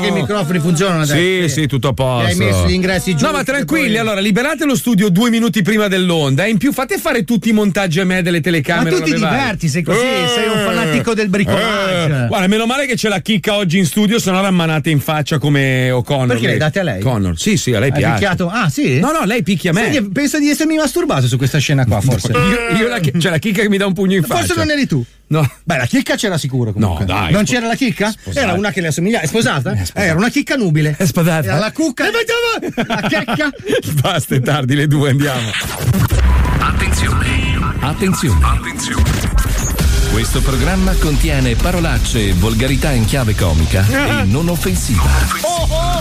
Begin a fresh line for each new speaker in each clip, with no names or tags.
che i microfoni funzionano adesso.
Oh. Sì, sì, tutto a posto.
Li hai messo gli ingressi giù.
No, ma tranquilli, allora liberate lo studio due minuti prima dell'onda. e In più fate fare tutti i montaggi a me delle telecamere.
Ma tu ti
robe varie.
diverti, sei così, sei un fanatico del bricolage.
Eh. Guarda, meno male che c'è la chicca oggi in studio, se no rammanate in faccia come O'Connor.
Perché le
lei.
date a lei?
Connor, sì, sì, a lei
Hai
Eh, piace.
picchiato? Ah, sì?
No, no, lei picchia me.
Sai che penso di essermi masturbato su questa scena qua, forse.
Io, io la, chi- c'è la chicca che mi dà un pugno in faccia.
Forse non eri tu.
No.
Beh, la chicca c'era sicuro comunque.
No, dai.
Non c'era la chicca? Era una che le assomigliava. È sposata? Era una chicca nubile.
È Eh, spadata.
Era la cucca. La checca.
Basta, è tardi, le due andiamo.
Attenzione. Attenzione. Attenzione. Questo programma contiene parolacce e volgarità in chiave comica
Ah.
e non offensiva.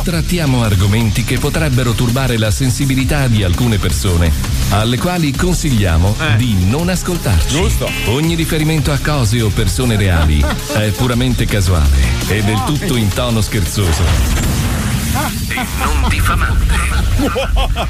Trattiamo argomenti che potrebbero turbare la sensibilità di alcune persone, alle quali consigliamo di non ascoltarci.
Eh. Giusto.
Ogni riferimento a cose o persone reali è puramente casuale e del
Ah.
tutto in tono scherzoso. E non diffamante.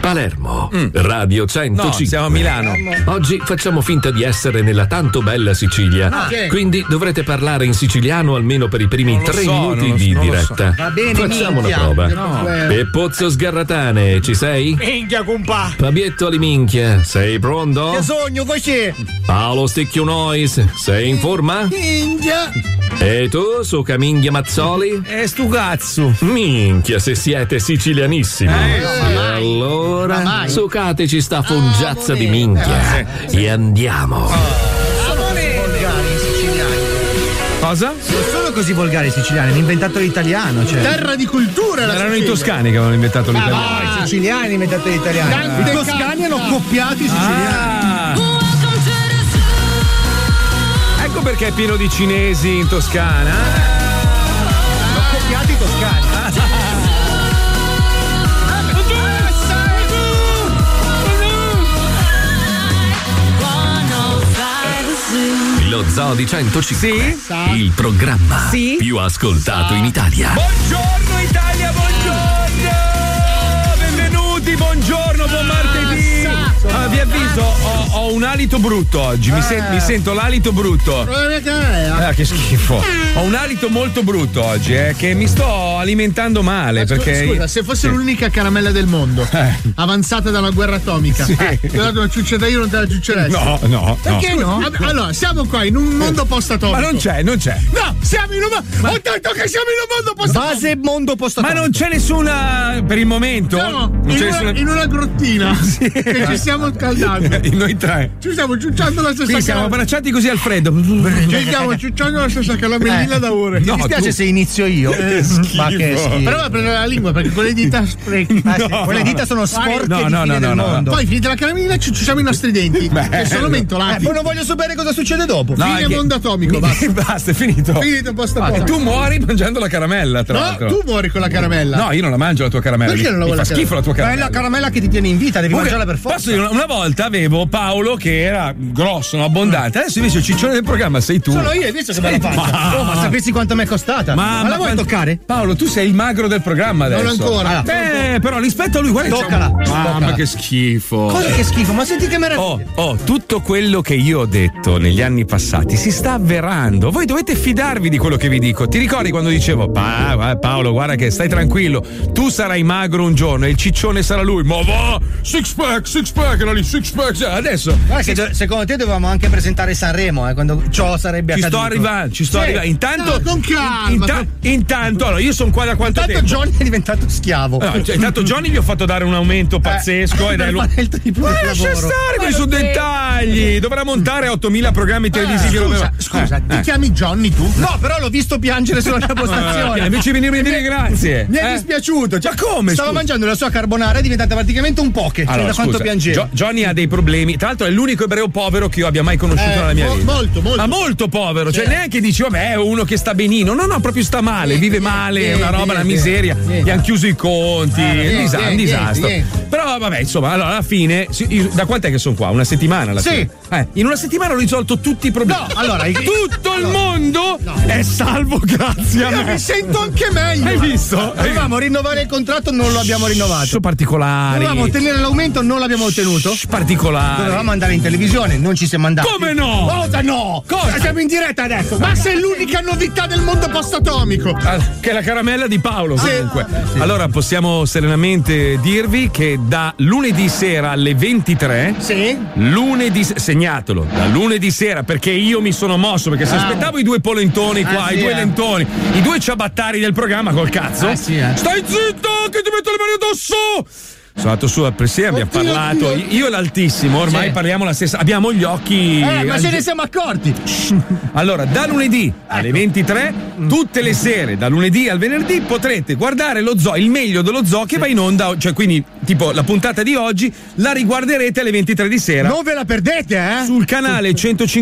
Palermo, Radio 105.
Mm. No, siamo a Milano.
Oggi facciamo finta di essere nella tanto bella Sicilia.
sì.
Quindi dovrete parlare in siciliano almeno per i primi
Ah, Non lo
tre
so, non
minuti
lo
di
so, non lo
diretta.
Va bene,
Facciamo
minchia.
una prova.
No.
E Pozzo Sgarratane, ci sei? Minchia, compà. Fabietto Aliminchia, sei
Oh.
pronto?
Sogno così.
Paolo Sticchionois, sei in forma?
India.
E tu, su Caminghia Mazzoli?
È stu cazzo.
Minchia, se siete sicilianissimi. e allora, sucateci sta fongiazza di minchia. E andiamo.
Cosa?
Non sono così volgari i siciliani, hanno inventato l'italiano. Cioè.
Terra di cultura la
Erano in
Sicilia.
Toscani che avevano inventato
Ah,
l'italiano.
I siciliani hanno inventato l'italiano.
Tante
I toscani hanno copiato i siciliani.
Ah. Ecco perché è pieno di cinesi in Toscana. eh.
Copiato i toscani.
Lo Zoo di 105.
Sì?
Il programma
Sì?
più ascoltato in Italia.
Buongiorno Italia, buongiorno! Benvenuti, buongiorno, buon martedì! Ah, vi avviso, ho, ho un alito brutto oggi, mi, sen-
Eh.
mi sento l'alito brutto. Ah, che schifo. Ho un alito molto brutto oggi, eh, che mi sto alimentando male perché. Eh.
Scusa, se fosse l'unica caramella del mondo, avanzata dalla guerra atomica, eh, te la do una ciucciata io, non te la ciucceresti.
No, no, no.
Perché no? Vabbè, Allora, siamo qua in un mondo post-atomico.
Ma non c'è, non c'è.
No, siamo in un mondo. Ho detto che siamo in un mondo post-atomico.
Base mondo posto
Ma non c'è nessuna. Per il momento?
Siamo
non
in,
c'è
una,
nessuna.
in una grottina che ci stiamo scaldando.
Noi tre.
Ci stiamo ciucciando la stessa
Sì, siamo
caramella.
abbracciati così al freddo.
Ci stiamo ciucciando la stessa caramellina da ore.
No,
Eh. Mi dispiace
tu-
se inizio io. Ma che schifo.
Eh, Però va a prendere la lingua perché con le dita sprechi.
Ah, sì, Quelle dita sono sporche di
No, no,
fine
no,
del
no, no.
mondo.
Poi finita la caramellina ci ciucciamo i nostri denti. che sono
Eh,
mentolati.
poi non voglio sapere cosa succede dopo.
No,
Fine
è che-
mondo atomico, basta.
Basta, è finito.
Finito posto
E tu muori mangiando la caramella, tra
No,
l'altro.
tu muori con la caramella.
No, io non la mangio la tua caramella.
Perché
Mi-
non la
mi
vuoi
fa
la
schifo la tua
Ma è
caramella.
la caramella che ti tiene in vita, devi
Comunque,
mangiarla per forza.
posso dire, una- una volta avevo Paolo che era grosso, no, abbondante. Adesso invece il ciccione del programma sei tu.
Solo io, hai visto che bella
Ma-
faccia? Oh, ma sapessi quanto mi è costata? Ma, la vuoi
quanti-
toccare?
Paolo, tu sei il magro del programma adesso.
ancora.
Beh, però rispetto a lui, guarda. che c'è un-
Toccala,
Mamma,
toccala.
che schifo.
Cosa che schifo, ma senti che meraviglia.
Oh, oh, tutto quello che io ho detto negli anni passati si sta avverando. Voi dovete fidarvi di quello che vi dico. Ti ricordi quando dicevo, "Pa- va- Paolo, guarda che stai tranquillo, tu sarai magro un giorno e il ciccione sarà lui. Ma va, six pack, six pack, era lì, six pack. cioè, Adesso
Guarda che do- secondo te dovevamo anche presentare Sanremo, eh, quando ciò sarebbe
ci sto
accaduto.
arrivando, ci sto
Sì.
arrivando. Intanto,
No, con calma,
inta-
con-
intanto, allora io sono qua da quanto
Tanto
tempo?
Johnny è diventato schiavo.
Allora, cioè, intanto Johnny gli ho fatto dare un aumento pazzesco
Eh, per
e dai lui.
fare il triplo
Ma
del
lascia
lavoro.
stare quei suoi dettagli! Dovrà montare 8000 programmi televisivi.
Scusa,
doveva-
scusa,
Eh,
ti
eh.
chiami Johnny tu?
No, però l'ho visto piangere sulla mia
Eh,
postazione.
invece di venirmi a dire grazie.
Mi
eh?
è dispiaciuto. cioè,
Ma come,
Stavo
scusa?
mangiando la sua carbonara, è diventata praticamente un poke. cioè, da quanto
scusa,
piangeva.
Jo- Johnny ha dei problemi. Tra l'altro, è l'unico ebreo povero che io abbia mai conosciuto
Eh,
nella mia
mo-
vita.
molto, molto.
Ma molto povero, cioè neanche dici, vabbè, è uno che sta benino. No, no, proprio sta male, vive male, è una roba, una miseria. Gli hanno chiuso i conti. è un disa- un
Eh, niente,
disastro.
niente, niente.
Però Però vabbè, insomma, allora alla fine, sì, io- da quant'è che sono qua? Una settimana alla
Sì.
fine? Eh, in una settimana ho risolto tutti i problemi.
No, allora, i-
tutto il mondo è salvo grazie a
Io
me.
mi sento anche meglio.
Hai visto?
Dovevamo rinnovare il contratto, non lo abbiamo rinnovato.
Sono particolari.
Dovevamo ottenere l'aumento, non l'abbiamo ottenuto.
particolari.
Dovevamo andare in televisione, non ci siamo andati.
Come no?
Cosa no?
Cosa?
Siamo in diretta adesso.
Ma se è l'unica novità del mondo post-atomico.
Ah, Che è la caramella di Paolo, comunque.
Ah,
Allora possiamo serenamente dirvi che da lunedì sera alle 23.
Sì.
Lunedì, segnatelo, da lunedì sera perché io mi sono mosso. Perché se aspettavo i due polentoni qua,
Ah,
i
sì,
due
eh.
lentoni, i due ciabattari del programma col cazzo,
Ah, sì, eh.
stai zitto che ti metto le mani addosso. Sono andato su a Presea, abbiamo
Oddio,
parlato.
oddio.
Io e l'altissimo, ormai
Sì.
parliamo la stessa. Abbiamo gli occhi.
Eh, ma ce
al-
ne siamo accorti.
allora, da lunedì
Ecco.
alle 23,
Mm.
tutte le sere, da lunedì al venerdì, potrete guardare lo zoo, il meglio dello zoo che va in onda, cioè quindi tipo la puntata di oggi la riguarderete alle 23 di sera
Non ve la perdete, eh?
sul canale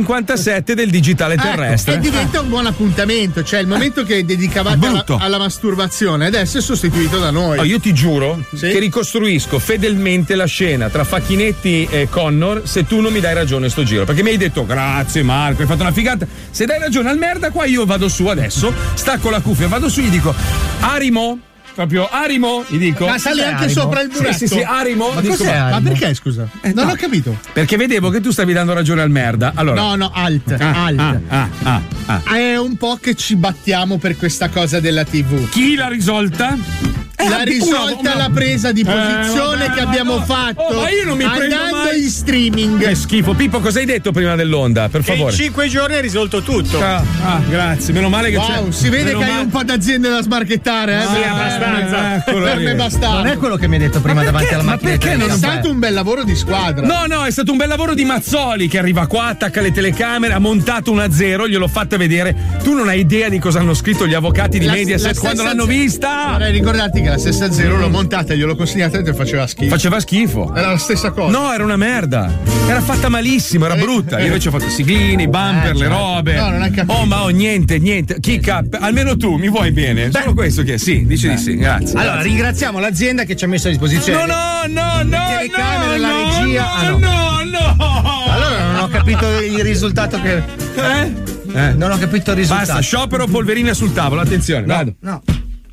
157 del digitale terrestre.
Ecco, e diventa un buon appuntamento, cioè il momento che dedicavate alla,
Brutto.
alla masturbazione adesso è sostituito da noi.
Oh, io ti giuro
Sì?
che ricostruisco fedelmente la scena tra Facchinetti e Connor se tu non mi dai ragione sto giro. Perché mi hai detto grazie Marco, hai fatto una figata. Se dai ragione al merda qua io vado su adesso, stacco la cuffia, vado su gli dico Arimo, proprio Arimo, gli dico.
Ma sali
cos'è
anche
Arimo?
sopra il
Sì,
muretto.
sì, sì, Arimo.
Ma,
dico,
cos'è
ma-
Arimo?
Arimo?
ma perché scusa? non
no.
ho capito.
Perché vedevo che tu stavi dando ragione al merda. Allora.
No, no, alt,
Ah,
alt.
ah, ah, ah, ah.
È un po' che ci battiamo per questa cosa della TV.
Chi l'ha risolta?
La
Eh,
risolta
una-
la presa di
Eh,
posizione
vabbè,
che
ma
abbiamo
no.
fatto
Oh, ma io non mi prendo
andando
mai.
in streaming.
Che schifo. Pippo, cosa hai detto prima dell'onda? Per favore.
5 giorni hai risolto tutto.
Ah, ah, grazie, meno male che c'è.
Wow, si vede
meno
che hai
male-
un po' d'azienda da smarchettare, eh?
Sì,
per-
abbastanza. Eccolo
Per
lì.
me bastava.
Non è quello che mi hai detto prima
Ma
davanti
perché-
alla
ma
macchina.
perché
di
È
non-
telefono.
stato un bel lavoro di squadra.
No, no, è stato un bel lavoro di Mazzoli che arriva qua, attacca le telecamere, ha montato una zero, gliel'ho fatta vedere. Tu non hai idea di cosa hanno scritto gli avvocati di
La-
Mediaset
la
quando
stessa-
l'hanno vista.
Vorrei ricordarti che la stessa zero l'ho montata, gliel'ho consegnata e faceva schifo.
Faceva schifo.
Era la stessa cosa.
No, era una merda. Era fatta malissimo,
Eh.
era brutta. Io invece ho fatto siglini, i bumper,
certo.
le robe.
No, non hai capito.
Oh, ma oh, niente, niente. Chicca, p- almeno tu mi vuoi bene. Solo questo che sì, dici di sì, grazie.
Allora, ringraziamo l'azienda che ci ha messo a disposizione.
No, no, no, no,
telecamere,
no,
la
no,
regia. Ah,
no, no, no.
Allora non ho capito il risultato che.
Eh? Eh.
Non ho capito il risultato.
Basta, sciopero polverina sul tavolo, attenzione, vado.
No.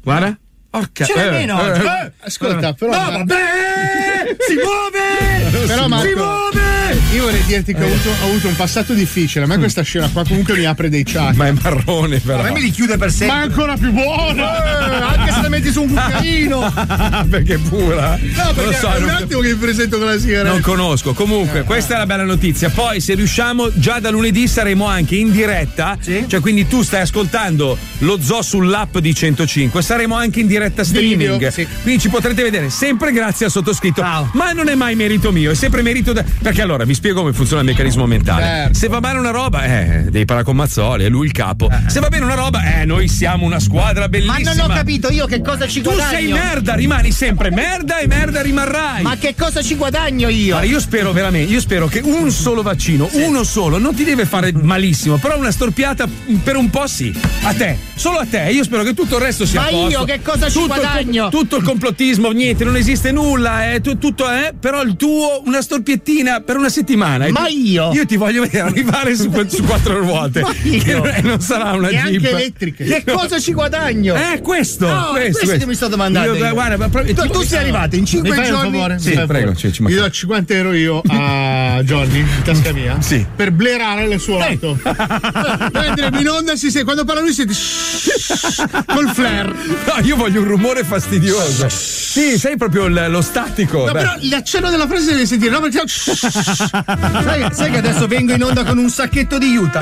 Guarda. Porca.
Ce n'è
eh,
meno
eh,
oggi.
eh.
Ascolta, però.
No, vabbè! Si muove!
Però,
si
Marco-
muove!
Io vorrei dirti che ho avuto, ho avuto un passato difficile, a me questa scena qua comunque mi apre dei chakra.
Mm. Ma è marrone però. Eh.
Ma mi li chiude per
Ma è
sempre.
ancora più buona! anche se la metti su un cucchiaino! No,
perché è pura. non lo
perché
so,
è un
non,
attimo che Eh, mi presento con la sigaretta.
non conosco. Comunque, questa è la bella notizia. Poi, se riusciamo, già da lunedì saremo anche in diretta.
Sì.
Cioè, quindi tu stai ascoltando lo zoo sull'app di 105. Saremo anche in diretta streaming.
Video, sì.
Quindi ci potrete vedere sempre grazie al sottoscritto.
Ciao.
Ma non è mai merito mio, è sempre merito. da- Perché allora vi spiego come funziona il meccanismo mentale.
Certo.
Se va bene una roba, eh, devi parlare con Mazzoli, è lui il capo. Se va bene una roba, eh, noi siamo una squadra
Ma
bellissima.
non ho capito io che cosa ci
Tu
guadagno.
sei merda, rimani sempre merda e merda rimarrai.
Ma che cosa ci guadagno io?
Guarda, io spero veramente, io spero che un solo vaccino, uno solo, non ti deve fare malissimo, però una storpiata per un po' sì. A te, solo a te. Io spero che tutto il resto sia
Ma
a posto.
io che cosa ci
tutto il co-
guadagno?
tutto il complottismo, niente, non esiste nulla, è tu- tutto è, però il tuo una storpiettina per una settimana. E
Ma
tu-
io?
Io ti voglio vedere arrivare su, su quattro ruote.
Ma io?
Che non, è- non sarà una
E anche
jeep.
elettriche.
Che cosa ci guadagno?
Eh, questo,
No,
questo,
questo che mi sto domandando
Io,
io.
guarda, ma proprio-
tu, tu sei arrivato in
Mi
5
fai un
giorni.
favore?
Sì,
Mi fai un
prego,
favore?
ci- ci manca.
Io do 50 euro io a Johnny in tasca mia
Sì.
per blerare il suo lato. Noi andremo in onda, si sente- quando parla lui siete col flare.
No, io voglio un rumore fastidioso. Sì, sei proprio il- lo statico.
No,
Beh.
però l'accenno della frase deve sentire, no? Perché
Sai, sai che adesso vengo in onda con un sacchetto di Utah.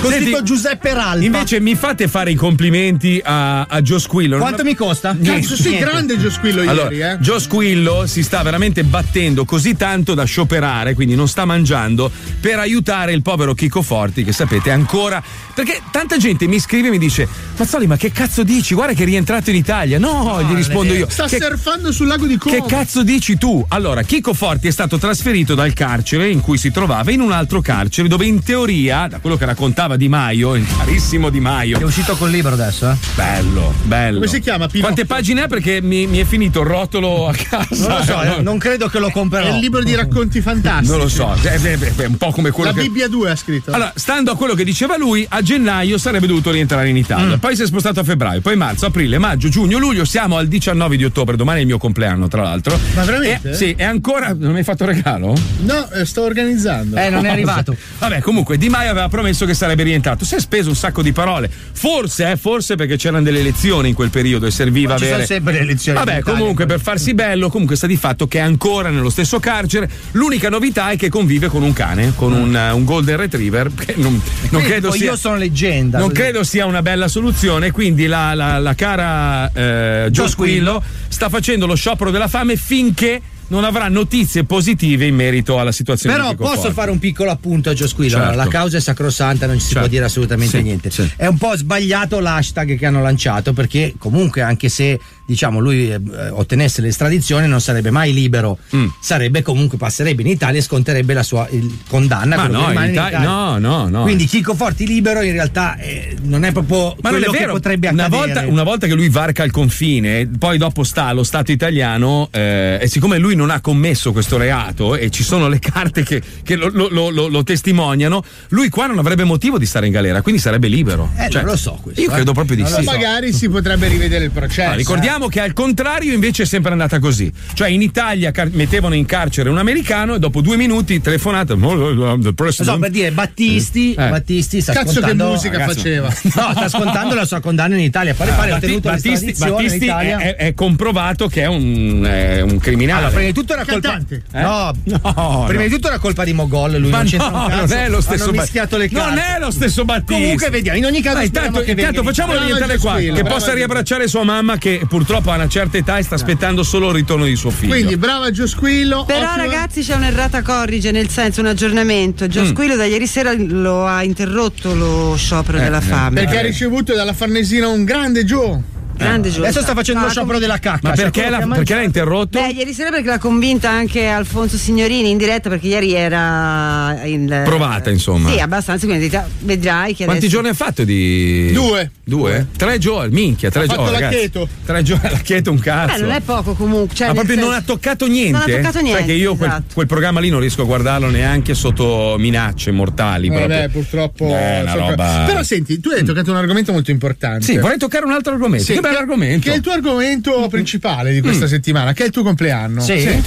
Con
Senti,
scritto Giuseppe Ralfa.
Invece mi fate fare i complimenti a, a Gio Squillo.
quanto mi costa?
cazzo, sei grande Giosquillo ieri,
Allora,
eh.
Gio Squillo si sta veramente battendo così tanto da scioperare, quindi non sta mangiando, per aiutare il povero Chico Forti, che sapete ancora. Perché tanta gente mi scrive e mi dice: Mazzoli, ma che cazzo dici? Guarda che è rientrato in Italia. No, gli rispondo io.
Sta Sta surfando sul lago di Como.
Che cazzo dici tu? Allora, Chico Forti è stato trasferito dal carcere in cui si trovava in un altro carcere dove in teoria, da quello che raccontava Di Maio, il carissimo Di Maio. È
uscito col libro adesso, eh?
Bello, bello.
Come si chiama? Pinocchio?
Quante pagine è? Perché mi, mi è finito il rotolo a casa.
Non lo so, eh, non credo che lo
È
comprerò. Mm.
il libro di racconti fantastici.
Non lo so, è, è- è- è un po' come quello
Ah, La
che.
Bibbia 2 ha scritto.
Allora, stando a quello che diceva lui, a gennaio sarebbe dovuto rientrare in
Mm.
Italia. Poi si è spostato a febbraio, poi marzo, aprile, maggio, giugno, luglio. Siamo al 19 di ottobre, domani è il mio compleanno, tra l'altro.
Ma veramente?
Eh, sì, è ancora. Non mi hai fatto regalo?
No, eh, sto organizzando.
Eh, non è arrivato.
Vabbè, comunque Di Maio aveva promesso che sarebbe rientrato. Si è speso un sacco di parole. Forse, eh, forse perché c'erano delle elezioni in quel periodo e serviva
Ci sono
avere.
sempre le elezioni. in
Vabbè,
Italia.
Ah, comunque per farsi bello, comunque sta di fatto che è ancora nello stesso carcere. L'unica novità è che convive con un cane, con un, eh, un golden retriever. Che non, non
Quindi,
credo
poi
sia.
Mm. Io sono leggenda.
Non
Così.
credo sia una bella soluzione, quindi la, la- la cara eh, Gio Squillo sta facendo lo sciopero della fame finché non avrà notizie positive in merito alla situazione
Però
di Chico
posso
Forti.
fare un piccolo appunto a Giosquillo.
Certo.
Allora, la causa è sacrosanta, non ci si
Certo.
può dire assolutamente
Sì,
niente.
sì.
È un po' sbagliato l'hashtag che hanno lanciato perché comunque anche se diciamo lui eh, ottenesse l'estradizione non sarebbe mai libero.
Mm.
Sarebbe comunque passerebbe in Italia e sconterebbe la sua il- condanna
Ma
quello che
no, in
rimane in
Italia-
Italia.
no, no, no.
Quindi Chico Forti libero in realtà eh, non è proprio
Ma non
quello
è vero,
che potrebbe
una
accadere.
volta, una volta che lui varca il confine, poi dopo sta allo Stato italiano eh, e siccome lui non ha commesso questo reato e ci sono le carte che, che lo, lo- lo- lo- lo testimoniano, lui qua non avrebbe motivo di stare in galera, quindi sarebbe libero. Cioè,
Eh, non lo so questo,
Io
eh.
credo proprio di
Non lo
sì.
so.
Magari si potrebbe rivedere il processo.
Ah, ricordiamo che al contrario invece è sempre andata così. Cioè in Italia car- mettevano in carcere un americano e dopo due minuti telefonata. "The
Non so, per
president."
dire Battisti,
Eh.
Battisti sta
Cazzo che
scontando-
musica
ragazzi,
faceva.
No, sta scontando la sua condanna in Italia. Pare pare ha
Ah, Batti-
ottenuto
Battisti,
l'estradizione in
Battisti
Italia.
è, è comprovato che è un, è un criminale.
Allora, prima di tutto era colpa.
Cantante.
Eh? No,
No,
prima
no.
di tutto era colpa di Mogol. Lui
Ma
non c'entra
no,
un cazzo.
non è lo stesso
Hanno
Bat-
mischiato le carte.
Non è lo stesso Battisti.
Comunque, vediamo. In ogni caso,
Dai,
speriamo
intanto,
che venga
intanto
in
facciamolo
Italia. Brava
rientrare qua.
Giusquillo,
eh,
Che
brava
possa
Giusquillo.
riabbracciare sua mamma, che purtroppo a una certa età e sta aspettando solo il ritorno di suo figlio.
Quindi brava Giosquillo.
Però
ottima-
ragazzi c'è un'errata corrige, nel senso un
Mm.
aggiornamento. Giosquillo da ieri sera lo ha interrotto lo
Eh,
sciopero Eh,
Eh,
della fame.
Perché ha ricevuto dalla Farnesina un grande Gio.
Grande Giorgio.
Adesso sta facendo lo
No,
sciopero della cacca.
Ma
Cioè,
perché,
quello
l'ha,
che ha
perché l'ha
mangiato-
interrotto?
Beh, ieri sera perché l'ha convinta anche Alfonso Signorini in diretta perché ieri era in
Provata, insomma.
Sì, abbastanza, quindi ta- vedrai che
Quanti
adesso-
giorni ha fatto di.
Due.
Due? Tre giorni, minchia, tre
Ha fatto
giorni.
la
ragazzi.
cheto.
Tre giorni, la cheto un
Beh,
cazzo.
non è poco comunque, cioè,
Ma
nel
proprio non ha
senso-
toccato niente. eh?
Non ha toccato niente.
Sai che io quel,
esatto.
quel programma lì non riesco a guardarlo neanche sotto minacce
Eh,
mortali.
Vabbè,
proprio.
purtroppo.
Eh, una
sopra-
roba.
Però senti, tu hai toccato un argomento molto importante.
Sì, vorrei toccare un altro argomento.
Sì,
che bello argomento. Mm.
Che è il tuo argomento principale di questa settimana, che è il tuo compleanno.
Sì.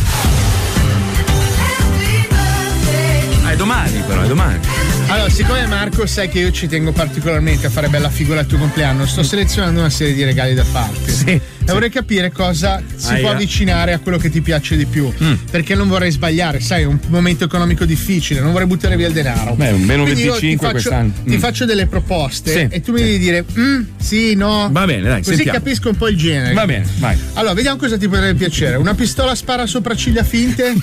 Ah, è domani, però, è domani.
Allora, siccome Marco sai che io ci tengo particolarmente a fare bella figura al tuo compleanno, sto selezionando una serie di regali da farti.
Mm. Sì,
E
sì.
vorrei capire cosa si
Aia. Mm.
può avvicinare a quello che ti piace di più. Perché non vorrei sbagliare, sai, è un momento economico difficile, non vorrei buttare via il denaro.
Beh, un meno
Quindi io
25
ti faccio,
quest'anno.
Ti
Mm.
faccio delle proposte
Sì.
e tu mi devi dire "Mm, sì, no.
Va bene, dai,
Così
sentiamo.
capisco un po' il genere.
Va bene, vai.
Allora, vediamo cosa ti potrebbe piacere. Una pistola spara sopracciglia finte?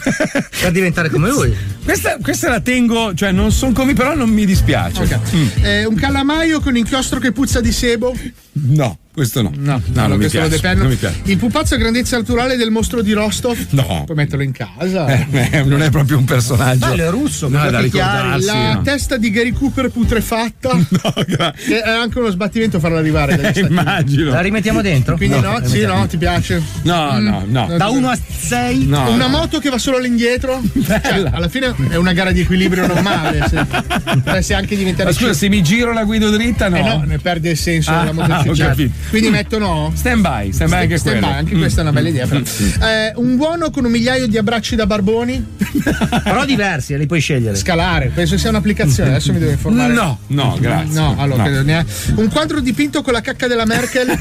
Per diventare come lui.
Questa, questa la tengo, cioè non sono come, però non mi dispiace. Mm.
Ok. Eh, un calamaio con inchiostro che puzza di sebo?
No, questo no. No, no, non mi,
questo lo
piace,
depenno.
non mi piace.
Il pupazzo a grandezza naturale del mostro di Rostov?
No.
Puoi metterlo in casa.
Eh, non è proprio un personaggio.
Bello, è russo,
No,
con
è da
gli occhi chiari,
ricordarsi.
La
no.
testa di Gary Cooper putrefatta.
No, gra- Eh,
Che È anche uno sbattimento farlo arrivare. dagli Stati Uniti.
La
immagino.
rimettiamo dentro?
Quindi no,
la
sì,
rimettiamo.
no, Mm. ti piace.
No, no, no.
Da 1 a 6.
No,
Una
no.
moto che va solo all'indietro? Cioè, alla fine è una gara di equilibrio normale. Cioè, Se, potresti anche diventare.
Ma scusa, se mi giro la guido dritta, no.
Eh no, ne perde il senso
Ah,
della
ho
motocicletta.
capito.
Quindi metto no?
Stand by, stand by anche
Stand by,
quello. Mm.
anche questa è una bella idea. però. Eh, un buono con un migliaio di abbracci da barboni?
Però diversi, eh, li puoi scegliere.
Scalare, penso sia un'applicazione, adesso mi devo informare.
Mm. No, no, grazie.
No, allora,
No.
credo neanche- un quadro dipinto con la cacca della Merkel. Cioè,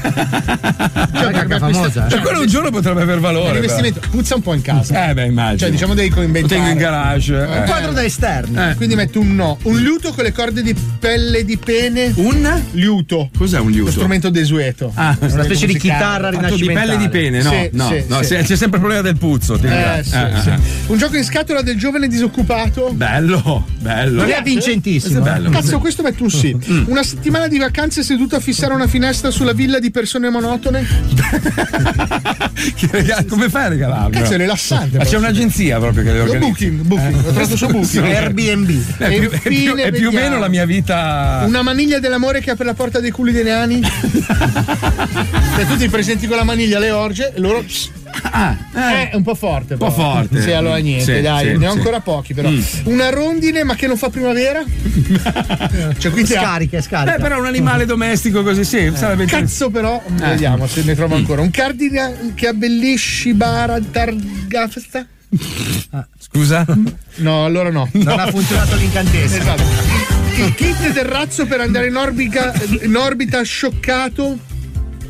La
Ah,
per me
cacca
questo-
famosa.
Cioè,
eh.
quello un giorno potrebbe aver
è un
valore. però.
investimento puzza un po' in casa.
Eh, beh, immagino.
Cioè, diciamo devi
Lo
coinventare.
tengo in garage.
Un
eh.
quadro da esterno.
Eh, Quindi metto un no. Un liuto con le corde di pelle di pene.
Un?
Liuto.
Cos'è un
Lo
liuto?
strumento Pianoforte.
Ah, una specie di chitarra
Fatto di pelle
rinascimentale.
di pene, no,
Sì,
no,
sì,
no,
sì.
se- c'è sempre il problema del puzzo. ti dirà.
Eh, sì,
Ah, ah,
sì.
ah.
Un gioco in scatola del giovane disoccupato. Eh,
Bello, bello. Mm.
Non è eh. avvincentissimo.
Questo è bello.
Cazzo, questo mette un sì. Una settimana di vacanze seduto a fissare una finestra sulla villa di persone monotone.
Che regala- Come fai a regalarlo?
Cazzo, è rilassante.
Ma c'è
proprio.
un'agenzia proprio che le
Lo
organizza.
Booking, booking, l'ho trovato su Booking.
Airbnb.
È più, è più- è più o
Infine,
meno la mia vita.
Una maniglia dell'amore che apre la porta dei culi dei neani. cioè, tu ti presenti con la maniglia alle orge e loro. Eh, è un po' forte. Un
Ah, po' forte. Mm.
Sì, allora niente,
Sì,
dai,
sì, Mm.
ne ho
sì.
ancora pochi però. Una rondine ma che non fa primavera? cioè, qui c'è
Scarica,
Eh,
scarica. Mm.
però un animale domestico così,
Eh.
sì, sarebbe
Cazzo però,
Eh.
vediamo se ne trovo
Mm.
ancora. Un cardine che abbellisci bara targafesta?
Scusa?
No, allora no.
Non ha funzionato l'incantesimo.
Esatto. Il kit del razzo per andare in orbita, in orbita scioccato.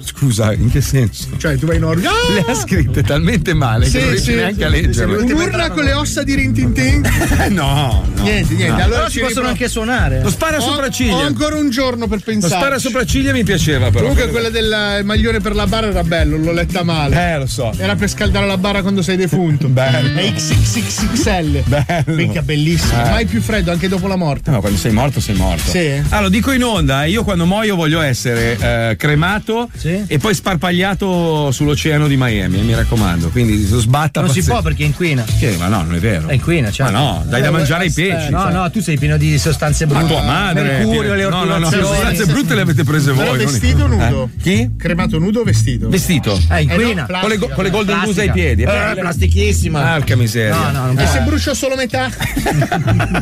Scusa, in che senso?
Cioè, tu vai in orbita.
Le ha scritte talmente male che
Sì,
non riesci
sì.
neanche a leggerle.
Un'urna con le ossa di Rintintin.
Eh, no, no.
Niente, niente. Allora
Però ci
ci
possono
ripro-
anche suonare.
Lo spara
Ho- Ho
sopracciglia.
ancora un giorno per
Lo spara
pensare.
sopracciglia mi piaceva però.
Comunque quella del maglione per la bara era bello, l'ho letta male.
Eh, lo so.
Era per scaldare la bara quando sei defunto.
Bello.
È XXXXL.
Bello.
Minchia, bellissimo.
Eh.
Mai più freddo, anche dopo la morte.
No, quando sei morto sei morto.
Sì.
Ah, lo dico in onda, eh, io quando muoio voglio essere eh, cremato
Sì.
e poi sparpagliato sull'oceano di Miami, eh, mi raccomando. Quindi sbatta
Non si
pazzesco.
può perché inquina.
Che- ma no, non è vero.
Eh, inquina, certo. eh,
Ma no, dai da mangiare ai peci.
No,
cioè.
no, tu sei pieno di sostanze
Ma
brutte. Ah,
tua madre.
Mercurio, le
no, no, no, le
ortivazioni.
sostanze brutte le avete prese
Però
voi. non-
vestito o nudo?
Eh? Chi?
Cremato nudo o vestito?
Vestito.
Eh,
Eh no,
inquina.
pla-
Con le, go- con le golden goose
Plastica.
ai piedi.
Eh, plastichissima.
Marca miseria.
No, no, non
E
può.
se brucio solo metà?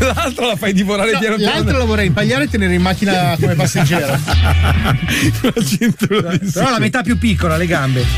L'altro la fai divorare piano
L'altro
piano.
lo vorrei impagliare e tenere in macchina come passeggero.
La cintura di
Però la metà più piccola, le gambe.
Eh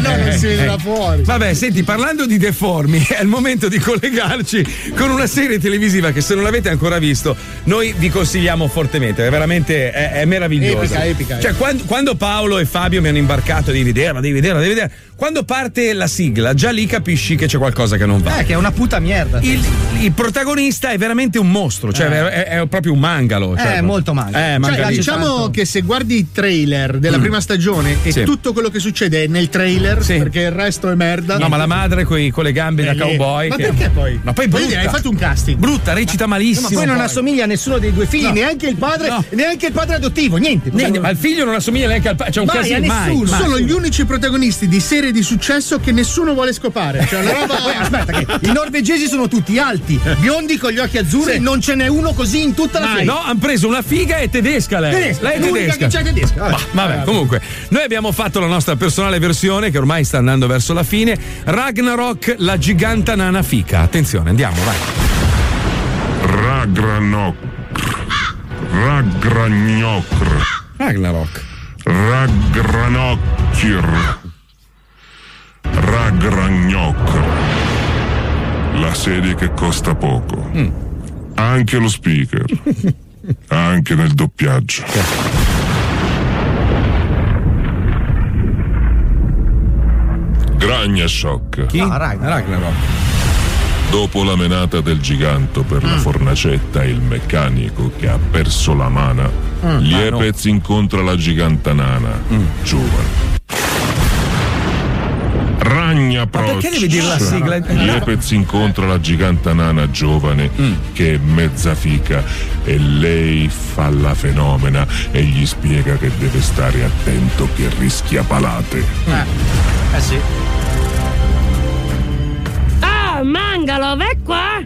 no, non si vede da fuori.
Vabbè, senti, parlando di deformi, è il momento di collegarci con una serie televisiva che se non l'avete ancora visto, noi vi consigliamo fortemente, è veramente è, è meravigliosa.
Epica, epica,
Cioè, quan- quando, Paolo e Fabio mi hanno imbarcato di vederla, di vederla, di vederla, quando parte la sigla, già lì capisci che c'è qualcosa che non va.
Eh, che è una puta merda.
Il, il protagonista è veramente un mostro, cioè
Eh.
è, è proprio un mangalo. cioè,
Eh,
proprio-
molto mangalo.
Eh,
Cioè,
mangalista.
diciamo
tanto.
che se guardi i trailer della prima stagione e
Sì.
tutto quello che succede è nel trailer,
Sì.
perché il resto è merda.
No, ma la madre coi- con le gambe da
È lì.
cowboy.
Ma
che-
perché poi?
Ma poi
Voglio
brutta.
dire, hai fatto un casting.
Brutta, recita malissimo.
Ma poi non assomiglia a nessuno dei due figli,
No.
neanche il padre,
No.
neanche il padre adottivo, niente. Cioè,
Niente, ma il figlio non assomiglia neanche al padre. C'è un
Mai,
casino.
a
mai,
nessuno.
mai.
Sono gli unici protagonisti di serie di successo che nessuno vuole scopare. Cioè, la
Poi,
roba.
aspetta, che i norvegesi sono tutti alti, biondi con gli occhi azzurri,
Sì.
non ce n'è uno così in tutta la
Mai.
serie.
No, hanno preso una figa e tedesca lei.
Tedesca,
lei è
l'unica
tedesca.
che c'è tedesca. Vabbè.
Ma, vabbè, comunque, noi abbiamo fatto la nostra personale versione che ormai sta andando verso la fine. Ragnarok, la giganta nana fica. Attenzione, andiamo, vai.
Ragranok. Ragragnokr.
Ragnarok.
Ragranokir. Ragragnokr. La serie che costa poco.
Mm.
Anche lo speaker. Anche nel doppiaggio. Gragnashock.
Chi?
Ah, Ragnarok.
Ragnarok.
Dopo la menata del gigante per
Mm.
la fornacetta e il meccanico che ha perso la mana,
Mm.
Liepez
Ah,
incontra la gigantanana, giovane. Ragna Proc.
perché devi dire la sigla?
Liepez incontra la gigantanana giovane
Mm.
che è mezza fica e lei fa la fenomena e gli spiega che deve stare attento che rischia palate.
Eh sì.
Oh, Mangalo, vai qua!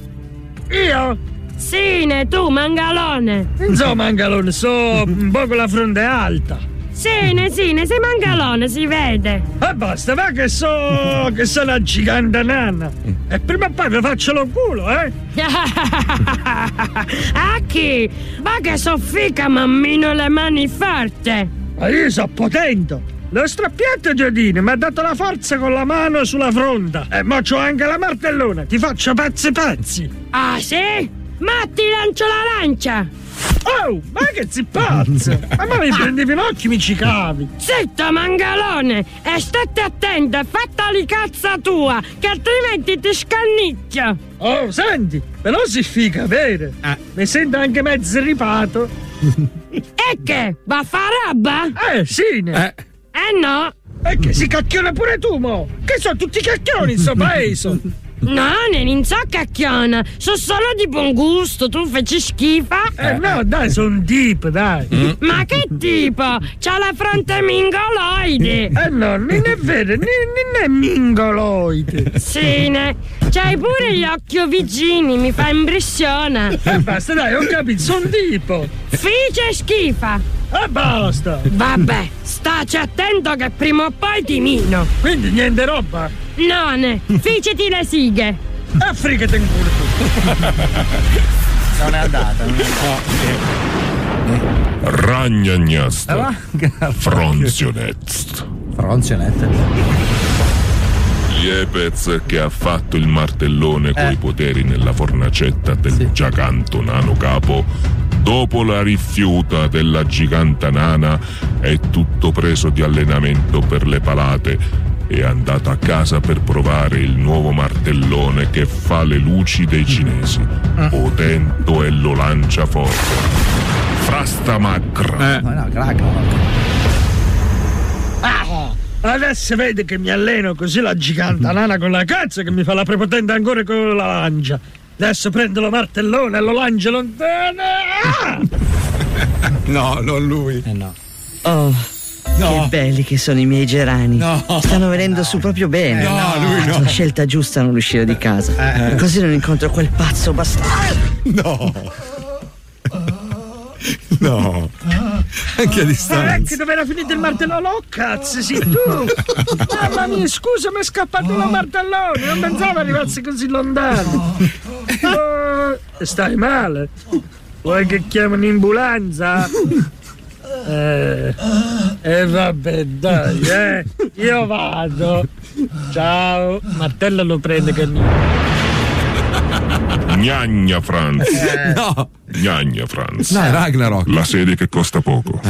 Io? Sì, ne tu, Mangalone!
Non so Mangalone, so un po' con la fronte alta.
Sì, ne, sì, ne sei Mangalone, si vede!
E basta, va che so che sono una gigante nana. E prima o poi vi faccio lo culo, eh?
ah, chi? Va che soffica, mammino, le mani forte!
Ma io sono potente. L'ho strappiato Giodini, mi ha dato la forza con la mano sulla fronte. E mo c'ho anche la martellona, ti faccio pezzi pezzi.
Ah, sì? Ma ti lancio l'arancia!
Oh, ma che si pazzo! Ma mo mi prendi i pinocchi, mi ci cavi.
Zitto, Mangalone! E state attento, e fattali cazza tua, che altrimenti ti scannicchio!
Oh, senti, però si fica, vero? Mi sento anche mezzo ripato.
E che? Va a fare roba?
Eh, sì.
Eh. no.
E che si cacchiona pure tu, mo? Che sono tutti cacchioni in sto paese.
No, ne non so cacchiona, sono solo di buon gusto, tu feci schifa.
Eh, no, dai, sono deep, dai.
Ma che tipo? C'ha la fronte mingoloide.
Eh no, non è vero, non è mingoloide.
Sì, ne. C'hai pure gli occhi vicini, mi fa impressione.
Eh, basta, dai, ho capito, sono tipo.
Fice schifa.
E basta.
Vabbè, staci attento che prima o poi ti mino.
Quindi niente roba.
None, ficiti le sighe.
E frigate in culo
Non è andata.
eh,
Non è
Ragnagnast.
Ah,
Eh,
Fronzionest.
Fronzionette.
Yepes che ha fatto il martellone coi poteri nella fornacetta del giacanto nano capo. Dopo la rifiuta della giganta nana è tutto preso di allenamento per le palate. È andato a casa per provare il nuovo martellone che fa le luci dei cinesi. Potento e lo lancia forte. Frasta macra.
Eh.
No, crack.
Ah, adesso vedi che mi alleno così la giganta nana con la cazzo che mi fa la prepotente ancora con la lancia. Adesso prendo lo martellone e lo lancio lontano. Ah!
No, non lui.
Eh no.
Oh, che belli che sono i miei gerani. Stanno venendo su proprio bene.
Eh, No, lui no.
La scelta giusta non uscire di casa.
Eh.
Così non incontro quel pazzo bastardo.
No. No. Anche a
Ah,
distanza.
ecco dove era finito il martellone. Oh, cazzo, sì, tu. Mamma mia, scusa, mi è scappato il martellone. Non pensavo arrivassi così lontano. Oh, stai male? Vuoi che chiami un'ambulanza? Eh, eh, vabbè, dai, eh. Io vado. Ciao. Martello lo prende che mi...
Gnagna Franz.
No.
Gnagna Franz.
Eh. No, è Ragnarok. Eh,
La serie che costa poco.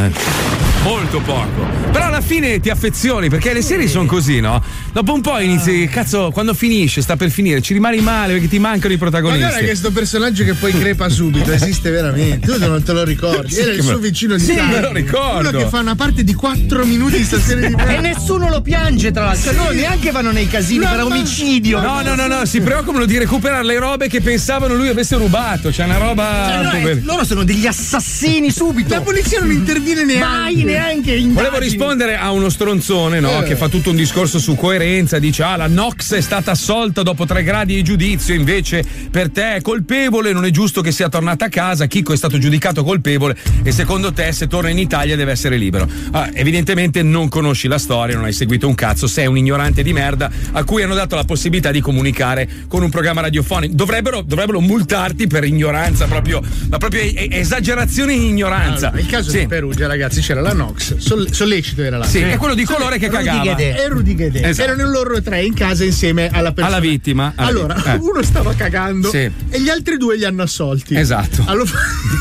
Molto poco. Però alla fine ti affezioni, perché le serie sono così, no? Dopo un po'
Ah.
inizi, cazzo, quando finisce, sta per finire, ci rimani male perché ti mancano i
Ma
protagonisti.
guarda che sto personaggio che poi crepa subito esiste veramente. Tu non te lo ricordi.
Sì,
Era il
che me-
suo vicino di
Sì,
casa.
me lo ricordo.
Quello che fa una parte di 4 minuti di stazione di
E nessuno lo piange, tra l'altro. Cioè, loro neanche vanno nei casini per omicidio.
No, no, no,
Cioè,
no, si preoccupano di recuperare le robe che pensavano lui avesse rubato. C'è una roba.
Cioè, no, eh,
pover-
loro sono degli assassini subito.
La polizia non interviene neanche.
Mai neanche
Volevo rispondere a uno stronzone, no? Che fa tutto un discorso su coerenza. Dice: Ah, la Nox è stata assolta dopo tre gradi di giudizio. Invece, per te è colpevole. Non è giusto che sia tornata a casa. Chicco è stato giudicato colpevole. E secondo te, se torna in Italia, deve essere libero. Ah, evidentemente non conosci la storia, non hai seguito un cazzo. Sei un ignorante di merda a cui hanno dato la possibilità di comunicare con un programma radiofonico. Dovrebbero, dovrebbero multarti per ignoranza, proprio la propria e- esagerazione in ignoranza.
Allora, il caso
Sì.
di Perugia, ragazzi, c'era la Nox, Sol- Sollecito era la
Sì,
Nox.
è quello di colore che
Rudy
cagava.
Guedet E Rudy Guedet.
Esatto.
Erano loro tre in casa insieme alla persona.
Alla vittima. alla
Allora,
vittima. Eh.
uno stava cagando
Sì.
e gli altri due li hanno assolti.
Esatto.
Allora-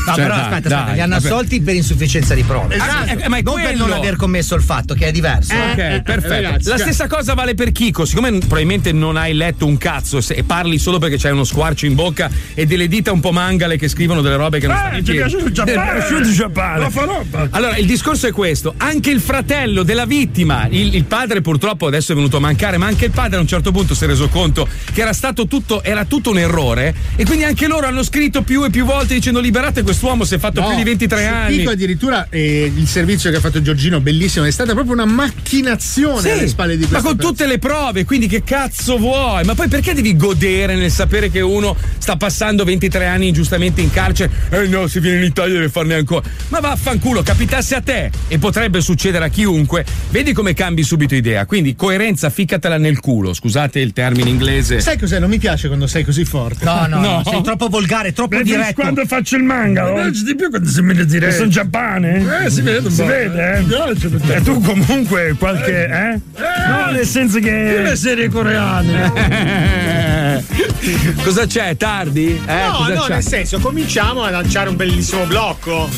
No,
Cioè,
però
dai,
aspetta,
dai,
aspetta, li hanno
vabbè.
assolti per insufficienza di prove.
Esatto.
Eh, eh, ma è
non per
quello.
non aver commesso il fatto, che è diverso.
Ok,
eh,
perfetto.
ragazzi,
la
cioè-
stessa cosa vale per Chico. Siccome n- probabilmente non hai letto un cazzo se- e parli solo perché c'hai uno squarcio in bocca e delle dita un po' mangale che scrivono delle robe che non stanno
Eh,
in
ti
piedi.
piace il Giappone?
Eh, piace il Giappone.
La fa roba.
Allora, il discorso è questo: anche il fratello della vittima, il, il padre purtroppo adesso è venuto a mancare, ma anche il padre a un certo punto si è reso conto che era stato tutto, era tutto un errore. E quindi anche loro hanno scritto più e più volte dicendo: liberate quest'uomo, si è fatto
No,
più di 23
su
anni.
Pico addirittura eh, il servizio che ha fatto Giorgino, bellissimo, è stata proprio una macchinazione
Sì,
alle spalle di
ma
questo.
con tutte le prove, quindi che cazzo vuoi? Ma poi perché devi godere nel sapere che uno sta passando 23 anni ingiustamente in carcere? Eh no, se viene in Italia deve farne ancora. Ma vaffanculo, capitasse a te e potrebbe succedere a chiunque. Vedi come cambi subito idea. Quindi coerenza, ficcatela nel culo. Scusate il termine inglese.
Sai cos'è? Non mi piace quando sei così forte.
No, no,
No.
no, sei troppo volgare, troppo
Preferisco
diretto.
quando faccio il manga. Non piace Eh, di più quando si mette diretto. Sono Giappone. Eh, si vede. Si vede, eh. E tu comunque qualche, eh? No, nel senso che... le serie coreane.
Cosa c'è? Tardi? Eh,
No,
cosa
no,
c'è?
nel senso, cominciamo a lanciare un bellissimo blocco.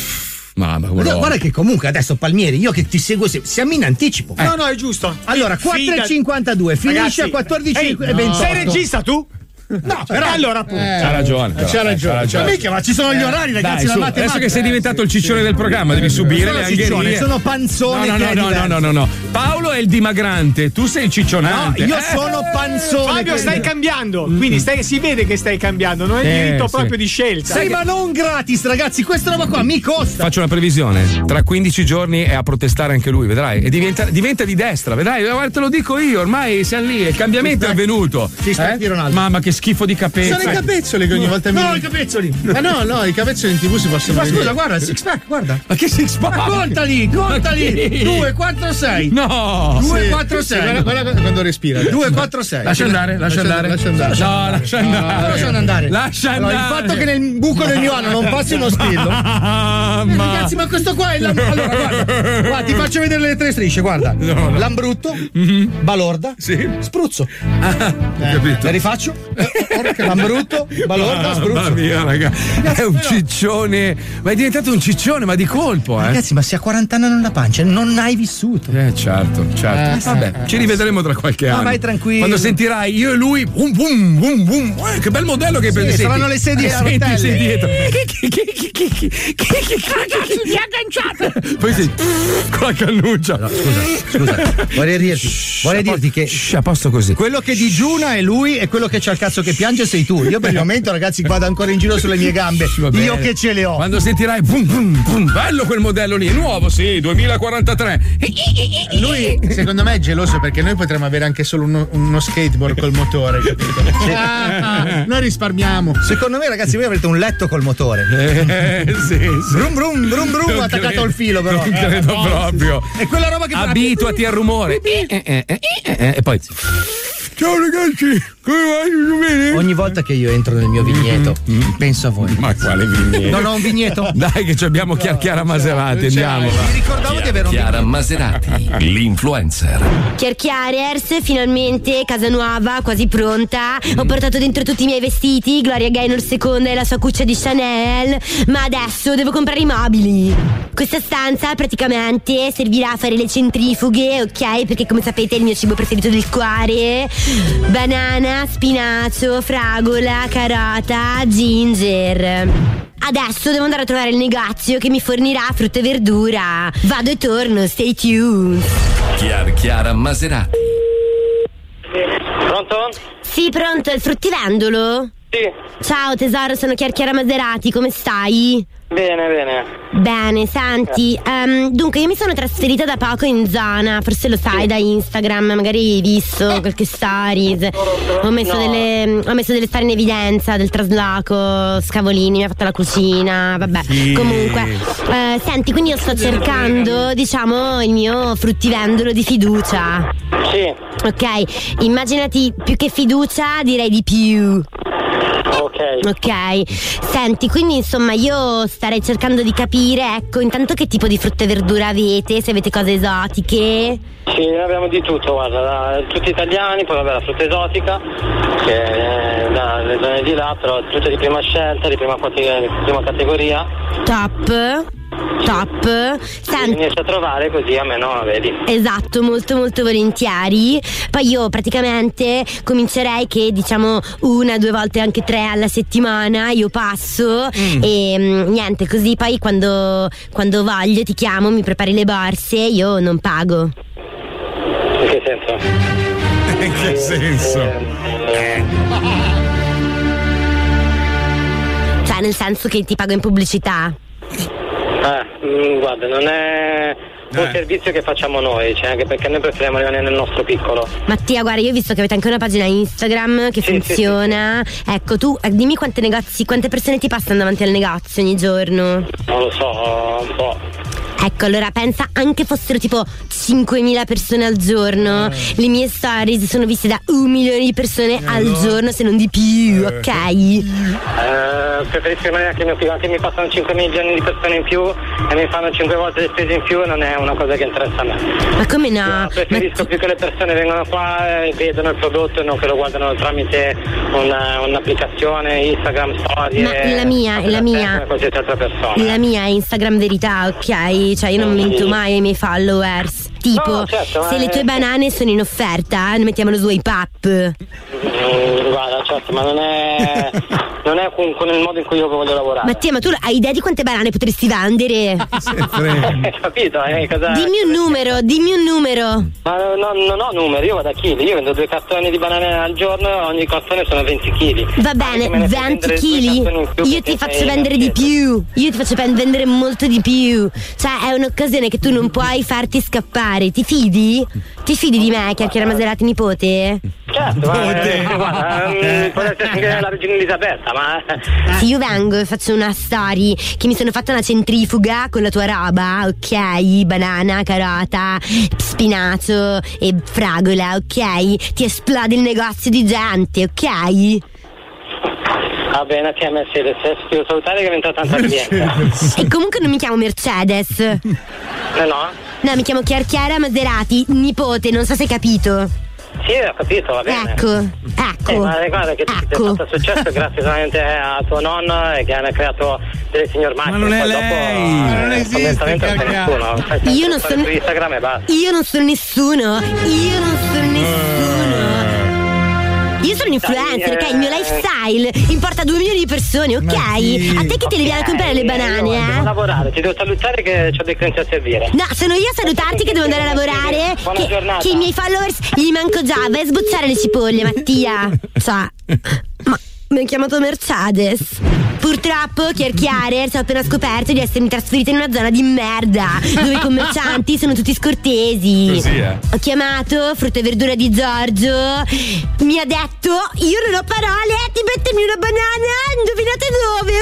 Mamma,
Guarda,
guarda.
guarda che comunque adesso Palmieri, io che ti seguo, se- siamo in anticipo.
No, no, è giusto.
Allora,
Figa-
4.52,
Ragazzi,
finisce a 14.50.
ehi, Sei regista tu?
No, però
Eh,
allora appunto.
C'ha ragione, però,
C'ha
eh,
ragione.
c'ha ragione.
Mica, ma ci sono gli orari,
Dai,
ragazzi.
su,
la
adesso
matematica.
che sei diventato il ciccione del programma, devi subire
Sono
le
ciccione,
angherie.
sono panzone
No,
che
no,
è
no, no, no, no, no. Paolo è il dimagrante, tu sei il ciccionante.
No, io
Eh,
sono panzone. Mm.
Fabio,
che-
stai cambiando. Quindi stai- si vede che stai cambiando. Non hai
Eh,
diritto
sì.
proprio di scelta.
Sì, ma non gratis, ragazzi. Questa roba qua mi costa.
Faccio una previsione. Tra 15 giorni è a protestare anche lui, vedrai. E diventa, diventa di destra, vedrai. Eh, Guarda, te lo dico io, ormai siamo lì. Il cambiamento è avvenuto. Eh? Mamma, che schifo di capelli.
Sono i capezzoli che ogni volta mi. No, i capezzoli! Ma no, no, i capezzoli in tv si possono. Ma
vedere.
scusa, guarda, il six pack, guarda.
Ma che six pack?
Ma contali,
Ma chi?
contali! 2, 4, 6.
No!
2,
Sì.
4,
Sì, guarda-
6.
guarda
quando respira. 2, 4, 6.
Lascia andare, lascia andare.
Lascia andare.
No, lascia andare.
No, Lascia andare.
Lascia
Allora, il
andare.
fatto che nel buco del mio anno non passi uno spillo. Eh, Ragazzi, ma questo qua è la. Allora, guarda, guarda, ti faccio vedere le tre strisce, guarda.
No, Mm-hmm. no.
Lambrutto, balorda, spruzzo. Eh,
Ah, capito.
Le rifaccio?
Eh,
Lambrutto, balorda,
Mamma
spruzzo.
mia, raga. È un ciccione. Ma è diventato un ciccione, ma di colpo, eh.
Ragazzi, ma se a 40 anni non la pancia, non hai vissuto. Eh,
Eh, certo, certo. Vabbè, ci rivedremo tra qualche
Ma
anno.
vai tranquillo.
Quando sentirai io e lui, boom, boom, boom, boom. Eh, che bel modello che hai preso. Senti,
saranno le sedie
eh,
a
Senti,
rotelle.
sei dietro.
Ragazzi, mi ha agganciato!
Poi sì, con la cannuccia.
eh. scusa, vorrei dirti, vorrei dirti che.
a posto così.
Quello che digiuna è lui e quello che c'ha il cazzo che piange sei tu. Io per il momento, ragazzi, vado ancora in giro sulle mie gambe.
Va bene.
Io che ce le ho.
Quando sentirai boom, boom, boom, bello quel modello lì, è nuovo, sì, 2043.
Lui, secondo me, è geloso perché noi potremmo avere anche solo uno, uno skateboard col motore, capito? Ah, ah, noi risparmiamo.
Secondo me, ragazzi, voi avrete un letto col motore.
Eh, sì, sì.
Brum brum brum brum
Non
attaccato
credo-
al filo, però.
Non credo
Eh,
proprio.
È quella roba che fa-
Abituati al rumore. Eh, eh, eh, eh, eh, eh, E poi. Ciao ragazzi, come va? Tutto bene?
Ogni volta che io entro nel mio vigneto, penso a voi.
Ma quale vigneto?
Non ho un vigneto?
Dai, che ci abbiamo Chiara, Chiara Maserati, andiamo.
Ricordavo di avere un
Chiara Maserati, l'influencer.
Chiarchiarers, finalmente casa nuova, quasi pronta. Ho portato dentro tutti i miei vestiti, Gloria Gaynor II e la sua cuccia di Chanel. Ma adesso devo comprare i mobili. Questa stanza praticamente servirà a fare le centrifughe, ok? Perché come sapete è il mio cibo preferito del cuore. Banana, spinacio, fragola, carota, ginger. Adesso devo andare a trovare il negozio che mi fornirà frutta e verdura. Vado e torno, stay tuned.
Chiara, Chiara Maserati.
Pronto?
Sì, pronto, è il fruttivendolo? Sì. Ciao tesoro, sono Chiarchiara Maserati, come stai?
Bene, bene.
Bene, senti, ehm, dunque io mi sono trasferita da poco in zona, forse lo sai da Instagram, magari hai visto qualche stories. Eh. Ho messo,
No.
delle, ho messo delle storie in evidenza del traslaco, Scavolini, mi ha fatto la cucina, vabbè.
Sì.
Comunque, eh, senti, quindi io sto cercando, diciamo, il mio fruttivendolo di fiducia.
Sì.
Ok, immaginati più che fiducia, direi di più.
Ok.
Ok, senti, quindi insomma io starei cercando di capire, ecco, intanto che tipo di frutta e verdura avete, se avete cose esotiche.
Sì, noi abbiamo di tutto, guarda, da- tutti italiani, poi vabbè la frutta esotica, che è dalle zone di là, però tutte di prima scelta, di prima, quate- di prima categoria.
Top, top.
Mi
Senti.
riesci a trovare così almeno la vedi.
Esatto, molto molto volentieri. Poi io praticamente comincerei che diciamo una, due volte, anche tre alla settimana io passo e mm, niente, così poi quando, quando voglio ti chiamo, mi prepari le borse, io non pago.
In che senso? Eh,
In che senso?
Cioè nel senso che ti pago in pubblicità.
Eh, mm, guarda, non è un servizio che facciamo noi, cioè, anche perché noi preferiamo rimanere nel nostro piccolo.
Mattia, guarda, io ho visto che avete anche una pagina Instagram che funziona. Ecco, tu eh, dimmi quante negozi, quante persone ti passano davanti al negozio ogni giorno.
Non lo so, un po'.
Ecco, allora pensa anche fossero tipo 5.000 persone al giorno. Le mie stories sono viste da un milione di persone al giorno, se non di più, ok?
Eh, preferisco rimanere anche mio figlio, anche mi passano 5 milioni di persone in più e mi fanno 5 volte le spese in più non è una cosa che interessa a me.
Ma come no?
Preferisco più che le persone vengano qua e vedono il prodotto e non che lo guardano tramite una- un'applicazione, Instagram, storie.
Ma la mia,
proprio
la
da
mia.
sempre Come qualsiasi altra persona.
La mia è Instagram verità, ok? Cioè io non mento mai ai miei followers. tipo
No, certo, ma
se le
è-
tue banane sono in offerta, mettiamolo su pap
Mm, guarda, certo, ma non è. non è con, con il modo in cui io voglio lavorare.
Mattia, ma tu hai idea di quante banane potresti vendere?
Capito? Eh, cosa...
dimmi un numero, dimmi un numero.
Ma no- no- non ho numeri, io vado a chili, io vendo due cartoni di banane al giorno, ogni cartone sono 20 kg.
Va bene,
me ne
20
fai vendere due cartoni in
kg?
più
Io
perché
ti faccio
sei
vendere di più. Io ti faccio pen- vendere molto di più. Cioè, è un'occasione che tu
Mm-hmm.
non puoi farti scappare. Ti fidi? Ti fidi di me,
Mm-hmm.
chiacchiera Maserati nipote?
Certo,
Boh,
ma eh, guarda, mm, può essere anche la regina Elisabetta, ma eh.
Se io vengo e faccio una story che mi sono fatta una centrifuga con la tua roba, ok? Banana, carota, spinacio e fragola, ok? Ti esplode il negozio di gente, ok?
va bene, ti ha messo le stesse, devo salutare che è entrata tanta cliente.
E comunque non mi chiamo Mercedes.
No, no?
No, mi chiamo Chiarchiara Maserati, nipote, non so se hai capito.
Sì, ho capito, va bene.
Ecco, ecco.
Eh, ma guarda che ti
Ecco.
è fatto successo grazie solamente a tuo nonno eh, che hanno creato delle signor macchine.
non è
poi
lei!
Dopo,
Ma non
eh,
esiste,
fondamentalmente non c'è
cacca.
nessuno.
Io
Fai sempre
non
storie
sono-
su Instagram e basta.
Io non sono nessuno, io non sono
Eh.
nessuno. Io sono un influencer, ok? Il mio lifestyle importa 2 milioni di persone, ok? A te che te le viene a comprare le banane, eh?
Devo lavorare, ti devo salutare che ho dei clienti a servire.
No, sono io a salutarti che devo andare a lavorare.
Buona
Che,
giornata.
che i miei followers gli manco già. Vai a sbucciare le cipolle, Mattia. Cioè, ma mi hai chiamato Mercedes. Purtroppo, Chiarchiare, ho appena scoperto di essermi trasferita in una zona di merda dove i commercianti sono tutti scortesi.
Così, eh?
Ho chiamato frutta e verdura di Giorgio. Mi ha detto: Io non ho parole, eh, ti mettermi una banana. Indovinate dove,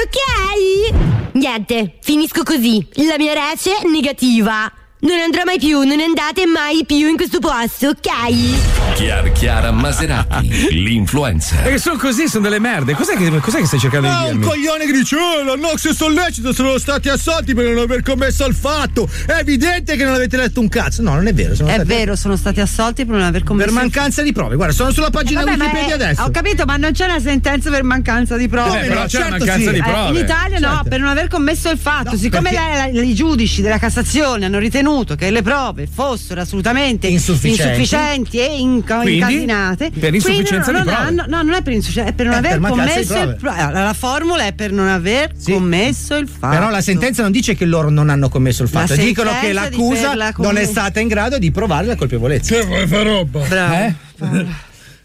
ok? Niente, finisco così. La mia rece negativa. Non andrò mai più, non andate mai più in questo posto, ok?
Chiar Chiara Maserati, l'influencer.
Perché sono così, sono delle merde. Cos'è che, cos'è che stai cercando di
Ah, un
dirmi?
coglione che dice: Oh, la Nox è sollecito, sono stati assolti per non aver commesso il fatto. È evidente che non avete letto un cazzo. No, non è vero. Sono
È
stati-
vero, sono stati assolti per non aver commesso.
Per mancanza di prove. Guarda, sono sulla pagina
Eh, vabbè, ma
Wikipedia
è-
adesso.
Ho capito, ma non c'è una sentenza per mancanza di prove.
Eh, però c'è Certo mancanza sì. di
Eh,
prove.
in Italia no,
Certo.
per non aver commesso il fatto. Siccome la- la- i giudici della Cassazione hanno ritenuto che le prove fossero assolutamente
Insufficienti.
insufficienti e inca-
Quindi?
incasinate,
Per
quindi
insufficienza
non,
di
non
prove.
hanno- no, non è per insufficienza, è per non
È
aver
per mancanza di
commesso il
prove.
pro- allora, La formula è per non aver commesso il fatto.
Però la sentenza non dice che loro non hanno commesso il
La
fatto, dicono che
sentenza di
l'accusa
per la
non è
commissione.
stata in grado di provare la colpevolezza. Che Cioè, vuoi fare roba?
Eh?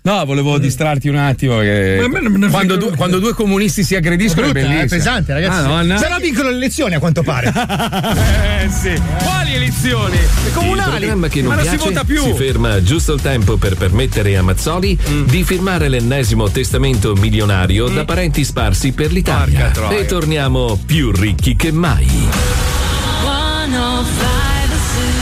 No, volevo distrarti un attimo. perché
Ma a me non me ne frega
quando, due,
nulla.
quando due comunisti si aggrediscono è
Brutta,
bellissimo.
eh, pesante, ragazzi.
Madonna.
Se no vincono le elezioni a quanto pare.
Eh sì. Quali elezioni? Le
Il
comunali.
programma che non,
Ma non
piace
si vota più.
ferma giusto il tempo per permettere a Mazzoli
Mm.
di firmare l'ennesimo testamento milionario da parenti sparsi per l'Italia.
troia.
E torniamo più ricchi che mai.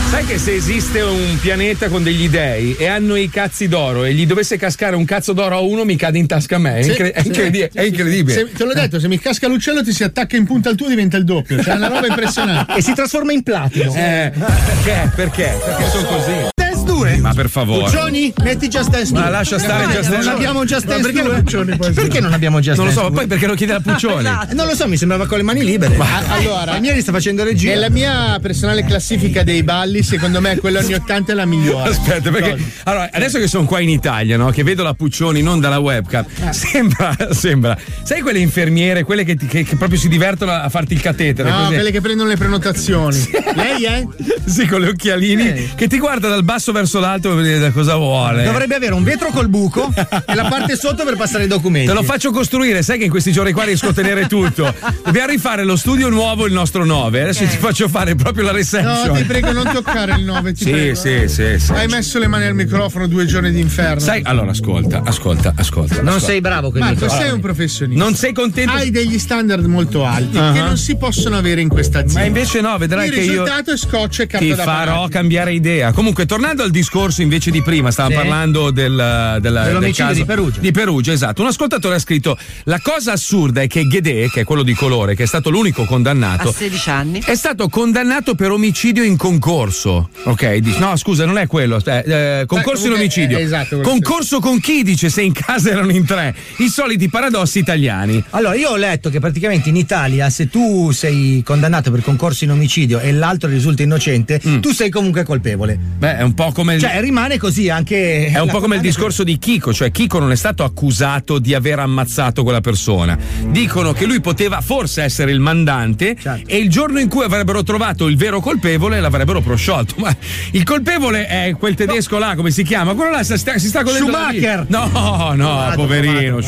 Sai che se esiste un pianeta con degli dei e hanno i cazzi d'oro e gli dovesse cascare un cazzo d'oro a uno mi cade in tasca a me. È,
Sì,
incre- è
sì,
incredi-
sì,
è
sì.
incredibile.
Se- te l'ho detto, se mi casca l'uccello ti si attacca in punta al tuo e diventa il doppio. Cioè, è una roba impressionante.
e si trasforma in platino.
Eh, perché? Perché? Perché sono così.
Dance 2.
Ma per favore.
Puccioni, metti Just Dance 2.
Ma lascia stare
Perché
Ah, Just
non
Dance
abbiamo Just
Ma
Dance
perché
2?
la Puccioni può
Perché
essere?
non abbiamo Just
Non lo
Dance
so, ma
2?
poi perché lo chiede la Puccioni?
Eh,
Esatto. Non lo so, mi sembrava con le mani libere.
A- allora,
Palmieri sta facendo regia.
Nella mia personale classifica dei balli, secondo me quella ogni 80 è la migliore.
Aspetta, perché allora, adesso che sono qua in Italia, no, che vedo la Puccioni non dalla webcam,
Ah.
sembra, sembra, sai quelle infermiere, quelle che, ti- che- che proprio si divertono a farti il catetere?
No,
così?
quelle che prendono le prenotazioni. Lei è?
Sì, con le occhialini,
Eh.
che ti guarda dal basso verso l'alto per vedere da cosa vuole.
Dovrebbe avere un vetro col buco e la parte sotto per passare i documenti.
Te lo faccio costruire, sai che in questi giorni qua riesco a tenere tutto. Dobbiamo rifare lo studio nuovo, il nostro 9. Adesso ti faccio fare proprio la reception.
Eh. No, ti prego, non toccare il 9. Ti
Sì,
prego.
sì, sì, sì.
Hai messo le mani al microfono due giorni d'inferno.
Sai, allora ascolta, ascolta, ascolta. ascolta.
Marco, sei un
Allora,
professionista.
Non sei contento?
Hai degli standard molto alti
Ah.
che non si possono avere in questa azienda.
Ma invece no, vedrai
Il
che io
risultato è scotch e carta
ti
da banana.
farò cambiare idea. Comunque, tornando al al discorso invece di prima, stava
Sì.
parlando del, della- del
Dell'omicidio
caso
di Perugia.
Di Perugia, esatto. Un ascoltatore ha scritto: La cosa assurda è che Ghedè, che è quello di colore, che è stato l'unico
A
condannato,
16 anni.
è stato condannato per omicidio in concorso. Ok, dice, no, scusa, non è quello. eh, eh, concorso in
comunque,
omicidio.
eh, esatto, quello
concorso con chi dice se in casa erano in tre? I soliti paradossi italiani.
Allora, io ho letto che praticamente in Italia, se tu sei condannato per concorso in omicidio e l'altro risulta innocente, tu sei comunque colpevole.
Mm. Beh, è un po' come. il-
Cioè, rimane così anche.
È un
Eh, la
po' come il
condanna-
discorso di Chico, cioè Chico non è stato accusato di aver ammazzato quella persona. Dicono che lui poteva forse essere il mandante
Certo.
e il giorno in cui avrebbero trovato il vero colpevole l'avrebbero prosciolto. Ma il colpevole è quel tedesco là, come si chiama? Quello là si sta, si sta godendo la
Schumacher.
vita. No, no,
Schumacher,
poverino
Schumacher. Eh,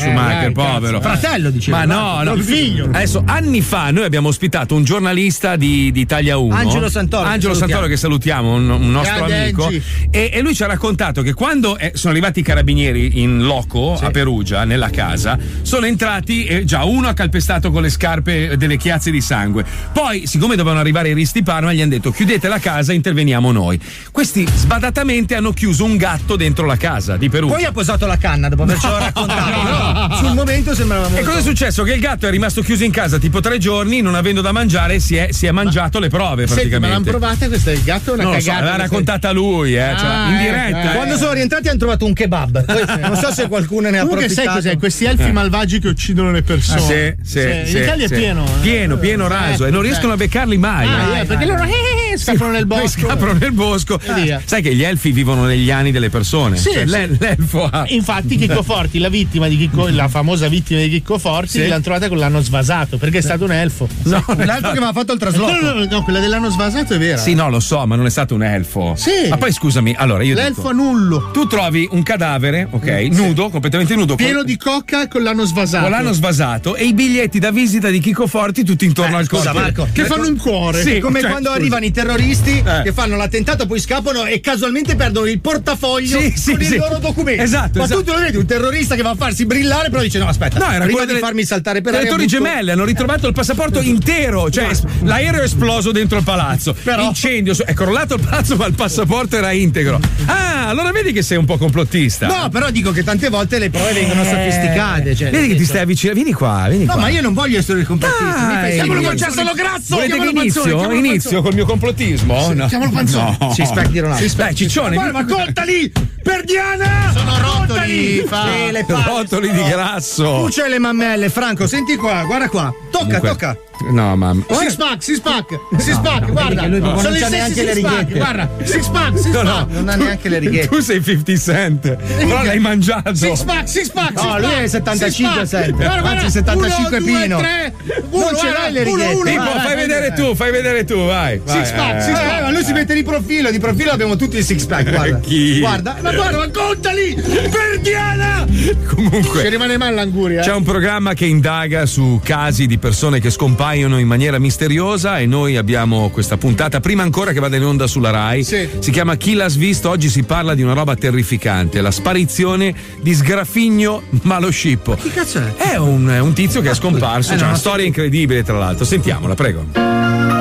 dai,
Schumacher,
cazzo.
povero.
Fratello, diceva.
Ma no, no.
Il figlio.
Adesso, anni fa noi abbiamo ospitato un giornalista di, di Italia 1.
Angelo Santoro, che
Angelo
salutiamo.
Santoro che salutiamo, un, un nostro
Grande
amico.
Angie.
E, e lui ci ha raccontato che quando eh, sono arrivati i carabinieri in loco a Perugia, nella casa, sono entrati e già uno ha calpestato con le scarpe eh, delle chiazze di sangue. Poi, siccome dovevano arrivare i risti Parma, gli hanno detto chiudete la casa, interveniamo noi. Questi sbadatamente hanno chiuso un gatto dentro la casa di Perugia.
Poi ha posato la canna dopo avercelo raccontato. però Sul momento sembrava
E
molto-
cosa è successo? Che il gatto è rimasto chiuso in casa tipo tre giorni, non avendo da mangiare, si è, si è mangiato le prove
Senti, ma l'hanno
praticamente.
provata questa? Il gatto è una
non lo so,
cagata. Ah, ecco,
l'ha raccontata lui, eh, cioè, in diretta. eh.
Quando sono rientrati hanno trovato un kebab. Poi, Non so se qualcuno ne ha
Comunque
approfittato.
sai cos'è? Questi elfi
Eh.
malvagi che uccidono le persone.
Ah, Sì, sì,
Cioè,
sì,
in Italia
sì.
è pieno. eh.
Pieno, pieno raso e non riescono a beccarli mai.
Ah,
eh.
eh, perché loro eh, eh, scappano nel
Poi
bosco.
scappano nel bosco.
E via.
Sai che gli elfi vivono negli anni delle persone.
eh. Sì,
Cioè,
sì.
l'el- l'elfo ha.
Infatti, Chicco Forti, la vittima di Chicco, la famosa vittima di Chicco Forti,
Sì.
l'hanno trovata con l'hanno svasato perché è stato un elfo.
No,
L'altro che mi ha fatto il trasloco. No, no, no, no, quella dell'hanno svasato è vera.
Sì, no, lo so, ma non è stato un elfo.
Sì.
Ma poi scusami, allora io
L'elfo
dico,
nullo.
Tu trovi un cadavere, ok, nudo, completamente nudo.
Pieno
con-
di cocca con l'hanno svasato.
con l'anno svasato e i biglietti da visita di Chico Forti tutti intorno al corpo.
Scusa Marco,
Eh, Che fanno un cuore.
Sì,
È come
cioè,
quando
scusa.
arrivano i terroristi
Eh.
che fanno l'attentato, poi scappano e casualmente perdono il portafoglio
Sì,
con
sì,
i
sì.
loro documenti.
Esatto,
Ma
esatto.
tu te lo vedi, un terrorista che va a farsi brillare, però dice: No, aspetta,
No, era
prima
quello
di
delle-
farmi saltare per
delle
aria,
torri
butto-
gemelle hanno ritrovato il passaporto
Esatto.
intero cioè es- l'aereo è esploso dentro il palazzo incendio so- è crollato il palazzo ma il passaporto era integro ah allora vedi che sei un po' complottista
No, però dico che tante volte le prove vengono
Eh.
sofisticate. Cioè,
vedi che ti stai avvicinando vieni qua vieni
No,
qua
ma io non voglio essere il complottista. mi fai- Vincenzo
Chiamalo Vincenzo
Lograzzo,
Volete che
chiamalo
inizio?
Panzoni, chiamalo
inizio col mio complottismo? no.
chiamalo Panzoni.
No.
Si specchi di Ronaldo.
Si specchi. Dai, Ciccione.
Guarda,
mi-
contali!
Per Diana!
Sono
rotoli, fa-
Sì, le palle.
Rotoli di grasso.
Tu c'hai le mammelle, Franco, senti qua, guarda qua. Tocca,
Comunque-
tocca.
No, ma.
Six pack, six pack, six pack, guarda.
lui proprio
Sono
non
gli
c'ha
stessi
neanche le
six pack,
righette.
guarda. Six pack, six
No, no.
pack.
Non ha neanche le righette.
Tu sei 50 Cent, però l'hai mangiato.
Six pack, six pack,
No,
six
lui
pack,
è 75
six pack.
sempre.
Guarda, guarda,
Anzi, 75
uno, due,
Pino.
tre.
Non
Uno,
ce
guarda,
l'hai le
uno,
righette.
uno,
Tipo,
uno.
fai vedere tu, fai vedere tu, vai. vai,
Six pack,
eh,
six
eh,
pack.
Eh, ma lui si mette di profilo, di profilo abbiamo tutti il six pack, guarda.
Chi?
Guarda,
Ma guarda, ma contali! Per Diana! Ci
Comunque.
rimane male l'anguria. eh.
C'è un programma che indaga su casi di persone che scompaiono in maniera misteriosa e noi abbiamo questa puntata prima ancora che vada in onda sulla Rai.
Sì.
Si chiama Chi l'ha visto? Oggi si parla di una roba terrificante, la sparizione di Sgrafigno Maloscippo.
Chi cazzo è?
È un, è un tizio che è scomparso,
Eh,
c'è
no,
una
no,
storia incredibile tra l'altro. Sentiamola, prego.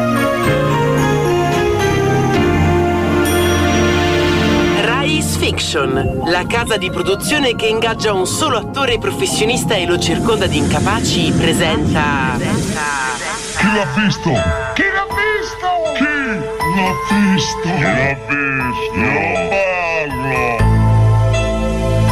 Rise Fiction, la casa di produzione che ingaggia un solo attore professionista e lo circonda di incapaci, presenta.
Chi l'ha visto? Chi l'ha visto? Chi l'ha visto? Chi l'ha visto? Non parlo!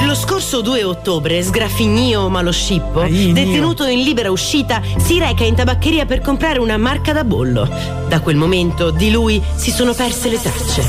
Lo scorso 2 ottobre, Sgraffignio Maloscippo, detenuto in libera uscita, si reca in tabaccheria per comprare una marca da bollo. Da quel momento di lui si sono perse le tracce.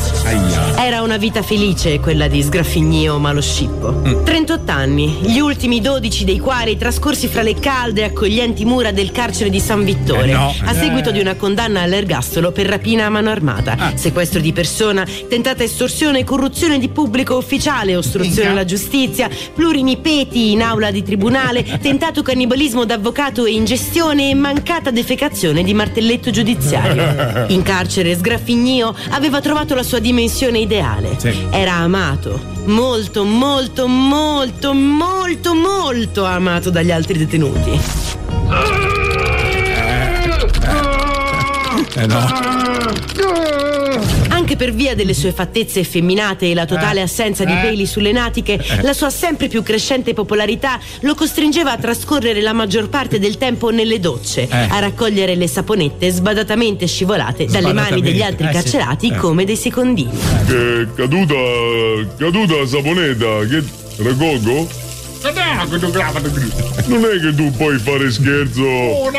Era una vita felice quella di Sgraffignio
Mm.
Maloscippo. 38 anni, gli ultimi 12 dei quali trascorsi fra le calde e accoglienti mura del carcere di San Vittore,
Eh no.
a seguito di una condanna all'ergastolo per rapina a mano armata, sequestro di persona, tentata estorsione, corruzione di pubblico ufficiale, ostruzione alla giustizia, plurimi peti in aula di tribunale, tentato cannibalismo d'avvocato e ingestione e mancata defecazione di martelletto giudiziario. In carcere Sgraffignio aveva trovato la sua dimensione ideale. Era amato, molto, molto, molto, molto, molto amato dagli altri detenuti.
Eh no.
Anche Anche per via delle sue fattezze effeminate e la totale
Eh.
assenza di
Eh.
peli sulle natiche,
Eh.
la sua sempre più crescente popolarità lo costringeva a trascorrere la maggior parte del tempo nelle docce,
Eh.
a raccogliere le saponette sbadatamente scivolate dalle mani
Sbadatamente.
degli altri
Eh, sì.
carcerati
Eh.
come dei secondini.
Che è caduta, caduta la saponeta, che ragoggo? Non è che tu puoi fare scherzo.
Oh,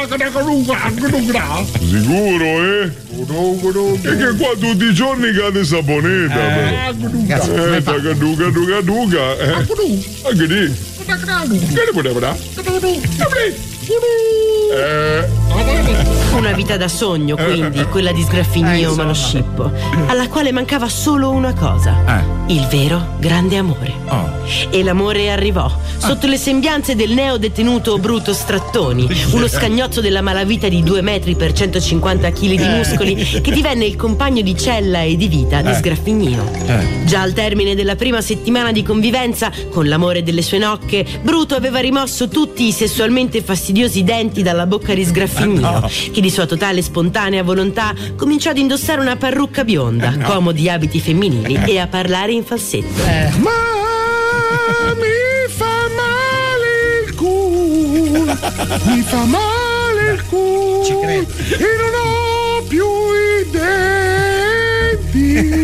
Sicuro, eh? E che qua tutti i giorni cade saponeta.
Eh,
però.
cazzo, come
Eh,
fa?
ta caduca, caduca, caduca, eh. Anche lì. Che ne poteva dare?
Una vita da sogno, quindi, quella di
Eh,
sgraffignio
insomma.
ma lo scippo, alla quale mancava solo una cosa:
Eh.
il vero grande amore.
Oh.
E l'amore arrivò, sotto le sembianze del neo detenuto Bruto Strattoni, uno scagnozzo della malavita di 2 metri per 150 kg di muscoli, che divenne il compagno di cella e di vita di
Eh. Eh.
sgraffignino. Già al termine della prima settimana di convivenza, con l'amore delle sue nocche, Bruto aveva rimosso tutti i sessualmente fastidiosi denti dalla bocca di Sgraffignino,
Ah, no.
che di sua totale e spontanea volontà cominciò ad indossare una parrucca bionda,
Eh, no.
comodi abiti femminili
Eh.
e a parlare in falsetto.
Ma mi fa male il culo, mi fa male il culo. E non ho più i denti.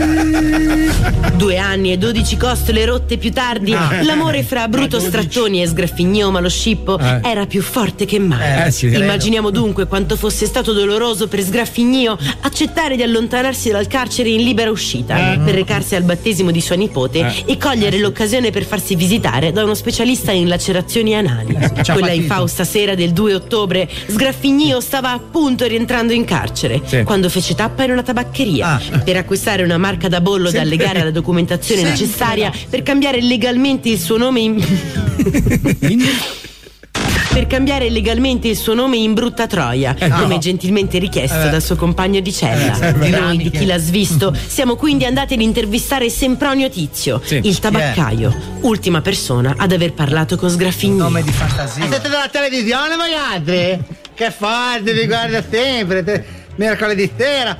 Due anni e 12 costole rotte più tardi,
Ah.
l'amore fra Bruto Strattoni e Sgraffignoma lo scippo
Eh.
era più forte che mai.
Eh, sì, credo.
Immaginiamo dunque quanto fosse stato doloroso per Sgraffignio accettare di allontanarsi dal carcere in libera uscita
Eh.
per recarsi al battesimo di sua nipote
Eh.
e cogliere l'occasione per farsi visitare da uno specialista in lacerazioni anali.
Eh, ci ha
Quella
patito.
infausta sera del 2 ottobre, Sgraffignio stava appunto rientrando in carcere
Sì. Ah.
quando fece tappa in una tabaccheria per acquistare una marca da bollo da
Sempre.
allegare alla documentazione
Sempre.
necessaria per cambiare legalmente il suo nome in. Per cambiare legalmente il suo nome in brutta troia,
Eh, no.
come gentilmente richiesto
Eh.
dal suo compagno di
Eh,
cella.
sì, beh.
Noi di chi l'ha svisto siamo quindi andati ad intervistare Sempronio Tizio,
Sì.
il tabaccaio, ultima persona ad aver parlato con Sgraffignino. Nome
di fantasia.
Siete dalla televisione voi altri? Che fate? Vi guarda sempre, te- mercoledì sera.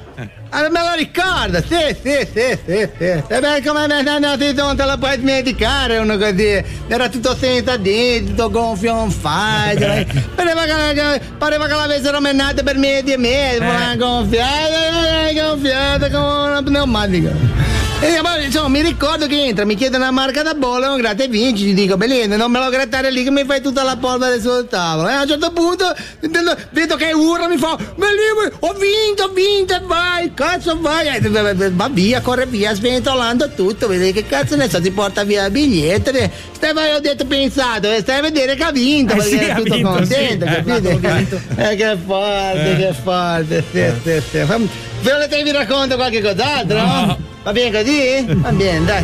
Ah, me lo ricordo, sì, sì, sì, sì, sì. E beh, come me ne andate, non te la puoi dimenticare uno così. Era tutto senza denti, tutto gonfio, non fai. cioè, Pareva che, la- pareva che l'avessero menato per mesi e mesi, eh. gonfiata, gonfiata come una pneumatica. E io poi, insomma, mi ricordo che entra, mi chiede una marca da bolla, un gratta e vinci, gli dico, Belene, non me lo grattare lì che mi fai tutta la polvere sul tavolo. E a un certo punto dello- vedo che urla, mi fa, Belene, ho vinto, ho vinto, e vai, cazzo vai, E eh, va via, corre via, sventolando tutto, vedi che cazzo ne so, ti porta via il biglietto. ne- Stai, ma io ho detto, pensato, eh, stai a vedere che ha vinto,
Eh
perché
sì,
era
ha
tutto
vinto,
contento,
sì. Eh,
capito?
ma ho vinto.
Eh, che forte,
Eh.
che forte, sì,
Eh.
sì, sì. Fam- Volete che vi racconto qualche cos'altro?
No.
Va bene così? Va bene, dai.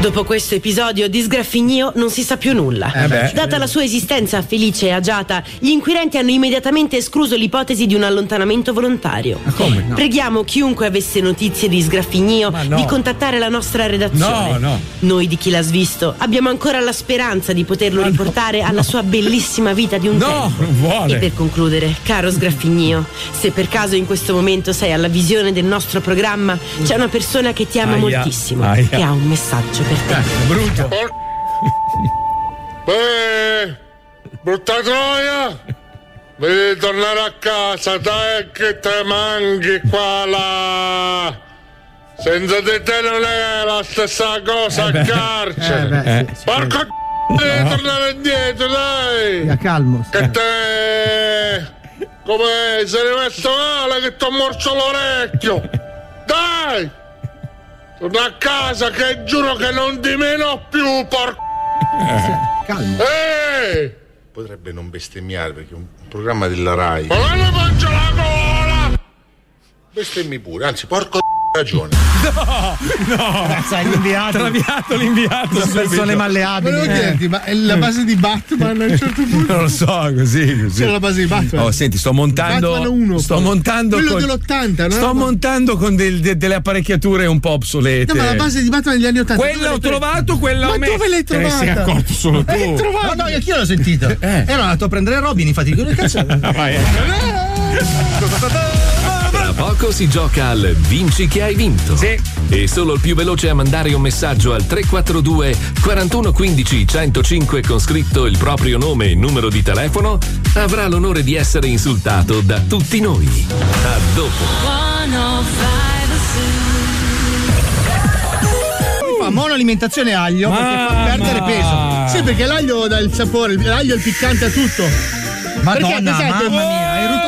Dopo questo episodio di sgraffignio non si sa più nulla.
Eh beh.
Data la sua esistenza felice e agiata, gli inquirenti hanno immediatamente escluso l'ipotesi di un allontanamento volontario.
come no?
Preghiamo chiunque avesse notizie di sgraffignio
no.
di contattare la nostra redazione.
No, no.
Noi di chi l'ha svisto abbiamo ancora la speranza di poterlo riportare alla sua bellissima vita di un
Ah, No,
tempo.
non vuole.
E per concludere, caro sgraffignio, se per caso in questo momento sei alla visione del nostro programma, c'è una persona che ti ama
Aia,
moltissimo
aia.
e ha un messaggio per te.
Brutto.
Eh, brutta troia! Devi tornare a casa, dai che te manchi qua là! Senza di te non è la stessa cosa
Eh
a
beh.
carcere!
Eh beh, sì,
Porco c***o, devi tornare indietro, dai!
Via, calmo.
Che te... Come sei rimasto male che ti ho morso l'orecchio? Dai! Torna a casa che giuro che non ti meno più, porco Eh!
Calmo.
Ehi!
Potrebbe non bestemmiare perché è un programma della RAI.
Ma non mi mangio la gola!
Bestemmi pure, anzi, porco ragione.
No, no.
l'inviato.
L'inviato, l'inviato.
Sono
subito.
persone malleabili. Volevo chiederti, ma è la
Mm.
base di Batman a un certo punto-
Non lo so, così. così.
C'era la base di Batman.
Oh, senti, sto montando.
Batman 1,
sto
poi.
montando.
Quello
con-
dell'80, no?
Sto montando con del- de- delle apparecchiature un po' obsolete.
No, ma la base di Batman degli anni 80.
Quella
dove
ho
l'hai presa?
trovato, quella
Ma
ho messo.
dove l'hai
Te ne
trovata?
sei Eh, accorto solo tu.
L'hai trovata?
No, no, anch'io l'ho sentito. Eh.
Ah, eh.
Ero andato a prendere Robin, infatti, dico, che cazzo.
Vai, eh.
poco si gioca al Vinci che hai vinto. Sì. E solo il più veloce a mandare un messaggio al 342 4115 105 con scritto il proprio nome e numero di telefono avrà l'onore di essere insultato da tutti noi. A dopo.
Fa monoalimentazione aglio perché fa perdere peso. Sì, perché l'aglio dà il sapore, l'aglio è il piccante a tutto.
Madonna, mamma Oh!
mia, hai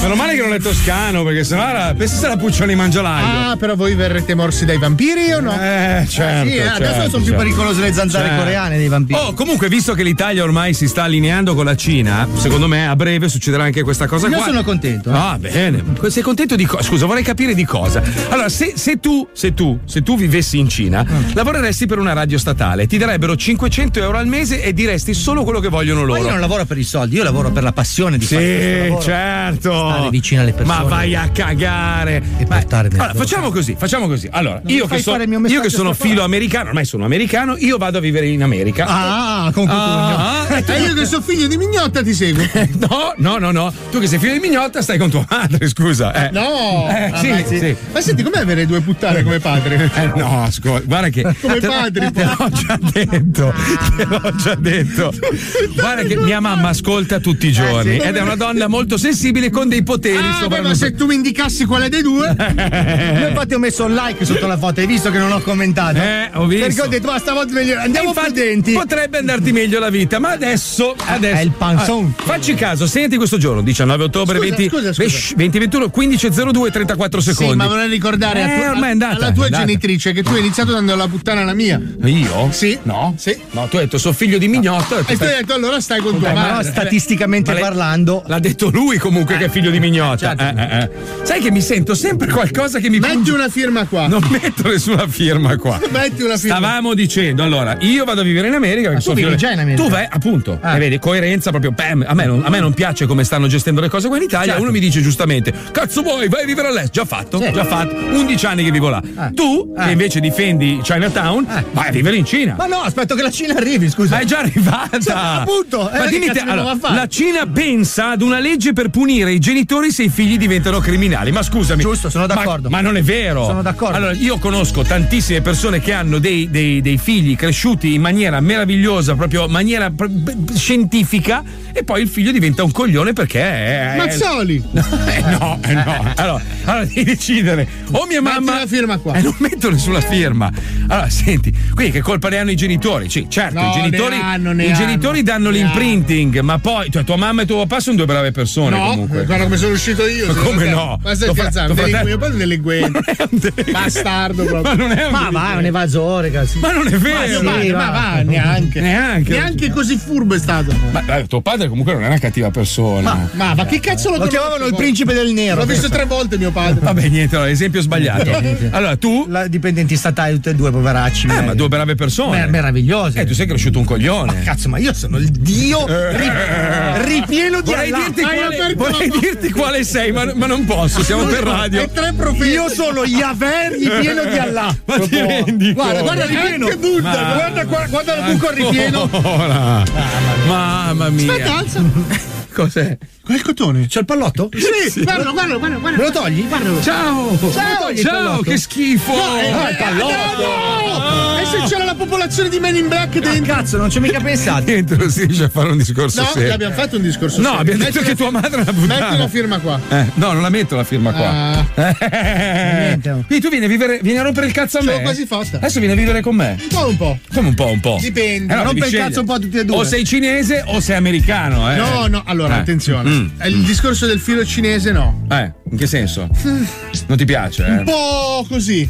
Meno male che non è toscano, perché sennò era, pensa se la puccione mangia l'aglio.
Ah, però voi verrete morsi dai vampiri o no?
Eh, certo,
sì, eh, adesso
certo,
sono più
certo.
pericolose le zanzare
Certo.
coreane dei vampiri.
Oh, comunque, visto che l'Italia ormai si sta allineando con la Cina, secondo me a breve succederà anche questa cosa
Io
qua.
sono contento. eh.
Ah, bene. Sei contento di cosa? Scusa, vorrei capire di cosa. Allora, se, se tu, se tu, se tu vivessi in Cina,
Ah.
lavoreresti per una radio statale, ti darebbero 500 euro al mese e diresti solo quello che vogliono loro.
Ma io non lavoro per i soldi, io lavoro per la passione di
Sì,
fare questo lavoro.
certo.
Stare vicino alle persone.
Ma vai a cagare. Ma- allora, facciamo così, facciamo così. Allora,
Non
io
mi fai
che, so-
fare il mio
io
messaggio
che sono
sta qua.
filo americano, ormai sono americano, io vado a vivere in America.
Ah, con
Ah,
cutugno. E io che sono figlio di mignotta ti seguo.
No, no, no, no. Tu che sei figlio di mignotta stai con tua madre, scusa. eh.
No!
Eh,
Ah,
sì,
beh,
sì.
Ma senti, com'è avere due puttane come padre?
Eh, no, ascolta, guarda che.
Come
te l'ho-
padri,
Te l'ho già detto, te l'ho già detto. Guarda che mia mamma ascolta tutti i giorni
Eh, sì.
ed è una donna molto sensibile con dei poteri
Ah,
sopra
beh, ma se tu mi indicassi quale dei due.
Io
infatti ho messo un like sotto la foto, hai visto che non ho commentato?
Eh, ho visto.
Perché ho detto, ma stavolta meglio. Andiamo
Infatti,
più denti.
Potrebbe andarti meglio la vita, ma adesso.
Eh,
adesso
è il panzon.
Ah, facci caso, segnati questo giorno, 19 ottobre,
Scusa,
20,
scusa, scusa.
Shh, 20, 21, 15, 02, 34 secondi.
Sì, ma vorrei ricordare a
Eh,
tu- a-
ormai è andata,
alla tua
è andata.
genitrice che tu hai iniziato dando la puttana alla mia. E
Io? Sì. No? Sì. No, tu hai detto, sono figlio di mignotta. ho detto,
tu hai detto allora stai con tua
Beh, ma
madre.
no,
statisticamente
parlando. L'ha detto lui comunque che è figlio di mignotta. Eh, eh, eh. Sai che mi sento sempre qualcosa che mi.
certo. Metti una firma qua.
Non metto nessuna firma qua.
Metti una firma.
Stavamo dicendo, allora, io vado a vivere in America. perché
tu
sono
vivi
figlio-
già in America. Ah.
Tu vai, appunto. E vedi, coerenza proprio. bam. a, me non, a me non piace come stanno gestendo le cose qua in Italia.
Certo.
Uno mi dice giustamente, cazzo vuoi, vai a vivere all'estero. Già fatto, già fatto. 11 anni che vivo là.
Ah.
Tu, che invece difendi Chinatown, vai a vivere in Cina.
Ma no, aspetto che la Cina arrivi, scusa.
Ma è già arrivata.
Sì, appunto. Eh,
Ma
che
dimmi
cazzo
te,
ne
allora,
va a fare?
la Cina pensa ad una legge per punire i genitori se i figli diventano criminali. Ma scusami. Giusto, sono
d'accordo.
Ma, non è vero.
Sono d'accordo.
Allora, io conosco tantissime persone che hanno dei, dei- dei figli cresciuti in maniera meravigliosa, proprio in maniera pr- pr- scientifica, e poi il figlio diventa un coglione perché è. è-
Mazzoli!
eh no, eh no. Allora, allora devi decidere. O mia mamma. Metti
firma qua.
Eh, non metto nessuna firma. Allora, senti, qui che colpa ne hanno i genitori? Sì, certo,
No,
i genitori,
ne hanno, ne
i
hanno.
genitori danno
Ne
l'imprinting, ma poi cioè, tua mamma e tuo papà sono due brave persone.
No,
comunque.
guarda come sono uscito io.
Ma
secondo
come
te.
no?
Ma stai
Tuo fra-
scherzando,
tuo
delinquente,
fratello-
poi un delinquente. Bastardo proprio.
Ma non è un
Ma va, è un evasore, cazzo.
Ma non è vero.
Ma, sì, ma va, neanche.
Neanche.
Neanche così furbo è stato.
Ma dai, tuo padre comunque non è una cattiva persona.
Ma, ma, ma che cazzo lo,
Lo chiamavano il
principe del nero.
L'ho visto tre volte mio padre.
Vabbè, niente, allora, esempio sbagliato. Ah,
Esatto.
ecco. Allora, tu.
La dipendenti statali, tutte e due, poveracci.
Eh, ma due brave persone.
Mer- meravigliose.
Eh, tu sei cresciuto un coglione. Eh.
Cazzo, ma io sono il dio ri- ripieno di
Vorrei
Allah.
dirti,
Hai
quale,
aperto la
vorrei
porta.
dirti quale sei, ma, ma non
Eh.
posso. Siamo per radio.
E tre profeti.
Io sono Yahweh ripieno di Allah.
Ma ti rendi
Guarda, guarda il ripieno. Anche Buddha,
Ma-
guarda, qua- guarda il buco al ripieno.
Ancora. Mamma mia.
Aspetta, alza.
Cos'è?
Quel cotone?
C'è il pallotto?
Sì, guardalo, guardalo, guardalo, guardalo.
Me lo togli?
Guardalo.
Ciao!
Ciao, togli il
Ciao,
pallotto.
che schifo!
No, eh,
Ah,
eh, no, no! E se c'era la popolazione di Men in Black dentro?
Cazzo, non ci ho mica pensato.
Niente, non si riesce a fare un discorso
No,
serio.
abbiamo fatto un discorso
No,
serio.
abbiamo detto
Metti
che
la-
tua madre è una puttana.
Metti la firma qua.
Eh, no, non la metto la firma qua.
Ah.
Eh. Quindi tu vieni a, vivere, vieni a rompere il cazzo a
Sono
me.
quasi fatta.
Adesso vieni a vivere con me.
Un po' un po'.
Come un po', un po'.
Dipende,
allora
rompe
devi
il
scegliere.
cazzo un po' a tutti e due.
O sei cinese o sei americano, eh.
No, no, allora
Eh.
attenzione.
Mm.
Eh, Il discorso del filo cinese no.
Eh, in che senso? Non ti piace, eh?
Un po' così.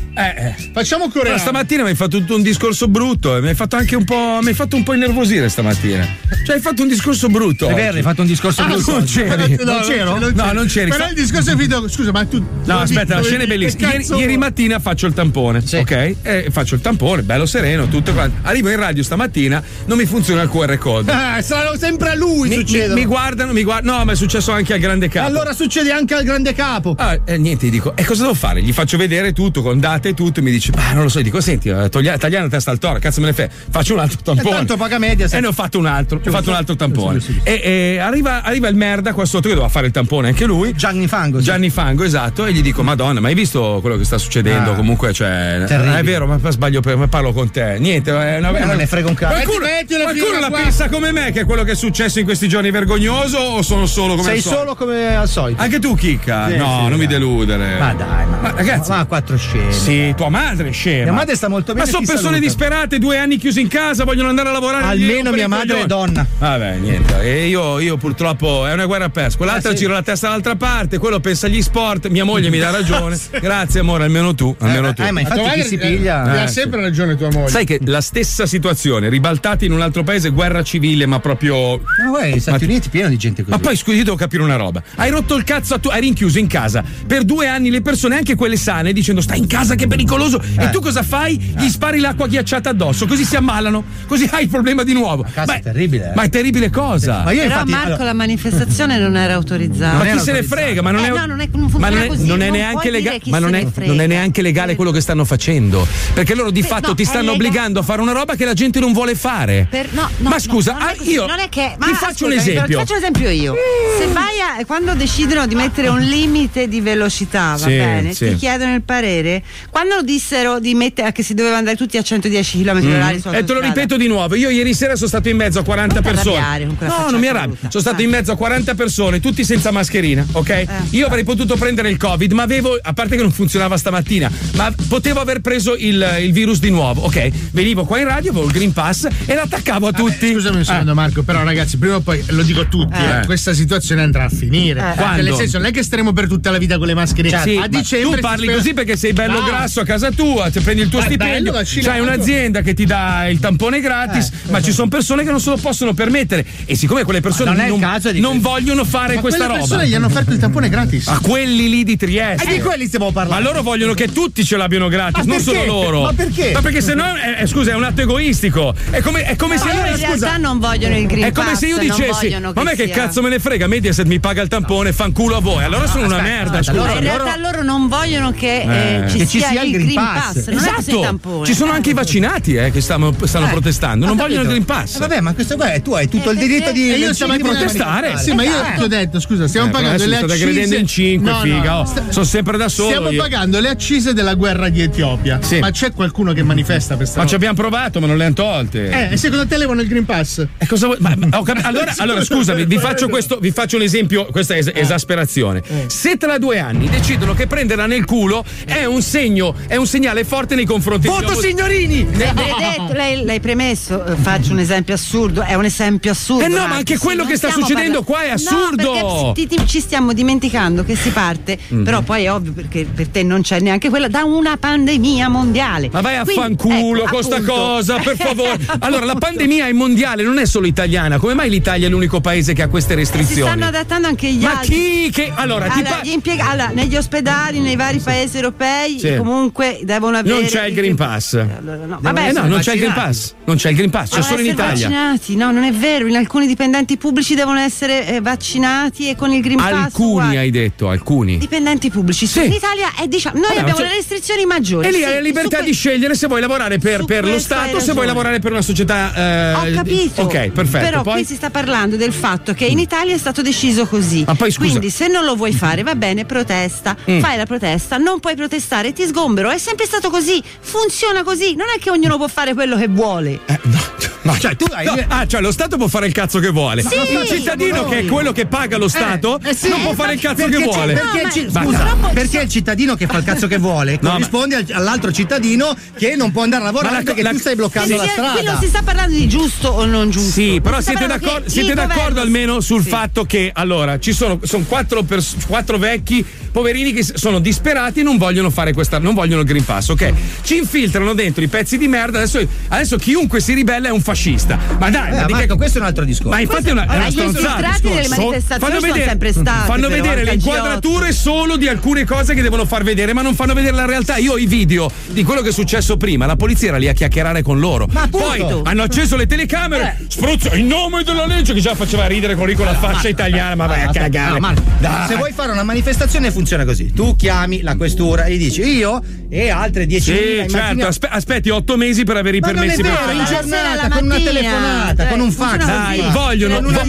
Facciamo
Però
coreano.
stamattina mi hai fatto tutto un discorso brutto e mi hai fatto anche un po'. mi hai fatto un po' innervosire stamattina. Cioè, hai fatto un discorso brutto.
È
oggi.
vero, hai fatto un discorso
Ah,
brutto
Non
oggi.
c'eri.
No, non c'ero?
No, non c'eri.
Però
Sta-
il discorso è finito. Scusa, ma tu.
No,
dove-
aspetta, la
dove-
scena è
che
bellissima. Ieri,
cazzo-
ieri mattina faccio il tampone, ok? E faccio il tampone, bello sereno, tutto quanto. Arrivo in radio stamattina, non mi funziona il QR code.
Ah, sarà sempre a lui
Mi, mi-
succede.
mi guardano, mi guardano. No, ma è successo anche al grande capo.
Allora succede anche al grande
capo. Ah, eh, niente, gli dico, e cosa devo fare? Gli faccio vedere tutto, con date e tutto, mi dice, ma non lo so, gli dico, senti, eh, toglia- tagliare la testa al toro, cazzo me ne fai, faccio un altro tampone.
Eh, tanto paga media, se-
E ne ho fatto un altro, ho fatto un altro tampone.
Giusto,
E, e arriva, arriva il merda qua sotto, che doveva fare il tampone anche lui. Gianni Fango. Gianni Fango, esatto, e gli dico, madonna, ma hai visto quello che sta succedendo?
Ah.
Comunque, cioè,
Terribile.
è vero, ma sbaglio, per- ma parlo con te. Niente, è una
Ma non ne frega un cazzo.
Qualcuno,
Metti- mettila
qualcuno
fino
la
qua.
pensa come me, che è quello che è successo in questi giorni vergognoso, o sono solo come
Sei
al solito?
solo come al solito.
Anche tu, Chicca?
Sì,
no,
sì,
non mi
dai.
deludere.
Ma dai, ma,
ragazzi.
ma quattro scene.
Sì, tua madre è scema.
Mia madre sta molto bene.
Ma sono
ti
persone
saluta.
disperate, due anni chiusi in casa, vogliono andare a lavorare.
Almeno
gli rompono
mia
i
madre
coglioni.
è donna.
Vabbè, niente. E io, io purtroppo è una guerra persa.
Ah,
Quell'altro gira la testa dall'altra parte, quello pensa agli sport. Mia moglie mi dà ragione. Grazie, amore, almeno tu.
Eh,
Almeno tu.
tua madre, eh, ti
Eh,
ha
sì.
sempre ragione tua moglie.
Sai che la stessa situazione, ribaltati in un altro paese, guerra civile, ma proprio.
Ma guarda, gli Stati Uniti pieno di gente così.
Ma poi scusi, io devo capire una roba. Hai rotto il cazzo a tu, hai rinchiuso in casa per due anni le persone, anche quelle sane, dicendo stai in casa che è pericoloso.
Eh.
E tu cosa fai? Gli spari l'acqua ghiacciata addosso, così si ammalano, così hai il problema di nuovo. Ma è
eh.
terribile. Ma è terribile cosa?
Però Marco la manifestazione non era autorizzata.
ma chi se ne frega? Ma non
Eh,
è,
no, non è- non funziona
ma non è-
così,
non è
non
neanche
puoi dire
legale.
chi
Ma
se
non
ne
è,
frega.
non è neanche legale quello che stanno facendo. Perché loro di fatto
no,
ti
è
stanno
lega-
obbligando a fare una roba che la gente non vuole fare.
Per- no, no,
ma scusa,
no, non
ah,
è così,
io
non è che,
ti faccio un
ascoltami,
esempio. Mm.
Ti faccio un esempio io. Se vai a, quando decidono di mettere un limite di velocità, va
Sì,
bene,
sì.
ti chiedono il parere. Quando dissero di mettere, che si doveva andare tutti a 110 km
Mm-hmm.
Mm.
orari sulla
E te lo
autostrada.
ripeto di nuovo, io ieri sera sono stato in mezzo a 40
Non ti
persone.
arrabbiare con quella
no,
faccia Ah.
non mi arrabbio. Sono stato in mezzo a 40 persone, tutti senza mascherina, ok?
Eh.
io avrei potuto prendere il Covid, ma avevo, a parte che non funzionava stamattina, ma potevo aver preso il, il virus di nuovo, ok? Venivo qua in radio, avevo il Green Pass e l'attaccavo a tutti.
Scusami un secondo, Marco, però ragazzi, prima o poi lo dico a tutti,
Eh.
eh, questa situazione andrà a finire.
Eh.
Cioè,
Quando?
Nel senso, non è che staremo per tutta la vita con le maschere.
Cioè,
Sì,
a
ma
dicembre
tu
si
parli
spera-
così perché sei bello
No.
grasso a casa tua, ti prendi il tuo
Ma è
stipendio,
bello, vaccinato.
c'hai un'azienda che ti dà il tampone gratis, ma ci sono persone che non se lo possono permettere e siccome quelle persone
Ma non
non,
è il caso di
non
questo.
vogliono fare
Ma
questa
quelle
roba. Ah,
persone gli hanno offerto il tampone gratis.
a quelli lì di Trieste.
E di quelli stiamo
Ma
parlando.
loro vogliono che tutti ce l'abbiano gratis,
Ma
non
perché?
solo loro.
Ma perché?
Ma perché se no, eh, eh, scusa, è un atto egoistico. È come, è come
Ma
se
loro
io.
in
scusa,
realtà non vogliono il Green
è come se io
Pass, non
dicessi:
vogliono
Ma a me che
sia-
cazzo me ne frega? Mediaset mi paga il tampone, fanculo a voi. Allora sono una merda.
Aspetta,
scusa.
in realtà loro non vogliono che eh,
Eh.
ci,
Che
sia il Green Pass, non è così tampone.
Esatto. Ci sono anche i vaccinati eh, che stanno, stanno protestando, non vogliono il Green Pass.
Eh,
vabbè, ma questo qua è tu hai tutto
il diritto di-
io
di
stamattina-
protestare.
Sì, ma io
Esatto.
ti ho detto, scusa, stiamo
Eh, però
pagando
adesso
le
mi state
accise.
aggredendo in cinque,
No, no,
figa. oh.
sta-
sono sempre da solo.
Stiamo
io.
pagando le accise della guerra di Etiopia. Ma c'è qualcuno che manifesta per sta
Ma ci
roba?
abbiamo provato, ma non le hanno tolte.
Eh, e secondo te levano il Green Pass?
E cosa vuoi? Ma, ma ho cap- allora, allora, scusami, vi faccio, questo- vi faccio un esempio, questa
Eh.
è es- esasperazione. Se tra due anni decidono che prenderla nel culo è un segno, è un segnale forte nei
Eh.
confronti Eh,
Voto Eh,
signorini!
Beh, l'hai detto, lei- l'ei premesso, eh, faccio un esempio assurdo, è un esempio assurdo.
Eh no, ma
Marco,
anche
sì,
quello
non
che sta
stiamo
succedendo qua è
No,
assurdo.
perché ti- ti- ci stiamo dimenticando che si parte,
Mhm.
però poi è ovvio perché per te non c'è neanche quella, da una pandemia mondiale.
Ma vai a
Quindi,
fanculo
ecco,
con sta
appunto.
cosa, per favore. Allora, la pandemia è mondiale, non è solo italiana. Come mai l'Italia è l'unico paese che ha queste
si stanno
restrizioni?
adattando anche gli
Ma
altri.
chi che- allora, ti pa-
gli impieg- allora, negli ospedali, nei vari paesi europei,
Sì.
comunque devono avere.
Non c'è il Green Pass.
vabbè,
Eh no,
sono
non c'è il
vaccinati.
Green Pass. Non c'è il Green Pass, c'è
Devono
Ah, cioè, solo in
Ah, essere
Italia.
vaccinati, no, non è vero. In alcuni dipendenti pubblici devono essere eh, vaccinati e con il Green Pass.
Alcuni
uguale.
hai detto, alcuni.
dipendenti pubblici. Sì. In Italia è diciamo, noi
Vabbè,
abbiamo
ma
le
c'è-
restrizioni maggiori.
E lì
sì,
hai la libertà
su
di scegliere se vuoi lavorare per, per lo
questo hai
Stato, se
ragione.
vuoi lavorare per una società. eh,
Ho capito.
Ok, perfetto.
Però
Poi-
qui si sta parlando del fatto che in Italia è stato deciso così.
Ma poi, scusa-
Quindi se non lo vuoi fare, va bene, protesta.
Mm.
Fai la protesta, non puoi protestare, ti sgombero. È sempre stato così, funziona così. Non è che ognuno può fare quello che vuole.
Ma cioè, tu hai. ah, cioè, lo Stato può fare il cazzo che vuole.
Sì,
il cittadino
siamo
che
noi.
è quello che paga lo Stato
Eh, sì,
non può
ma-
fare il cazzo
perché
che
c'è-
vuole.
Perché, il ci-
Basta.
scusa, perché il cittadino che fa il cazzo che vuole
ma-
corrisponde al- all'altro cittadino che non può andare a lavorare
Ma la co-
perché
la-
tu stai bloccando
Quindi
la
qui
strada.
non si sta parlando di giusto o non giusto.
Sì, però
Si sta
siete,
parlando
d'accor-
che
siete
il
d'accordo
governo-
almeno sul fatto che allora ci sono, son quattro, pers- quattro vecchi poverini che s- sono disperati e non vogliono fare questa, non vogliono il Green Pass, ok? Ci infiltrano dentro i pezzi di merda. Adesso, adesso chiunque si ribella è un fascista. Ma dai,
Eh,
ma di che-
Marco, questo è un altro discorso.
Ma infatti è una, è una
Gli
stronzata.
infiltrati delle
Sono-
manifestazioni
fanno
sono
vedere-
sempre stati, però,
Fanno vedere
anche
le
al G8.
inquadrature solo di alcune cose che devono far vedere, ma non fanno vedere la realtà. Io ho i video di quello che è successo prima. La polizia era lì a chiacchierare con loro.
Ma appunto.
Poi hanno acceso le telecamere. Spruzzo in nome della legge che già faceva ridere con lì con la faccia italiana. Ma vai a cagare.
Ah,
No, Marco,
Dai.
Se vuoi fare una
una manifestazione funziona così. Tu chiami la questura e gli dici io e altre 10.000
Sì, certo,
immaginiamo-
aspe- aspetti otto mesi per avere i
Ma non
permessi
è
per
vero,
fare.
in giornata, con una telefonata, con un fax.
Dai, vogliono, vo-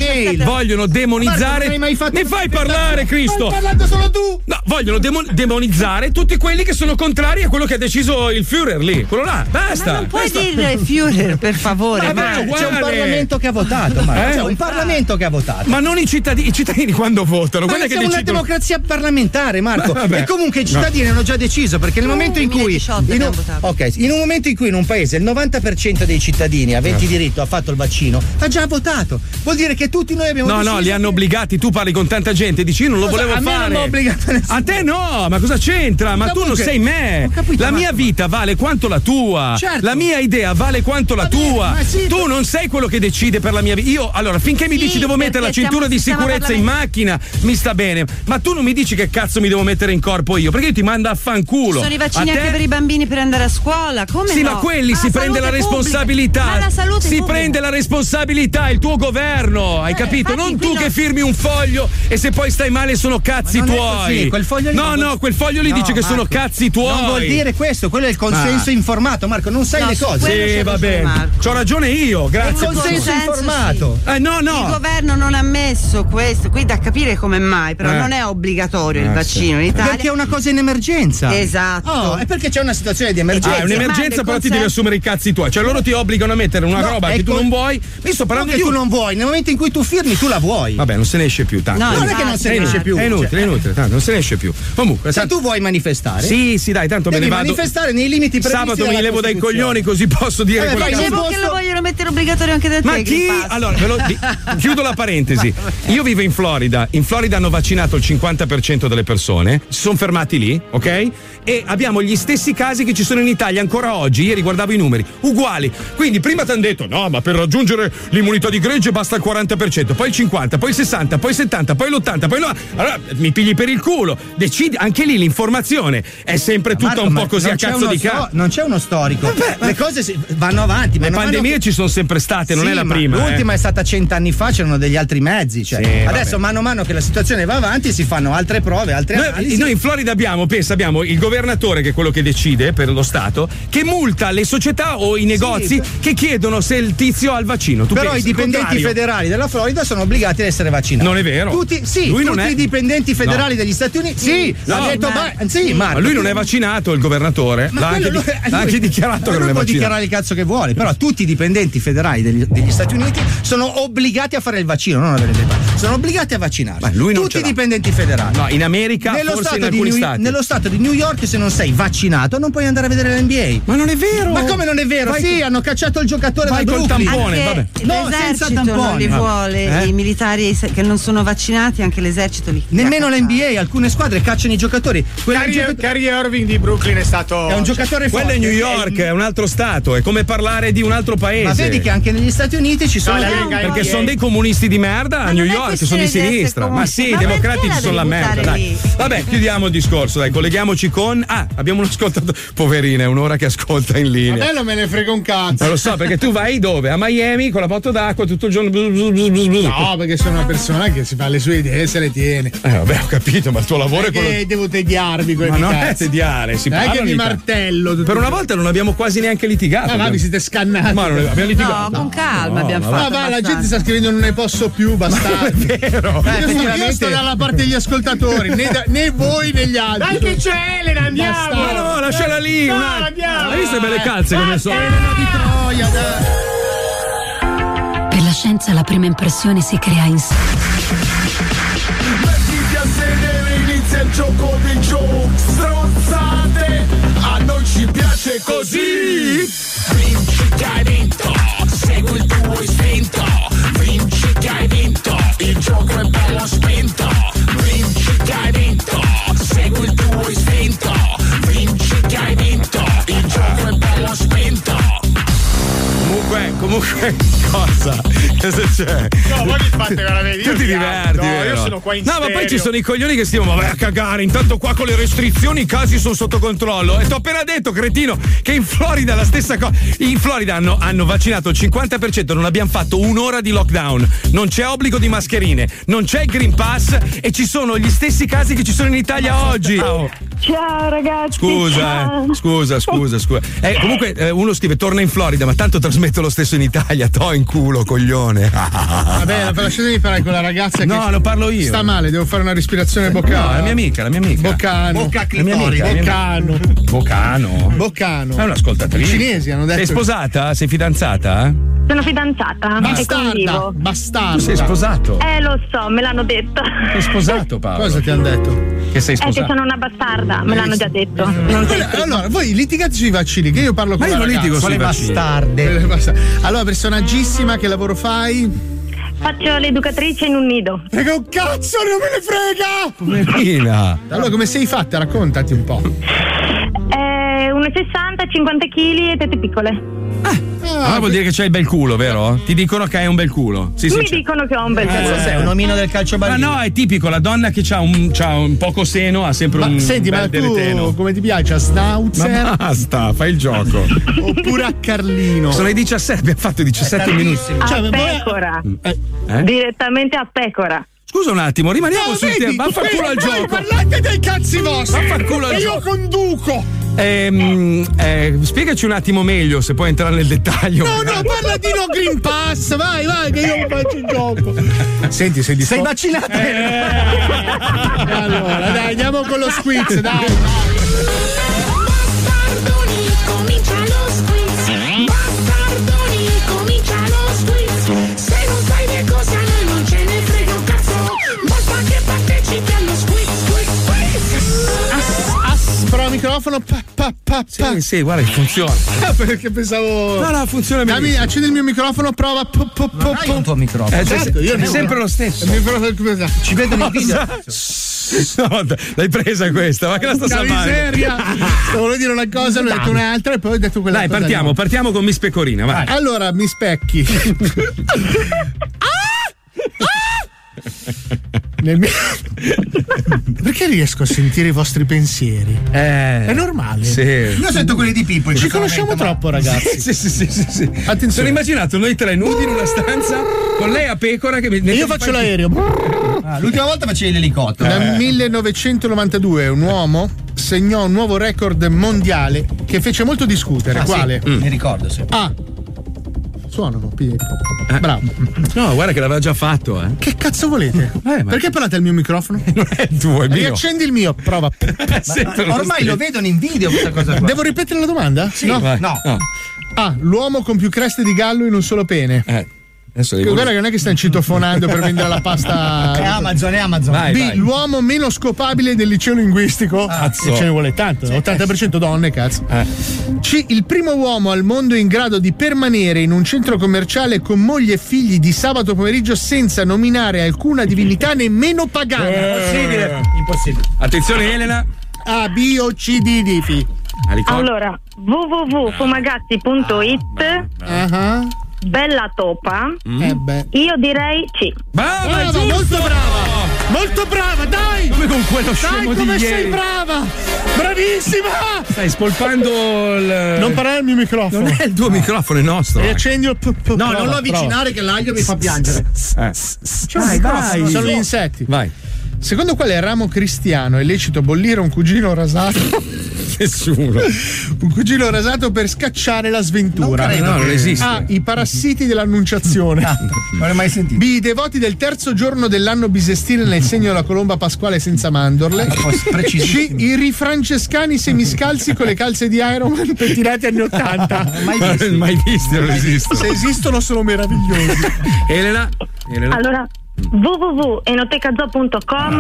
vogliono demonizzare. Mi fai parlare, Cristo!
solo tu!
No, vogliono demo- demonizzare tutti quelli che sono contrari a quello che ha deciso il Führer lì. Quello là, basta.
non puoi
basta.
dire Führer, per favore.
Ma
basta.
è uguale.
C'è un Parlamento che ha votato, ma
Eh?
c'è un Parlamento che ha votato.
Ma non i cittadini, i cittadini quando votano,
Ma
guarda che
siamo una
decidono.
democrazia parlamentare, Marco.
Ma vabbè.
E comunque i cittadini
No.
hanno già deciso perché nel momento in cui. In un, ok, in un momento in cui in un paese il 90% dei cittadini aventi
Eh.
diritto ha fatto il vaccino, ha già votato. Vuol dire che tutti noi abbiamo
No,
deciso.
no, li hanno obbligati. Tu parli con tanta gente, dici io non lo
Cosa?
volevo
A me non
fare.
m'ha obbligato nessuno.
A te no, ma cosa c'entra? Ma
Ma
tu non
comunque-
sei me.
Ho capito,
la mia vita vale quanto la tua.
Certo.
La mia idea vale quanto la tua. tu non sei quello che decide per la mia vita. Io, allora, finché mi
Sì,
dici devo mettere la
perché
cintura
siamo-
di
siamo
sicurezza in macchina, mi sta bene. Ma tu non mi dici che cazzo mi devo mettere in corpo io, perché io ti mando a fanculo.
Sono i vaccini
A te-
anche per i bambini per andare a scuola. Come
sì,
no?
ma quelli si prende la
salute
responsabilità.
pubblica. Ma la salute
si
pubblica.
prende la responsabilità, il tuo governo, hai capito? Non tu che firmi un foglio e se poi stai male sono cazzi
Ma non è
tuoi.
così, quel foglio lì
no,
non-
no, quel foglio lì
No,
dice che sono
Marco,
cazzi tuoi.
Non vuol dire questo, quello è il consenso
Ma-
informato, Marco. Non sai
No,
le
su
cose.
quello
Sì, va bene. C'ho ragione io, grazie.
Il consenso informato.
Eh, no, no.
Il governo non ha messo questo, qui da capire come mai, però
Eh.
non è obbligatorio il
Eh,
vaccino in
sì.
Italia.
Perché è una cosa in emergenza.
Esatto.
Oh, è certo. perché c'è una situazione di
Ah,
emergenza.
è un'emergenza, però ti devi assumere i cazzi tuoi. Cioè, loro ti obbligano a mettere una
No,
roba
è
che tu
col-
non vuoi. Mi sto parlando
No,
di
che tu
un-
non vuoi, nel momento in cui tu firmi, tu la vuoi.
Vabbè, non se ne esce più tanto.
No, Non è che non se ne
È
esce
inutile,
più, cioè.
È inutile, è inutile, tanto non se ne esce più. Comunque,
Se
tanto-
tu vuoi manifestare,
Sì, sì, dai, tanto me
devi
ne vado.
manifestare nei limiti previsti
Sabato mi
dalla
levo dai
Costituzione.
coglioni così posso dire
Vabbè,
quello
fai
che
il
Dicevo che lo vogliono mettere obbligatorio anche da te.
ma
che
chi?
passa.
Allora, ve lo di- chiudo la parentesi. Io vivo in Florida. In Florida hanno vaccinato il 50% delle persone. Si sono fermati lì, ok? E abbiamo gli stessi casi che ci sono in Italia ancora oggi. Ieri guardavo i numeri, uguali. Quindi prima ti hanno detto: no, ma per raggiungere l'immunità di gregge basta il 40%, poi il 50%, poi il 60%, poi il 70%, poi l'80%, poi l'80%. Allora mi pigli per il culo. Decidi, anche lì l'informazione è sempre tutta
Marco,
un
ma
po' così
non
a
c'è
cazzo
uno
di
sto-
cazzo.
Non c'è uno storico. le cose si- vanno avanti.
Le
man mano
pandemie
che-
ci sono sempre state, non
Sì,
è la
ma
prima. eh.
L'ultima è stata cent'anni fa, c'erano degli altri mezzi. cioè.
Sì,
adesso,
vabbè.
mano a mano che la situazione va avanti, si fanno altre prove, altre
Noi,
analisi.
noi in Florida abbiamo, pensa, abbiamo il governatore che è quello che decide per lo Stato, che multa le società o i negozi che chiedono se il tizio ha il vaccino. Tu
Però
pensi
i
il
dipendenti
contrario?
federali della Florida sono obbligati ad essere vaccinati.
Non è vero.
Tutti, sì,
Lui non
tutti
è-
i dipendenti federali
No.
degli Stati Uniti. Sì,
No.
ha detto,
Ma-
ma, sì, Marco,
Ma lui non
tu-
è vaccinato, il governatore.
Ma
L'ha anche,
quello
di-
lui-
l'ha anche
lui-
dichiarato che
lui
non è
può
vaccinato.
dichiarare il cazzo che vuole, però tutti i dipendenti federali degli, degli Stati Uniti sono obbligati a fare il vaccino, non avere dei vaccini. Sono obbligati a vaccinarsi.
Ma lui non
tutti
ce
i
l'ha.
dipendenti federali.
No, in America,
nello
forse
stato
in
di
alcuni
New-
stati.
Nello stato di New York, se non sei vaccinato, non puoi andare a vedere l'NBA.
Ma non è vero!
Ma come non è vero?
Vai-
sì, hanno cacciato il giocatore
Vai
da
col
Brooklyn.
tampone,
Anche
vabbè.
No, senza
l'esercito non
tampone.
li vuole,
Eh?
i militari e i se- che non sono vaccinati, anche l'esercito li
Nemmeno l'NBA, alcune squadre cacciano i giocatori. Quella
Kyrie, Kyrie Irving di Brooklyn è stato.
È un giocatore
Quello
forte.
è New York, è un altro stato, è come parlare di un altro paese.
Ma vedi che anche negli Stati Uniti ci sono dei-
perché sono dei comunisti di merda a New York, sono di sinistra. Ma sì, i democratici sono la merda. Dai. Vabbè, chiudiamo il discorso, dai, colleghiamoci con. Ah, abbiamo un ascoltatore. Poverina, è un'ora che ascolta in linea.
Vabbè, non me ne frega un cazzo.
Ma lo so, perché tu vai dove? A Miami con la botta d'acqua tutto il giorno. blu, blu, blu, blu, blu.
No, perché sono una persona che si fa le sue idee e se le tiene.
Eh, vabbè, ho capito, ma il tuo lavoro è
Perché
quello.
devo tediarvi quelli
Ma non è
cazzi.
tediare, si
Dai
parla
che
ogni
di
tanto.
martello.
Per una volta non abbiamo quasi neanche litigato.
Ah, ma vi siete scannati.
Ma non abbiamo litigato. No, ma va.
Ma va, la gente sta scrivendo non ne posso più, bastardo.
è
io, sto-
vero.
io sto
effettivamente-
dalla parte degli ascoltatori, né, da- né voi né gli
Dai
altri.
che c'è Elena, andiamo!
Ma Ah, no, lasciala lì!
No,
un attimo.
andiamo!
Hai visto le belle calze che mi sono?
Per la scienza la prima impressione si crea in sé.
Mettiti a sedere, inizia il gioco dei giochi Strozzate, a noi ci piace così Vinci che hai vinto, segui il tuo istinto Vinci che hai vinto, il gioco è bello spinto Vinci che hai vinto, segui il tuo istinto Vinci che hai vinto, il gioco è bello spinto
Comunque, comunque, Comunque, cosa? Cosa c'è?
No, voi vi fate veramente- io
Tu ti
vi
diverti,
amo, no, io
vero?
sono qua in
No, ma poi
stereo.
ci sono i coglioni che stiamo, ma vai a cagare. Intanto qua con le restrizioni i casi sono sotto controllo. E t'ho appena detto, cretino, che in Florida la stessa cosa. In Florida hanno, hanno vaccinato il 50%, non abbiamo fatto un'ora di lockdown. Non c'è obbligo di mascherine, non c'è il Green Pass e ci sono gli stessi casi che ci sono in Italia oggi.
Ciao ragazzi.
Scusa, eh. scusa, scusa, scusa. Eh, comunque eh, uno scrive torna in Florida, ma tanto trasmetto lo stesso in Italia. To in culo, coglione.
Vabbè, la- lasciatemi parlare con la ragazza
Ah. No,
che
lo parlo io.
sta male, devo fare una respirazione boccale.
No, la mia amica, la mia amica.
Boccano.
Bocca clitoride.
Boccano.
Boccano.
Boccano.
È un'ascoltatrice.
I cinesi hanno detto.
Sei sposata? Sei fidanzata?
Sono fidanzata.
Bastarda,
bastarda.
Tu sei sposato?
Eh, lo so, me l'hanno detto.
Sei sposato, Paolo?
Cosa ti hanno detto?
Che sei
Eh, che
sposato?
sono una bastarda, me l'hanno già detto. Non
Quella- allora, voi litigate sui vaccini, che io parlo
Ma
con
io
la
non
ragazza.
litigo sui
Quelle
vaccini.
Quelle bastarde. Allora, personaggissima, che lavoro fai?
Faccio l'educatrice in un nido.
Ma che cazzo non me ne frega!
Poverina.
Allora, come sei fatta? Raccontati un po'.
Eh, 1,60, 50 kg e tette piccole.
Ah, vuol dire che c'hai il bel culo, vero? Ti dicono che hai un bel culo. Sì, sì. Eh,
Mi
c'è.
dicono che ho un bel
Cazzo
culo.
sei, un
omino del calcio
Ma no, è tipico, la donna che ha un, c'ha un poco seno ha sempre
Ma
un
senti,
bel
ma tu
deleteno.
come ti piace? A Snauzer
Ma basta, fai il gioco.
oppure a Carlino? Cioè,
Sono i 17, abbiamo fatto i 17 minuti.
A pecora.
Eh?
Direttamente a pecora.
Scusa un attimo, rimaniamo
No,
sul
vedi,
tema. Va a far
vedi,
culo al
poi
gioco.
Parlate dei cazzi vostri!
Ma fa culo al
che io
gioco.
conduco!
Ehm, eh, spiegaci un attimo meglio se puoi entrare nel dettaglio.
No, no, parla di no Green Pass, vai, vai, che io faccio il gioco. Senti, sei
disposto-
vaccinata? Allora, dai, andiamo con lo squiz, dai.
Comincia lo squiz. Bastardoni, comincia lo squiz. Se non sai le cose a noi non ce ne frega un cazzo. Basta che partecipi allo squiz, squiz, squiz.
eh.
Prova microfono, pa, pa, pa, pa.
Sì, sì, guarda che funziona.
Ah, perché pensavo.
No, no, funziona
Dammi,
benissimo.
accendi il mio microfono, prova. Po, po, po, po. certo,
tuo microfono.
Eh, se- è sempre lo stesso.
Ci vedono i
No, d- l'hai presa questa, ma che la sto
Una
salvando.
miseria! Stavo dire una cosa, ne ho detto un'altra e poi ho detto quella
Dai,
cosa
partiamo,
lì.
partiamo con Miss Pecorina, vai.
Allora, mi specchi. Nel mio- Perché riesco a sentire i vostri pensieri? È normale.
Eh, Sì.
Io sento quelli di Pippo. in
Ci
questo
conosciamo
momento, ma-
troppo, ragazzi.
Sì, sì, sì, sì, sì.
Attenzione.
Sono immaginato noi tre nudi in una stanza con lei a pecora che mi
E io faccio l'aereo.
Ah, l'ultima volta facevi l'elicottero.
Nel
Eh.
1992 un uomo segnò un nuovo record mondiale che fece molto discutere.
Ah, sì,
Quale?
Mm.
Mi ricordo sempre.
A. Suonano. pi-
Eh.
Bravo.
No, guarda che l'aveva già fatto, eh.
Che cazzo volete? Perché parlate al mio microfono?
Non è il tuo, è il mio.
Riaccendi il mio, prova.
Sento
Eh,
lo
ormai
stesso.
lo vedono in video questa cosa qua.
Devo ripetere la domanda?
Sì, vai. Ah. No.
A. L'uomo con più creste di gallo in un solo pene.
Eh, adesso
Che
devo-
Guarda che non è che stanno citofonando per vendere la pasta.
È Amazon, è Amazon.
Vai,
B.
vai. Ah,
L'uomo meno scopabile del liceo linguistico.
Cazzo. Eh.
E ce ne vuole tanto. 80% donne, cazzo. C. Il primo uomo al mondo in grado di permanere in un centro commerciale con moglie e figli di sabato pomeriggio senza nominare alcuna divinità nemmeno pagana.
Impossibile. Impossibile.
Attenzione Elena.
A, B o C, D, D, F.
Ah, ricordo-
Allora, www.fumagazzi.it
Ah,
Bella topa.
Eh beh.
Io direi sì.
Mm. Brava,
Brava,
giusto!
molto brava! Molto brava, dai!
Come con quello
Dai,
scemo
come
di
sei
ieri.
brava! Bravissima!
Stai spolpando il
Non parlare al mio microfono.
Non è il tuo microfono, è il nostro. eh.
Riaccendi il p- p-
No,
prova,
non lo
prova.
avvicinare che l'aglio mi fa piangere.
Eh.
Dai, dai. Cioè, Sono gli insetti.
Vai.
Secondo quale ramo cristiano è lecito bollire un cugino rasato?
Nessuno.
un cugino rasato per scacciare la sventura.
Non credo
No, non che- esiste.
A. I parassiti dell'annunciazione.
Ah, Non l'hai mai sentito.
B. I devoti del terzo giorno dell'anno bisestile nel segno della colomba pasquale senza mandorle. C.
Ah, precisissimo.
I rifrancescani semiscalzi con le calze di Iron Man pettinati anni 80.
Mai
Ma-
visto.
Mai visto, non esiste.
Se esistono sono meravigliosi.
Elena. Elena.
Allora,
Mm.
www.enotecazo.com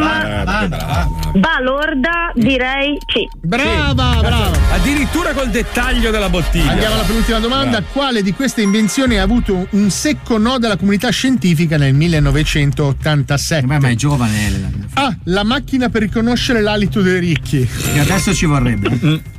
Balorda direi sì.
Brava, brava.
Addirittura col dettaglio della bottiglia.
Andiamo alla penultima domanda. Quale di queste invenzioni ha avuto un secco no dalla comunità scientifica nel 1987?
Ma, ma è giovane Elena.
Ah, A. La macchina per riconoscere l'alito dei ricchi.
Che adesso ci vorrebbe.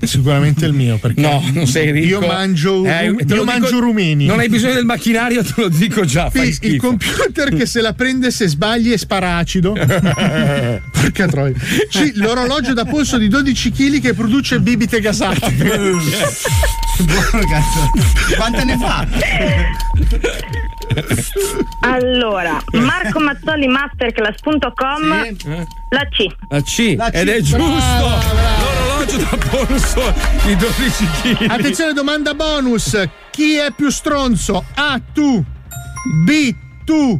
Sicuramente il mio, perché
No, non sei
Io
ricco.
mangio,
Eh, te lo
io
dico-
mangio rumeni.
Non hai bisogno del macchinario, te lo dico già. Ah, Fai
Sì, il
schifo.
computer che se la prende se sbagli e spara acido. Porca troia. Sì, l'orologio da polso di 12 kg che produce bibite gasate. Buono cazzo.
Quante ne fa?
Allora, Marco Mazzoli Masterclass.com La C.
Eh? La C,
La C,
ed è
brava,
giusto.
brava.
L'orologio da polso di 12 kg.
Attenzione, domanda bonus. Chi è più stronzo? A tu. B tu.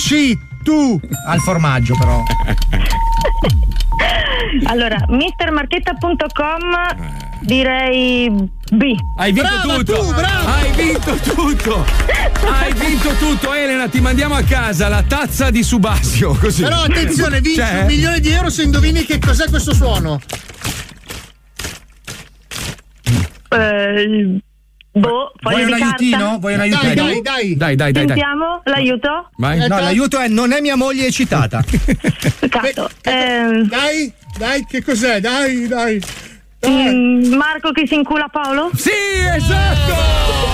C tu.
Al formaggio però.
Allora, mistermarchetta.com direi B.
Hai vinto tutto. Hai vinto tutto. Hai vinto tutto, Elena. Ti mandiamo a casa la tazza di Subasio. Così.
Però attenzione, vinci
Cioè,
un milione di euro se indovini che cos'è questo suono.
Eh, boh,
Vuoi
foglio
un
di carta.
aiutino? Vuoi un aiutino?
Dai, dai, dai. dai.
Sentiamo l'aiuto.
Vai.
No, l'aiuto è non è mia moglie eccitata.
Cazzo. Ehm.
Dai, dai, che cos'è? Dai, dai.
Mm, Marco che si incula Paolo?
Sì, esatto!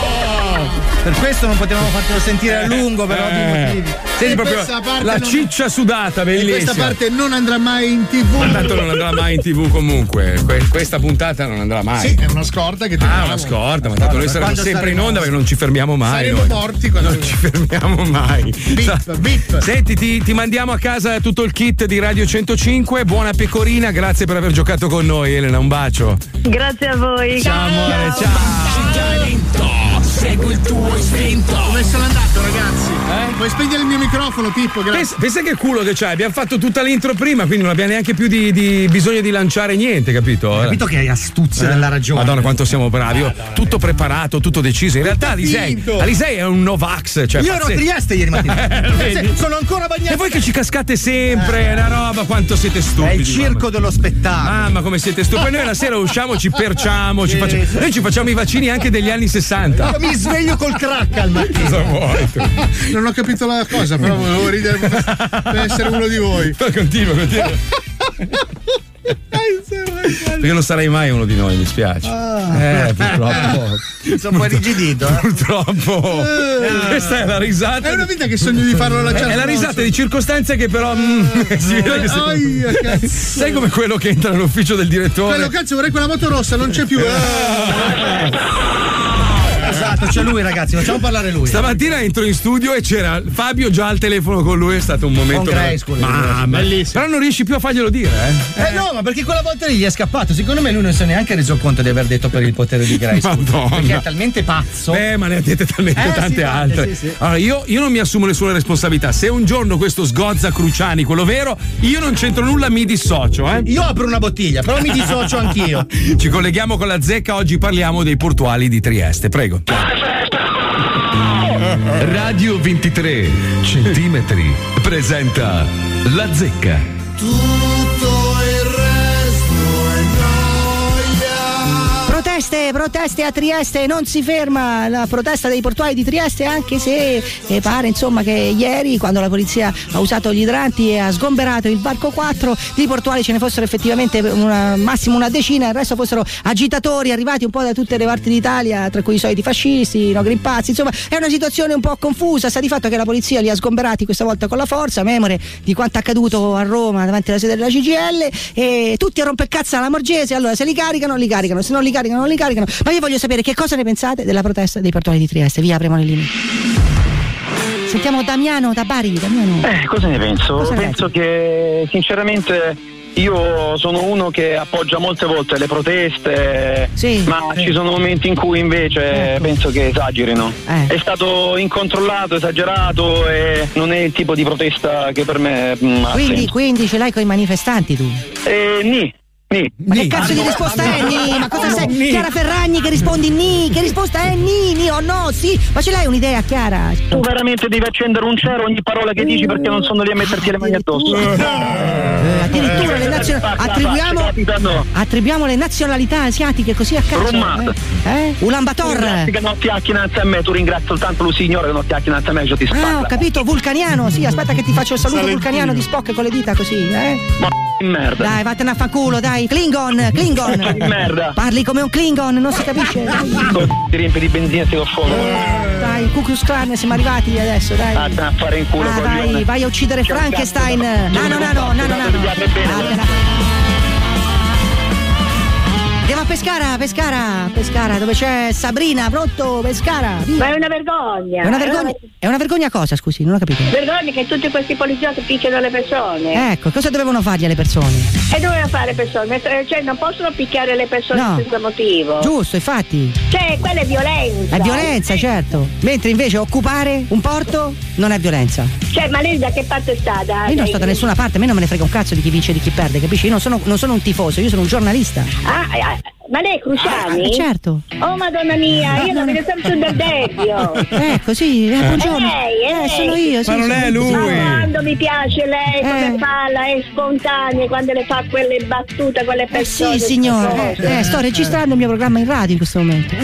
Per questo non potevamo fartelo sentire a lungo per ovvi
Eh.
motivi.
Senti
E
proprio
questa parte
la
non-
ciccia sudata,
E
bellissima.
questa parte non andrà mai in tv.
Ma tanto non andrà mai in tv comunque. Que- questa puntata non andrà mai.
Sì, è una scorta che ti
Ah, una scorta, ma tanto noi
Ma
saremo
quando
sempre in
saremo-
onda perché non ci fermiamo mai.
Saremo
noi.
morti quando
Non ci fermiamo mai. Sa- Senti, ti, ti mandiamo a casa tutto il kit di Radio 105. Buona pecorina, grazie per aver giocato con noi, Elena. Un bacio.
Grazie a voi.
Ciao, amore, ciao.
Segui il tuo istinto.
Come sono andato, ragazzi? Puoi spegnere il mio microfono, Pippo? Grazie.
Pensa, pensa che culo che c'hai, abbiamo fatto tutta l'intro prima, quindi non abbiamo neanche più di, di bisogno di lanciare niente, capito?
Capito che hai astuzia
Eh?
della ragione.
Madonna, quanto siamo bravi. oh, tutto preparato, tutto deciso. In realtà Alisei,
Capito.
Alisei è un Novax. Cioè,
Io ero a
pazzesco.
Trieste ieri mattina.
Eh, vedi?
Sì, Sono ancora bagnato.
E voi che ci cascate sempre, è una roba, quanto siete stupidi.
È il circo dello spettacolo.
Mamma, come siete stupidi. Noi la sera usciamo, ci perciamo, ci
Sì,
facciamo-
sì.
noi ci facciamo i vaccini anche degli anni 60.
Io mi sveglio col crack al mattino.
Cosa vuoi tu?
Non ho capito la cosa, però volevo ridere per essere uno di voi.
Continua, continua. Perché non sarai mai uno di noi, mi spiace.
Ah.
Eh, purtroppo.
Sono un po' rigidito.
Purtroppo. Questa è la risata. Eh,
È Eh. una vita che sogno di farlo
È
lanciare.
la risata di circostanze che però. mm, si vede che sei-
Aia, cazzo.
Sai come quello che entra nell'ufficio del direttore?
Quello cazzo vorrei quella moto rossa, non c'è più. eh.
Esatto, c'è lui ragazzi, facciamo parlare lui.
Stamattina entro in studio e c'era Fabio già al telefono con lui, è stato un momento.
Con Grayskull,
Mamma. Però non riesci più a farglielo dire, eh?
Eh no, ma perché quella volta lì gli è scappato. Secondo me lui non si è neanche reso conto di aver detto per il potere di Grace.
Madonna.
Perché è talmente pazzo.
Eh, ma ne ha dette talmente
Eh, sì,
tante
tante,
altre.
sì, sì.
Allora, io, io non mi assumo le sue responsabilità. Se un giorno questo sgozza Cruciani, quello vero, io non c'entro nulla, mi dissocio, eh?
Io apro una bottiglia, però mi dissocio anch'io.
Ci colleghiamo con la zecca, oggi parliamo dei portuali di Trieste, prego.
Radio 23 centimetri presenta La Zecca.
Tutto il resto è noia.
Proteste, proteste a Trieste, non si ferma la protesta dei portuali di Trieste anche se eh, pare insomma che ieri quando la polizia ha usato gli idranti e ha sgomberato il barco 4 di portuali ce ne fossero effettivamente una, massimo una decina, il resto fossero agitatori arrivati un po' da tutte le parti d'Italia, tra cui i soliti fascisti, no, grimpazzi, insomma è una situazione un po' confusa, sta di fatto che la polizia li ha sgomberati questa volta con la forza, memore di quanto accaduto a Roma davanti alla sede della CGL e tutti a rompecazza alla Morgese, allora se li caricano li caricano, se non li caricano non li caricano, ma io voglio sapere che cosa ne pensate della protesta dei portoni di Trieste, via apriamo le linee. Sentiamo Damiano da Bari, Damiano.
Eh, cosa ne penso?
Cosa ne
penso che sinceramente io sono uno che appoggia molte volte le proteste, ma ci sono momenti in cui invece
Ecco.
penso che esagerino.
Eh.
È stato incontrollato, esagerato e non è il tipo di protesta che per me mm,
Ah,
ha
Quindi,
senso.
quindi ce l'hai con i manifestanti tu?
Eh, ni, ni.
Ma che cazzo di risposta è Ni? Ma cosa sei? Chiara Ferragni che rispondi Ni? Che risposta è Ni? Ni o no? Sì, ma ce l'hai un'idea Chiara?
Tu veramente devi accendere un cero ogni parola che dici perché non sono lì a metterti le mani addosso.
Eh, addirittura le nazio- attribuiamo, attribuiamo le nazionalità asiatiche così a caso.
Rommata.
Eh? Eh? Ulan Bator.
Grazie che non ti acchi innanzi a me, tu ringrazio soltanto lo signore che non ti acchi innanzi a me, io ti
Ah, ho
spalla.
capito, vulcaniano, sì, aspetta che ti faccio il saluto
Salentino.
vulcaniano di Spock con le dita così, eh?
Ma di merda.
Dai, vattene a fanculo, dai. Klingon, Klingon.
Che merda.
Parli come un Klingon, non si capisce. Dai,
Co- Ti riempi di benzina e ti do fuoco.
dai Cucus Clan, siamo arrivati adesso, dai.
Vattene a fare in culo,
Ah,
coglione.
vai, vai a uccidere Frankenstein. Nano, nano, nano, nano. Vattene a- Andiamo a Pescara, Pescara, Pescara, dove c'è Sabrina, pronto, Pescara. via.
Ma è una vergogna.
È una vergogna, è una vergogna cosa, scusi, non ho capito.
Vergogna che tutti questi poliziotti picchiano le persone.
Ecco, cosa dovevano fargli alle persone?
E doveva fare persone? Eh, Cioè, non possono picchiare le persone
No.
senza motivo.
Giusto, infatti.
Cioè, quella è violenza.
È violenza, certo. Mentre invece occupare un porto non è violenza.
Cioè, ma lei da che parte è stata?
Io non
Lei-
sto da nessuna parte, a me non me ne frega un cazzo di chi vince e di chi perde, capisci? Io non sono, non sono un tifoso, io sono un giornalista.
Ah, ah, ma lei è Cruciani?
Ah, certo. Ah.
Oh, madonna mia, io la vedo sempre sul derderio.
Ecco, sì, eh, buongiorno.
È lei, è
Eh,
lei.
sono io, sì, Eh. sono io.
Ma quando mi piace lei, come parla, è spontanea, quando le fa quelle battute, quelle
Eh sì,
persone.
signore.
queste cose.
Eh, eh, sto registrando il mio programma in radio in questo momento.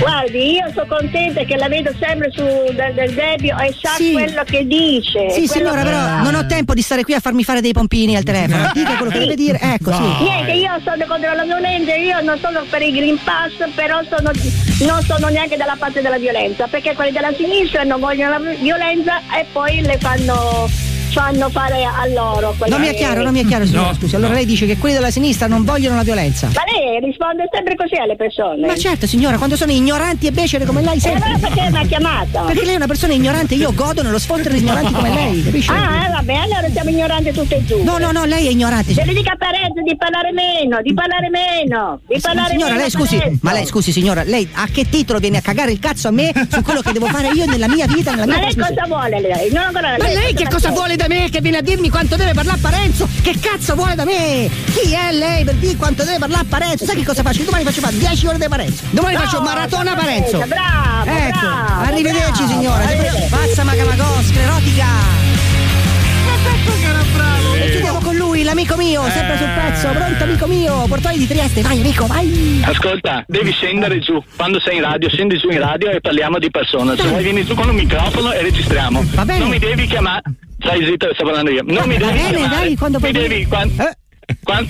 Guardi, io sono contenta che la vedo sempre su del, del Debbio e sa quello che dice.
Sì,
quello
signora,
che
però
fa.
non ho tempo di stare qui a farmi fare dei pompini al telefono. Dica quello che deve dire. Ecco, sì.
Niente, io sono contro la violenza, io non sono per il Green Pass, però sono- non sono neanche dalla parte della violenza, perché quelli della sinistra non vogliono la violenza e poi le fanno, fanno fare a loro. quello
Non mi è
che-
chiaro, non mi è chiaro, signora,
No,
scusi. Allora lei dice che quelli della sinistra non vogliono la violenza.
Ma lei risponde sempre così alle persone.
Ma certo, signora, quando sono ignoranti e becere come lei sempre.
allora Eh, perché mi ha chiamato?
Perché lei è una persona ignorante, io godo nello sfottero di ignoranti come lei, capisce?
Ah, eh, vabbè, allora siamo ignoranti tutte e due.
No, no, no, lei è ignorante.
Se le dica a Parenzo di parlare meno, di parlare meno, di parlare
Eh signora,
meno.
lei scusi,
Parenzo.
ma lei scusi signora, lei a che titolo viene a cagare il cazzo a me su quello che devo fare io nella mia vita, nella mia
Ma lei
trasmissione?
cosa vuole lei? Non ancora
Ma lei che cosa vuole da me che viene a dirmi quanto deve parlare Parenzo? Che cazzo vuole da me? Chi è lei per dire quanto deve parlare Parenzo? Sai che cosa faccio? Domani faccio fare 10 ore di Parenzo. Domani
No,
faccio maratona
bravo,
Parenzo.
bravo,
Ecco,
bravo,
arrivederci
bravo.
signora.
Arrivederci.
Pazza Macamagò, sclerotica. E chiudiamo con lui, l'amico mio, sempre sul pezzo, pronto amico mio, portali di Trieste, vai amico, vai!
Ascolta, devi scendere giù. Quando sei in radio, scendi giù in radio e parliamo di persona. Se vuoi vieni giù con un microfono e registriamo.
Va bene.
Non mi devi chiamare. Stai zitto, sto parlando io. Non mi
Va
devi
bene,
chiamare.
dai, quando
mi
puoi
devi, quan- quan-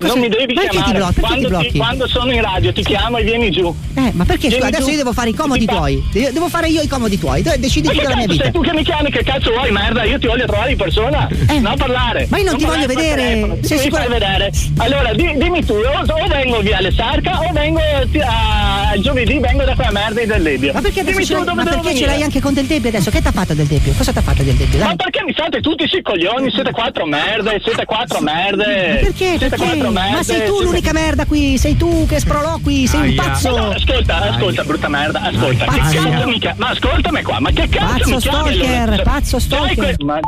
Cos'è?
Non mi devi
Eh? Perché ti
chiamare.
blocchi? Perché ti
quando,
blocchi?
quando sono in radio ti chiamo e vieni giù.
Eh, ma perché
Vieni
scusa, adesso
giù.
io devo fare i comodi tuoi? Io- Devo fare io i comodi tuoi, tu- decidi
Ma
tu
che
della mia
cazzo
vita. Eh.
sei tu che mi chiami? Che cazzo vuoi, merda? Io ti voglio trovare in persona. non parlare.
ma io non ti
parlare
voglio
per
vedere.
telefono. Ti
Sei
devi
sicura-
far vedere. Allora, di- dimmi tu, o, o vengo via alle Sarca o vengo ti- a giovedì, vengo da quella merda del Debbio.
Ma perché, adesso
dimmi
ce
tu
l'hai,
dove
ma
devo
perché ce
venire?
l'hai anche con Del Debbio adesso? Che t'ha fatto Del Debbio? Cosa t'ha fatto Del Debbio? Dai.
Ma perché mi fate tutti sti coglioni? Siete quattro merde, siete quattro merde.
Ma perché?
Eh, Siete
Perché?
quattro merde.
Ma sei tu
siete-
l'unica merda qui, sei tu che sprolò qui, sei un
Aia.
pazzo.
Ma no, ascolta, ascolta, brutta merda, ascolta. Che
Pazzo.
cazzo mi chiami? Ma ascoltami qua, ma che cazzo
Pazzo
mi chiami?
stalker,
allora?
pazzo stalker.
Sai que- ma-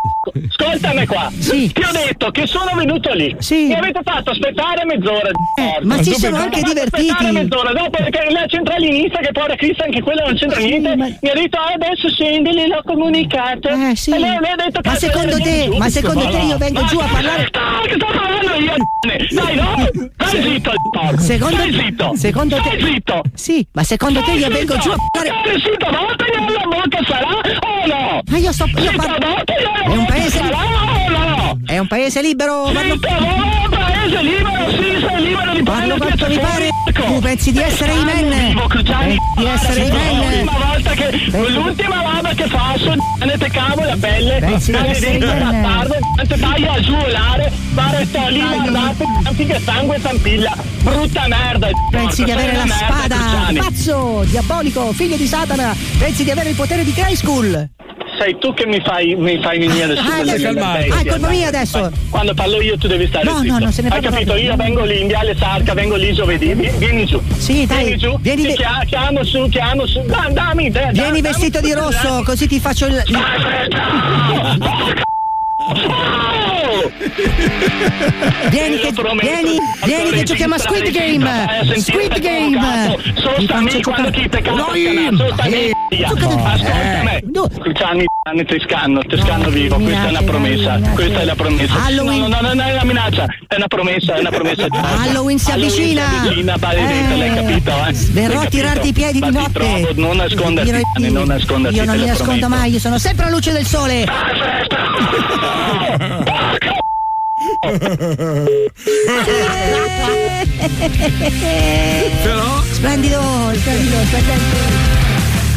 Ascoltami qua. Ti ho detto che sono venuto lì. Mi avete fatto aspettare mezz'ora. di
Eh, ma
merda.
si
Dopo-
sono
mi
anche
avete fatto
divertiti.
aspettare mezz'ora dopo perché la centralinista che poi era Cristo anche quella non c'entra niente. Mi ha detto "Ah, adesso scendi, le l'ho comunicato. Eh, sì. E lei mi ha detto
Ma
"Cazzo,
secondo
vieni
te-
giù".
ma secondo te io vengo
Ma
giù a
che
parlare-
stai- che sto parlando io, Dai, no! Stai zitto, porco.
Secondo
Stai zitto.
Secondo te.
Stai zitto.
Sì, ma secondo te io vengo giù a
parlare. Sì, domanda io la bocca sarà o no?
Ma io sto. Io
parlo.
È un paese.
o no?
È un paese libero! parlo-
un paese libero, sì, sei ecco. libero di
Parlo quanto mi pare! Tu pensi di essere i men? Pensi Di essere i men?
L'ultima volta che l'ultima volta che faccio te cavo la pelle
Pensi di essere
maledetto
bene.
bastardo tanto vai a giulare pare sto lì guardate tanti che sangue zampilla brutta merda
Pensi di avere la spada? Pazzo! Diabolico! Figlio di Satana! Pensi di avere il potere di Grey School?
sei tu che mi fai mi fai venire su
Ah,
delle
adesso-
mie
ah, è
bestie,
colpa
dai.
mia adesso.
Vai, quando parlo io tu devi stare
No, no,
zitto
no, se ne
hai
parla
capito
proprio.
io vengo lì in Viale Sarca vengo lì giovedì vi- vieni giù
Sì, dai,
vieni giù
vieni
ti
de-
chia- chiamo su chiamo su da, dammi te, da-
Vieni
dammi-
vestito di rosso, così ti faccio il.
Eh,
Vieni che, vieni, vieni che giochiamo a Squid Game! Squid Game! Ti
Sostami quando
faccio giocare-
chi te cazzo
Noi-
sostami
Eh,
ascoltami
giocate-
Cruciani
anni ti scanno, ti scanno vivo, questa è una promessa, questa è la promessa.
Halloween-
No, no, no, no, è una minaccia, è una promessa, è una promessa.
Halloween si avvicina.
Si avvicina, maledetta, l'hai capito? Eh?
verrò
L'hai
a tirarti i piedi di
Ma ti
notte.
trovo, non nasconderti,
Io-
Dani, non nasconderti,
Io non
te
mi
lo
nascondo
prometto.
mai, io sono sempre alla luce del sole.
Però-
Splendido, splendido, splendido.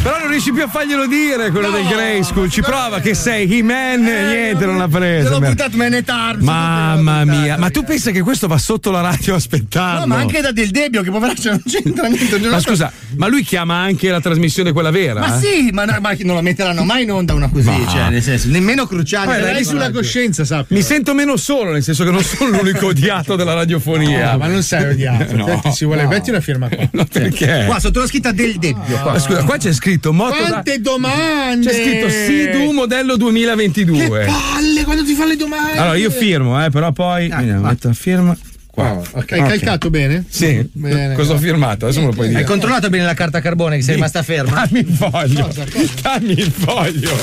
Però non riesci più a farglielo dire quello del Grey School. Ci prova che sei He-Man, niente, non l'ha preso.
l'ho
Mer-
Eh, buttato me ne tardi.
Mamma mia, ma tu pensa che questo va sotto la radio a aspettarlo?
No, ma anche da Del Debbio, che poveraccio non c'entra niente.
Ma scusa, ma lui chiama anche la trasmissione quella vera?
Ma
eh?
sì, ma, no- ma non la metteranno mai in onda una così.
Ma-
Cioè, nel senso, nemmeno Cruciani.
Guarda,
lei
lei
sulla coscienza, sappi.
Mi sento meno solo, nel senso che non sono l'unico odiato della radiofonia.
No, ma non sei odiato.
No, Eh.
Senti, ci Cioè, vuole
no.
metti una firma qua.
No, perché?
Cioè, Qua sotto la scritta del Debbio.
Ma scusa, qua c'è scritto moto da-
Quante domande!
C'è scritto Sidu modello 2022.
Palle quando ti fa le domande!
Allora io firmo, eh, però poi
Ah,
Vediamo, metto la firma qua.
Oh, Hai
Ok.
calcato bene?
Sì,
Bene.
cosa ho firmato? Adesso me lo puoi dire. Ah,
Hai controllato bene la carta carbone che sei rimasta ferma?
Dammi il foglio, dammi il foglio.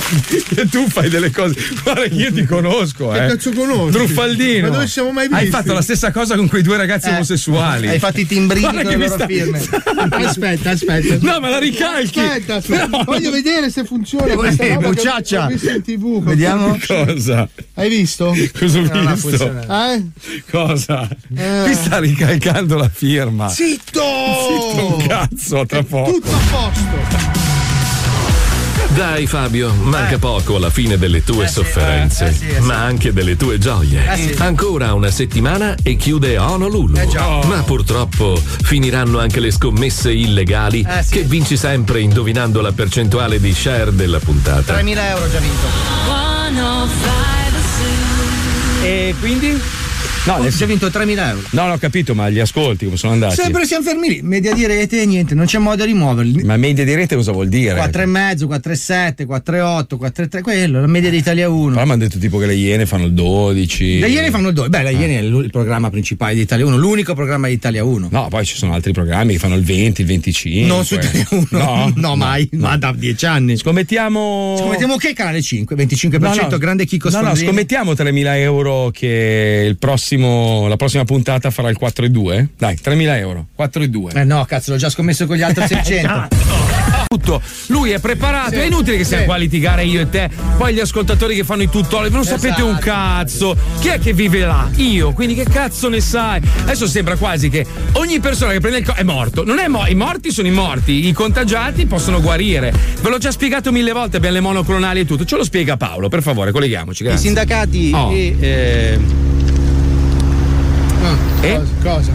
Che tu fai delle cose. Guarda, che io ti conosco,
Che
eh.
cazzo conosci?
Truffaldino.
Ma dove siamo mai
Hai
visti?
fatto la stessa cosa con quei due ragazzi
Eh.
omosessuali.
Hai fatto i timbrini
Guarda
con
che
le
mi
loro
sta-
firme. Aspetta, aspetta.
No, ma la ricalchi.
Aspetta, aspetta.
No.
Voglio vedere se funziona
Eh,
questa roba che
Bucciaccia.
ho visto in tv.
Cosa?
Hai visto?
Cosa ho
No, non ha
visto?
funzionato. Eh?
Cosa?
Eh.
Mi sta ricalcando la firma.
Zitto!
Zitto un cazzo, tra poco.
Tutto a posto.
Dai Fabio, manca poco alla fine delle tue sofferenze, ma anche delle tue gioie.
Eh sì.
Ancora una settimana e chiude Honolulu. Ma purtroppo finiranno anche le scommesse illegali
Eh sì.
che vinci sempre indovinando la percentuale di share della puntata.
3.000 euro già vinto.
E quindi?
No, adesso hai vinto 3.000 euro.
No, no, ho capito, ma gli ascolti come sono andati?
Sempre siamo fermi lì. Media di rete, niente, non c'è modo di muoverli.
Ma media di rete cosa vuol dire?
4,5, 4,7, 4,8, 4,3, quello, la media di Italia 1.
Però mi hanno detto tipo che le Iene fanno il Eh. 12.
Le Iene fanno il 2. Beh, la Iene è il programma principale di Italia 1, l'unico programma di Italia 1.
No, poi ci sono altri programmi che fanno il 20, il 25.
Non su Italia 1.
No,
No, mai, ma da 10 anni.
Scommettiamo.
Scommettiamo che canale 5, 25%, grande chicco
No, no,
Spadrini.
scommettiamo 3.000 euro che il prossimo, la prossima puntata farà il 4 e 2. Dai, 3.000 euro, 4 e 2.
Eh no, cazzo, l'ho già scommesso con gli altri 600.
Esatto. Tutto. Lui è preparato, è inutile che siamo qua a litigare io e te. Poi gli ascoltatori che fanno i tutorial, voi non sapete un
Esatto.
cazzo. Chi è che vive là? Io, quindi che cazzo ne sai? Adesso sembra quasi che ogni persona che prende il co- è morto. Non è mo- i morti sono i morti, i contagiati possono guarire. Ve l'ho già spiegato mille volte, abbiamo le monoclonali e tutto. Ce lo spiega Paolo, per favore, colleghiamoci.
I
Grazie.
sindacati
Oh.
e. eh,
Eh?
Cosa?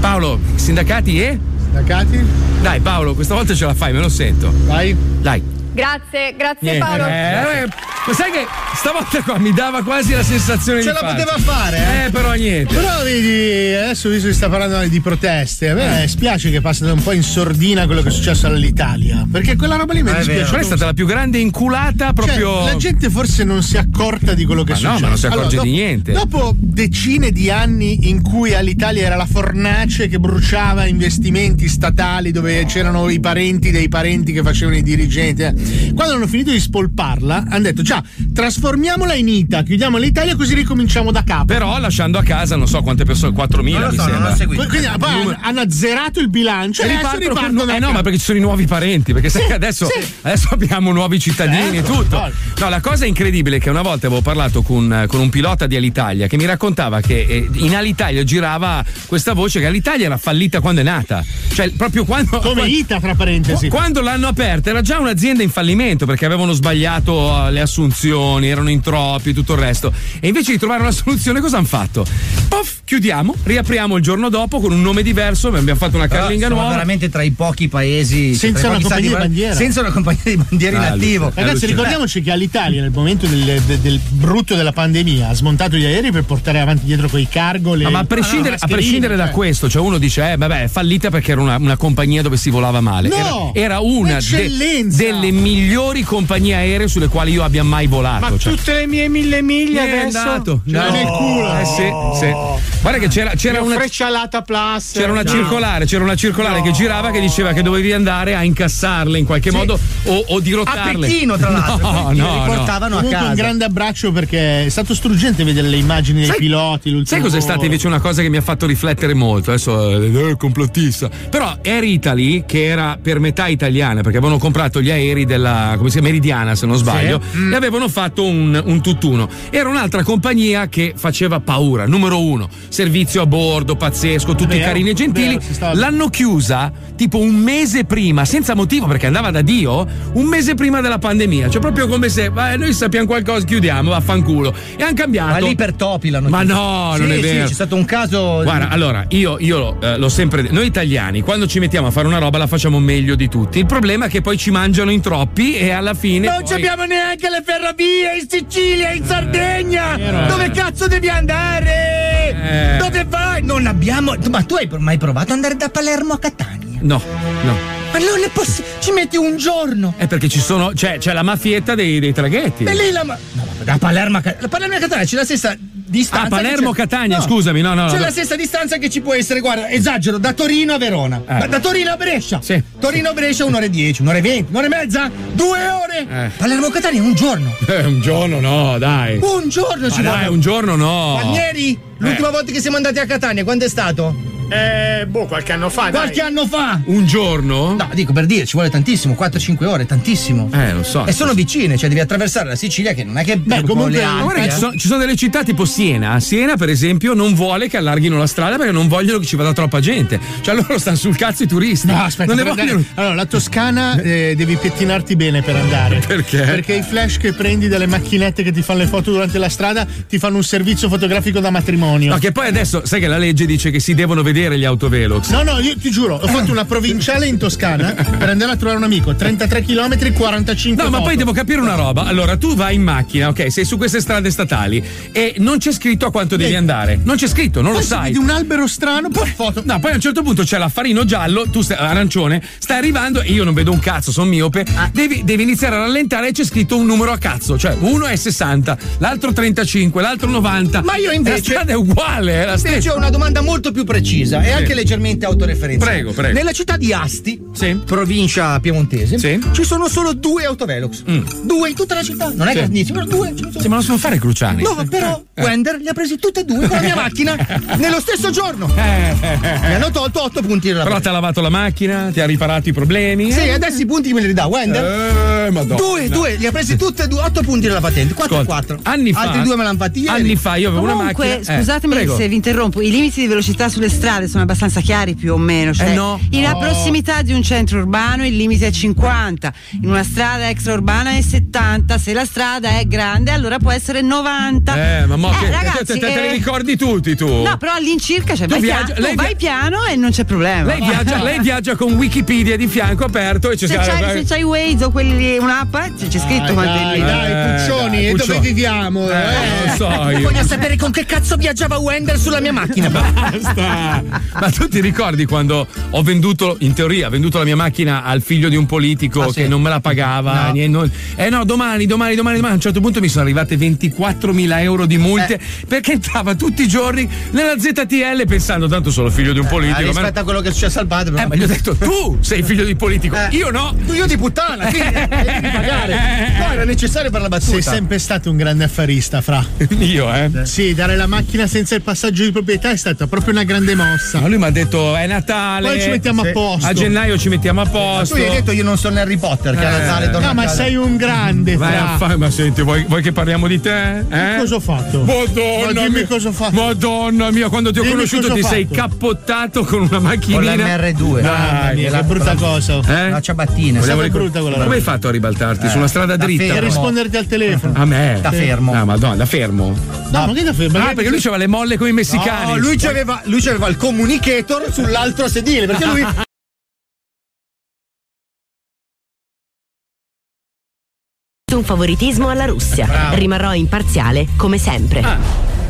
Paolo, sindacati e?
Sindacati?
Dai Paolo, questa volta ce la fai, me lo sento.
Vai.
Dai.
Grazie, grazie
Niente.
Paolo.
Eh, eh, ma sai che stavolta qua mi dava quasi la sensazione
Ce
di
la
farci.
poteva fare, eh?
Eh, però niente.
Però vedi, adesso visto che sta parlando di proteste, a
Eh.
me spiace che passano un po' in sordina quello che è successo all'Italia. Perché quella roba lì mi
Ma
è
è vero.
dispiaciuta.
Quella è stata la più grande inculata
Cioè,
proprio-
la gente forse non si è accorta di quello che
Ma
è
no,
successo.
ma non si accorge
dopo-
di niente.
Dopo decine di anni in cui all'Italia era la fornace che bruciava investimenti statali dove c'erano i parenti dei parenti che facevano i dirigenti, eh, quando hanno finito di spolparla, hanno detto: già, trasformiamola in ITA, chiudiamo l'Italia così ricominciamo da capo.
Però lasciando a casa non so quante persone, 4.000 mi sembra.
Que- Quindi ah, poi hanno, hanno azzerato il bilancio e adesso
Ripartono con-
ripartono.
eh no, ma perché ci sono i nuovi parenti? Perché sai
ecco. Sì,
che adesso,
sì.
adesso abbiamo nuovi cittadini e
Certo,
tutto.
certo.
No, la cosa incredibile è che una volta avevo parlato con, con un pilota di Alitalia che mi raccontava che eh, in Alitalia girava questa voce che Alitalia era fallita quando è nata. Cioè, proprio quando.
Come
quando-
ITA, tra parentesi.
Qu- Quando l'hanno aperta era già un'azienda in fallimento perché avevano sbagliato eh, le assunzioni, erano in troppi, tutto il resto. E invece di trovare una soluzione, cosa hanno fatto? Pof, chiudiamo, riapriamo il giorno dopo con un nome diverso, abbiamo fatto una
Però
carlinga
Ah, siamo
nuova.
veramente tra i pochi paesi cioè,
Senza
tra i
una
pochi stati
compagnia di
pa-
bandiera.
senza una compagnia di bandiera in
Ah,
attivo
Eh,
Ragazzi, ricordiamoci che all'Italia, nel momento del, de- del brutto della pandemia, ha smontato gli aerei per portare avanti dietro coi cargo. Le,
No, ma a
Ah,
prescindere,
no,
a
mascherine,
prescindere da
cioè.
questo, cioè uno dice, eh, vabbè, è fallita perché era una, una compagnia dove si volava male.
No!
era, era una de- delle migliori compagnie aeree sulle quali io abbia mai volato.
Ma
cioè.
tutte le mie mille miglia
Mi è
adesso
andato.
Ce l'hai
No.
nel culo.
Eh sì, sì. No. Guarda che c'era, c'era una.
freccialata plus.
C'era una circolare, c'era una circolare che girava che diceva che dovevi andare a incassarle in qualche modo o, o dirottarle. No, no, no.
Comunque un grande abbraccio perché è stato struggente vedere le immagini dei
Sai-
piloti. l'ultimo
Sai cos'è stata
volo.
invece una cosa che mi ha fatto riflettere molto? Adesso eh, eh, complottista. Però Air Italy, che era per metà italiana, perché avevano comprato gli aerei della come si chiama, Meridiana, se non sbaglio,
Mm.
e avevano fatto un, un tutt'uno. Era un'altra compagnia che faceva paura, numero uno. Servizio a bordo, pazzesco, tutti
Vero,
carini e gentili.
vero, si stava-
L'hanno chiusa tipo un mese prima, senza motivo, perché andava da Dio, un mese prima della pandemia. Cioè, proprio come se "Vai, noi sappiamo qualcosa, chiudiamo, vaffanculo. E hanno cambiato.
Ma lì per topi l'hanno
Ma
chiuso.
no, non
Sì,
è
sì,
vero.
c'è stato un caso.
Guarda, allora, io, io, eh, l'ho sempre detto. Noi italiani, quando ci mettiamo a fare una roba, la facciamo meglio di tutti. Il problema è che poi ci mangiano in troppi e alla fine.
Non ci
poi-
abbiamo neanche le ferrovie in Sicilia, in Sardegna!
vero.
Dove cazzo devi andare?
Eh.
Dove vai?
Non abbiamo. Ma tu hai mai provato ad andare da Palermo a Catania?
No, no.
Ma non è possibile. Ci metti un giorno.
È perché ci sono. C'è, c'è la mafietta dei, dei traghetti.
E lì la. ma- No, ma da Palermo a Catania. La Palermo a Catania c'è la stessa distanza.
Ah,
che
Palermo,
c'è-
Catania, scusami, no, no,
C'è
no.
la stessa distanza che ci può essere, guarda, esagero, da Torino a Verona.
Eh.
Ma Da Torino a Brescia. Sì. Torino a Brescia un'ora e dieci, un'ora e venti, un'ora e mezza, due ore.
Eh.
Palermo Catania un giorno.
Eh, un giorno no, dai.
Un giorno
Ma
ci
dai,
vuole.
un giorno no.
Palmieri, l'ultima
Eh.
volta che siamo andati a Catania, quando è stato?
Eh, boh, qualche anno fa.
Qualche anno fa.
Un giorno?
No, dico per dire, ci vuole tantissimo, 4-5 ore, tantissimo.
Eh, lo so.
E sono vicine, cioè devi attraversare la Sicilia che non è che Beh,
Ma guarda che
eh.
ci, sono, ci sono delle città tipo Siena. Siena, per esempio, non vuole che allarghino la strada perché non vogliono che ci vada troppa gente. Cioè, loro stanno sul cazzo i turisti.
No, aspetta,
non ne
per andare-
vogliono.
Allora, la Toscana eh, devi pettinarti bene per andare.
Perché?
Perché i flash che prendi dalle macchinette che ti fanno le foto durante la strada ti fanno un servizio fotografico da matrimonio.
No, che poi adesso, sai che la legge dice che si devono vedere gli autovelox.
No, no, io ti giuro, ho fatto una provinciale in Toscana per andare a trovare un amico. 33 km, 45
No, ma poi devo capire una roba. Allora, tu vai in macchina, ok, sei su queste strade statali e non c'è scritto a quanto devi andare. Non c'è scritto, non
Poi
lo
se
sai.
vedi un albero strano, poi foto.
No, poi a un certo punto c'è l'affarino giallo, tu stai arancione, stai arrivando e io non vedo un cazzo, sono miope.
Ah.
Devi, devi iniziare a rallentare e c'è scritto un numero a cazzo, cioè uno è 60, l'altro 35, l'altro 90.
Ma io
La
invece.
strada è uguale, è la
Invece
stessa.
ho una domanda molto più precisa e
Sì.
anche leggermente autoreferenziale.
Prego, prego.
Nella città di Asti, provincia piemontese, ci sono solo due autovelox. Due in tutta la città. Non è
Mm. Sì.
che ne sono due. ce ne sono.
Sì, ma lo sono fare Cruciani. Eh.
No, però Wender li ha presi tutti e due con la mia macchina nello stesso giorno.
Eh.
Mi hanno tolto 8 punti della
Però ti ha lavato la macchina, ti ha riparato i problemi.
Sì,
Eh,
adesso i punti che me li ridà Wender.
Eh, madonna.
Due, due, li ha presi tutti e due, 8 punti della patente, 4 e 4.
Anni fa-
Altri due me l'hanno fatti ieri.
Anni fa io avevo una
Comunque,
Comunque,
macchina- eh,
scusatemi
prego.
se vi interrompo, i limiti di velocità sulle strade sono abbastanza chiari più o meno. Cioè,
Eh no.
In la
No.
prossimità di un centro urbano il limite è 50, in una strada extraurbana è 70, se la strada è grande allora può essere 90.
Eh, ma mo
Eh,
che-
ragazzi,
te, te- te
eh,
li ricordi tutti tu?
No, però all'incirca cioè,
Tu
vai,
viaggia-
piano,
lei
vai
via-
piano e non c'è problema.
Lei viaggia, cioè, lei viaggia con Wikipedia di fianco aperto e c'è
Eh, se, c'hai, se c'hai Waze o quelli, un'app, eh, c'è scritto quanto è il
Dai,
limite.
dai, Puccioni,
Eh, dai,
e dove
Puccioni.
viviamo?
Eh, non so io.
Voglio sapere con che cazzo viaggiava Wender sulla mia macchina.
Basta. Ma tu ti ricordi quando ho venduto, in teoria, ho venduto la mia macchina al figlio di un politico che non me la pagava?
Ah, No.
nie- non- eh no, domani, domani, domani, domani. A un certo punto mi sono arrivate 24.000 euro di multe
Eh.
perché entrava tutti i giorni nella ZTL pensando tanto sono figlio di un
Ah,
politico. ma...
rispetto a quello che è successo al padre, Eh, però.
Eh, ma gli ho detto tu sei figlio di politico, io no.
Io di puttana, sì, eh, devi pagare. No, era necessario per la battuta.
Sei sempre stato un grande affarista, Fra.
Io, eh.
Sì, dare la macchina senza il passaggio di proprietà è stata proprio una grande mossa.
Ma lui mi ha detto è Natale.
Poi ci mettiamo a Sì. posto.
A gennaio ci mettiamo a
Ma Eh, tu
posto.
gli hai detto io non sono Harry Potter, che a Natale torna
Eh. No,
a
ma
casa.
sei un grande,
Vai a
Fra.
fa- ma senti, vuoi, vuoi che parliamo di te? Eh?
Cosa ho fatto? Ma
Madonna,
dimmi
mia-
cosa ho fatto.
Madonna mia, quando ti ho
Dimmi
conosciuto
cosa ho
ti
fatto.
sei cappottato con una
Con
macchinina.
l'MR2.
Dai,
mia,
la
che brutta cosa.
Eh?
La ciabattina.
Vogliamo
Stavo
ricor-
brutta quella
Come
roba.
hai fatto a ribaltarti?
Eh,
Su una strada
da
dritta?
Per
fermo.
risponderti al telefono.
A me?
Da fermo.
Ah, madonna, da fermo.
No, ma che da fermo?
Ah, perché lui aveva le molle come i messicani.
No, lui c'aveva, lui c'aveva il communicator sull'altro sedile, perché lui
Un favoritismo alla Russia. Rimarrò imparziale come sempre.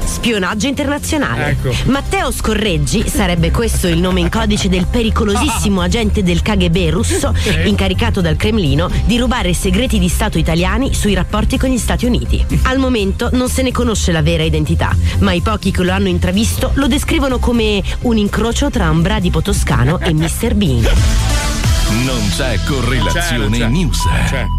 Spionaggio internazionale.
Ah. Ecco.
Matteo Scorreggi sarebbe questo il nome in codice del pericolosissimo agente del KGB russo
Ah. Sì.
incaricato dal Cremlino di rubare segreti di Stato italiani sui rapporti con gli Stati Uniti. Al momento non se ne conosce la vera identità, ma i pochi che lo hanno intravisto lo descrivono come un incrocio tra un bradipo toscano e Mr. Bean.
Non c'è correlazione
C'è, non c'è.
news. Eh,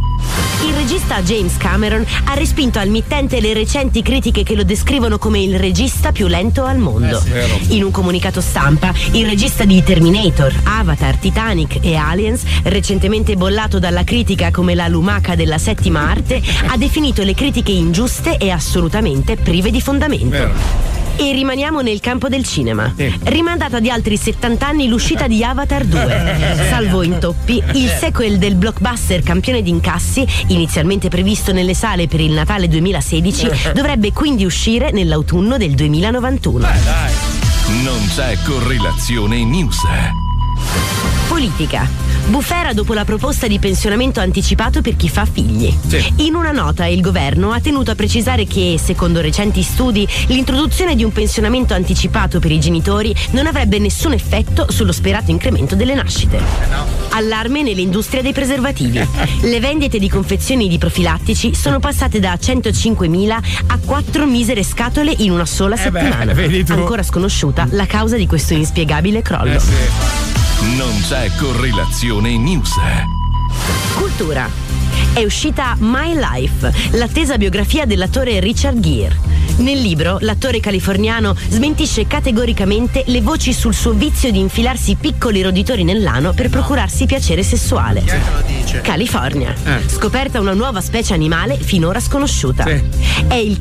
Il regista James Cameron ha respinto al mittente le recenti critiche che lo descrivono come il regista più lento al mondo.
Eh sì, vero.
In un comunicato stampa, il regista di Terminator, Avatar, Titanic e Aliens, recentemente bollato dalla critica come la lumaca della settima arte, ha definito le critiche ingiuste e assolutamente prive di fondamento. E rimaniamo nel campo del cinema. Rimandata di altri 70 anni l'uscita di Avatar
Eh.
2. Salvo intoppi, il sequel del blockbuster campione di incassi, inizialmente previsto nelle sale per il Natale 2016, dovrebbe quindi uscire nell'autunno del 2091.
Non c'è correlazione news. Eh,
Politica. Bufera dopo la proposta di pensionamento anticipato per chi fa figli. In una nota il governo ha tenuto a precisare che, secondo recenti studi, l'introduzione di un pensionamento anticipato per i genitori non avrebbe nessun effetto sullo sperato incremento delle nascite.
Eh,
Allarme nell'industria dei preservativi. Le vendite di confezioni di profilattici sono passate da 105.000 a 4 misere scatole in una sola
Eh beh,
settimana.
vedi tu.
Ancora sconosciuta la causa di questo inspiegabile crollo.
Non c'è correlazione news. Eh.
Cultura. È uscita My Life, l'attesa biografia dell'attore Richard Gere. Nel libro, l'attore californiano smentisce categoricamente le voci sul suo vizio di infilarsi piccoli roditori nell'ano per procurarsi piacere sessuale. California.
Eh.
Scoperta una nuova specie animale finora sconosciuta. È il.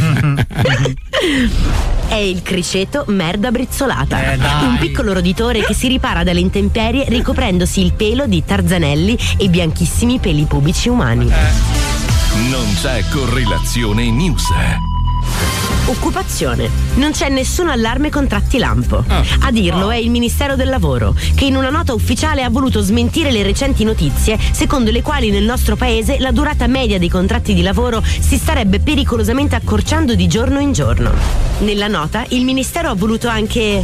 Mm-hmm.
È il criceto merda brizzolata. un piccolo roditore che si ripara dalle intemperie ricoprendosi il pelo di tarzanelli e bianchissimi peli pubici umani.
Non c'è correlazione news.
Occupazione. Non c'è nessun allarme contratti lampo. A dirlo è il Ministero del Lavoro, che in una nota ufficiale ha voluto smentire le recenti notizie secondo le quali nel nostro paese la durata media dei contratti di lavoro si starebbe pericolosamente accorciando di giorno in giorno. Nella nota il Ministero ha voluto anche...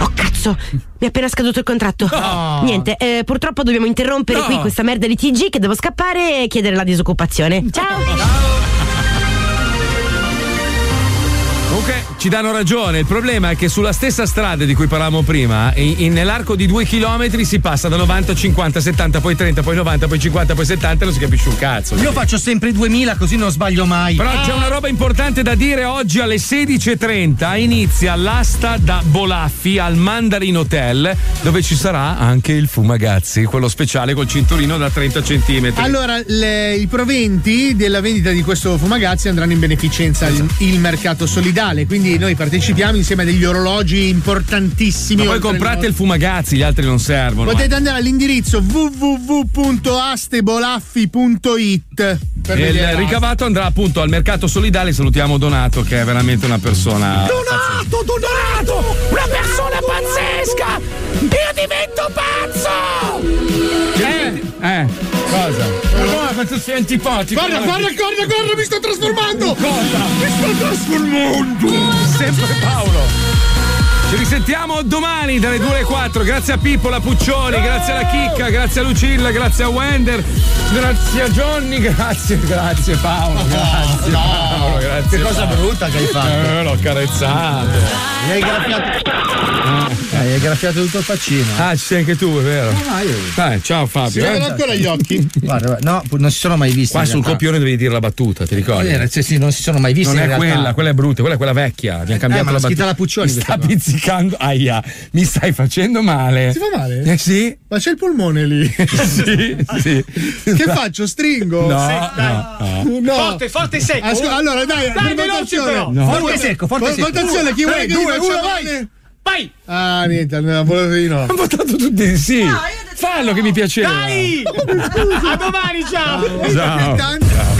Oh cazzo! Mi è appena scaduto il contratto.
No.
Niente, eh, purtroppo dobbiamo interrompere
No.
qui questa merda di TG che devo scappare e chiedere la disoccupazione. Ciao!
Comunque ci danno ragione, il problema è che sulla stessa strada di cui parlavamo prima, in- in- nell'arco di due chilometri si passa da 90 a 50, 70, poi 30, poi 90, poi 50, poi 70 e non si capisce un cazzo.
Io faccio sempre i 2000 così non sbaglio mai.
Però c'è una roba importante da dire oggi alle 16.30 inizia l'asta da Bolaffi al Mandarin Hotel dove ci sarà anche il Fumagazzi, quello speciale col cinturino da 30 cm.
Allora, le- i proventi della vendita di questo fumagazzi andranno in beneficenza al
Esatto.
il mercato solidale, quindi noi partecipiamo insieme a degli orologi importantissimi.
Ma poi
oltre il
comprate
nostro.
il Fumagazzi, gli altri non servono. eh.
Potete andare all'indirizzo www.astebolaffi.it per
E
vedere
Il ricavato andrà appunto al mercato solidale. Salutiamo Donato, che è veramente una persona.
Donato, Donato! Una persona pazzesca! Io divento pazzo!
Eh, cosa?
Ma quanto sei antipatico! Guarda, guarda, guarda, guarda, mi sto trasformando! Cosa? Mi sto trasformando!
Sempre Paolo! Ci risentiamo domani dalle 2 alle 4. Grazie a Pippola Puccioni, grazie alla Chicca, grazie a Lucilla, grazie a Wender, grazie a Johnny, grazie, grazie Paolo, grazie Paolo, grazie.
Che cosa brutta che hai fatto.
Eh, l'ho carezzato.
Gli hai graffiato. Eh, gli hai graffiato tutto il faccino.
Ah, ci sei anche tu, è vero?
No, no, io.
Dai, ciao
Ah,
Fabio. eh.
occhi? Guarda, guarda, no, non si sono mai visti.
Qua
in
sul
realtà.
copione devi dire la battuta, ti ricordi?
Eh, sì, sì, non si sono mai visti. in
non è
realtà. Eh,
quella, quella è brutta, quella è quella vecchia. Abbiamo cambiato
ma l'ha
la battuta.
scritta la Puccioni
Mi
questa
sta
qua.
pizzicando. Aia, mi stai facendo male.
Si fa male?
Eh sì.
Ma c'è il polmone lì.
sì, sì.
Che faccio? Stringo?
No,
Sì, dai.
no, no.
Forte,
forte e secco.
Asco- allora, dai,
Dai, veloce
votazione.
però. No. Forte e secco, forte e
Vo-
secco.
Votazione, chi
Uno,
vuole che
tre,
gli
due,
faccia
uno, vai.
male?
Vai!
Ah, niente, allora volevo di no.
Hanno votato tutti sì. Fallo che mi piaceva.
Ah,
Dai! A domani, ciao!
Ciao.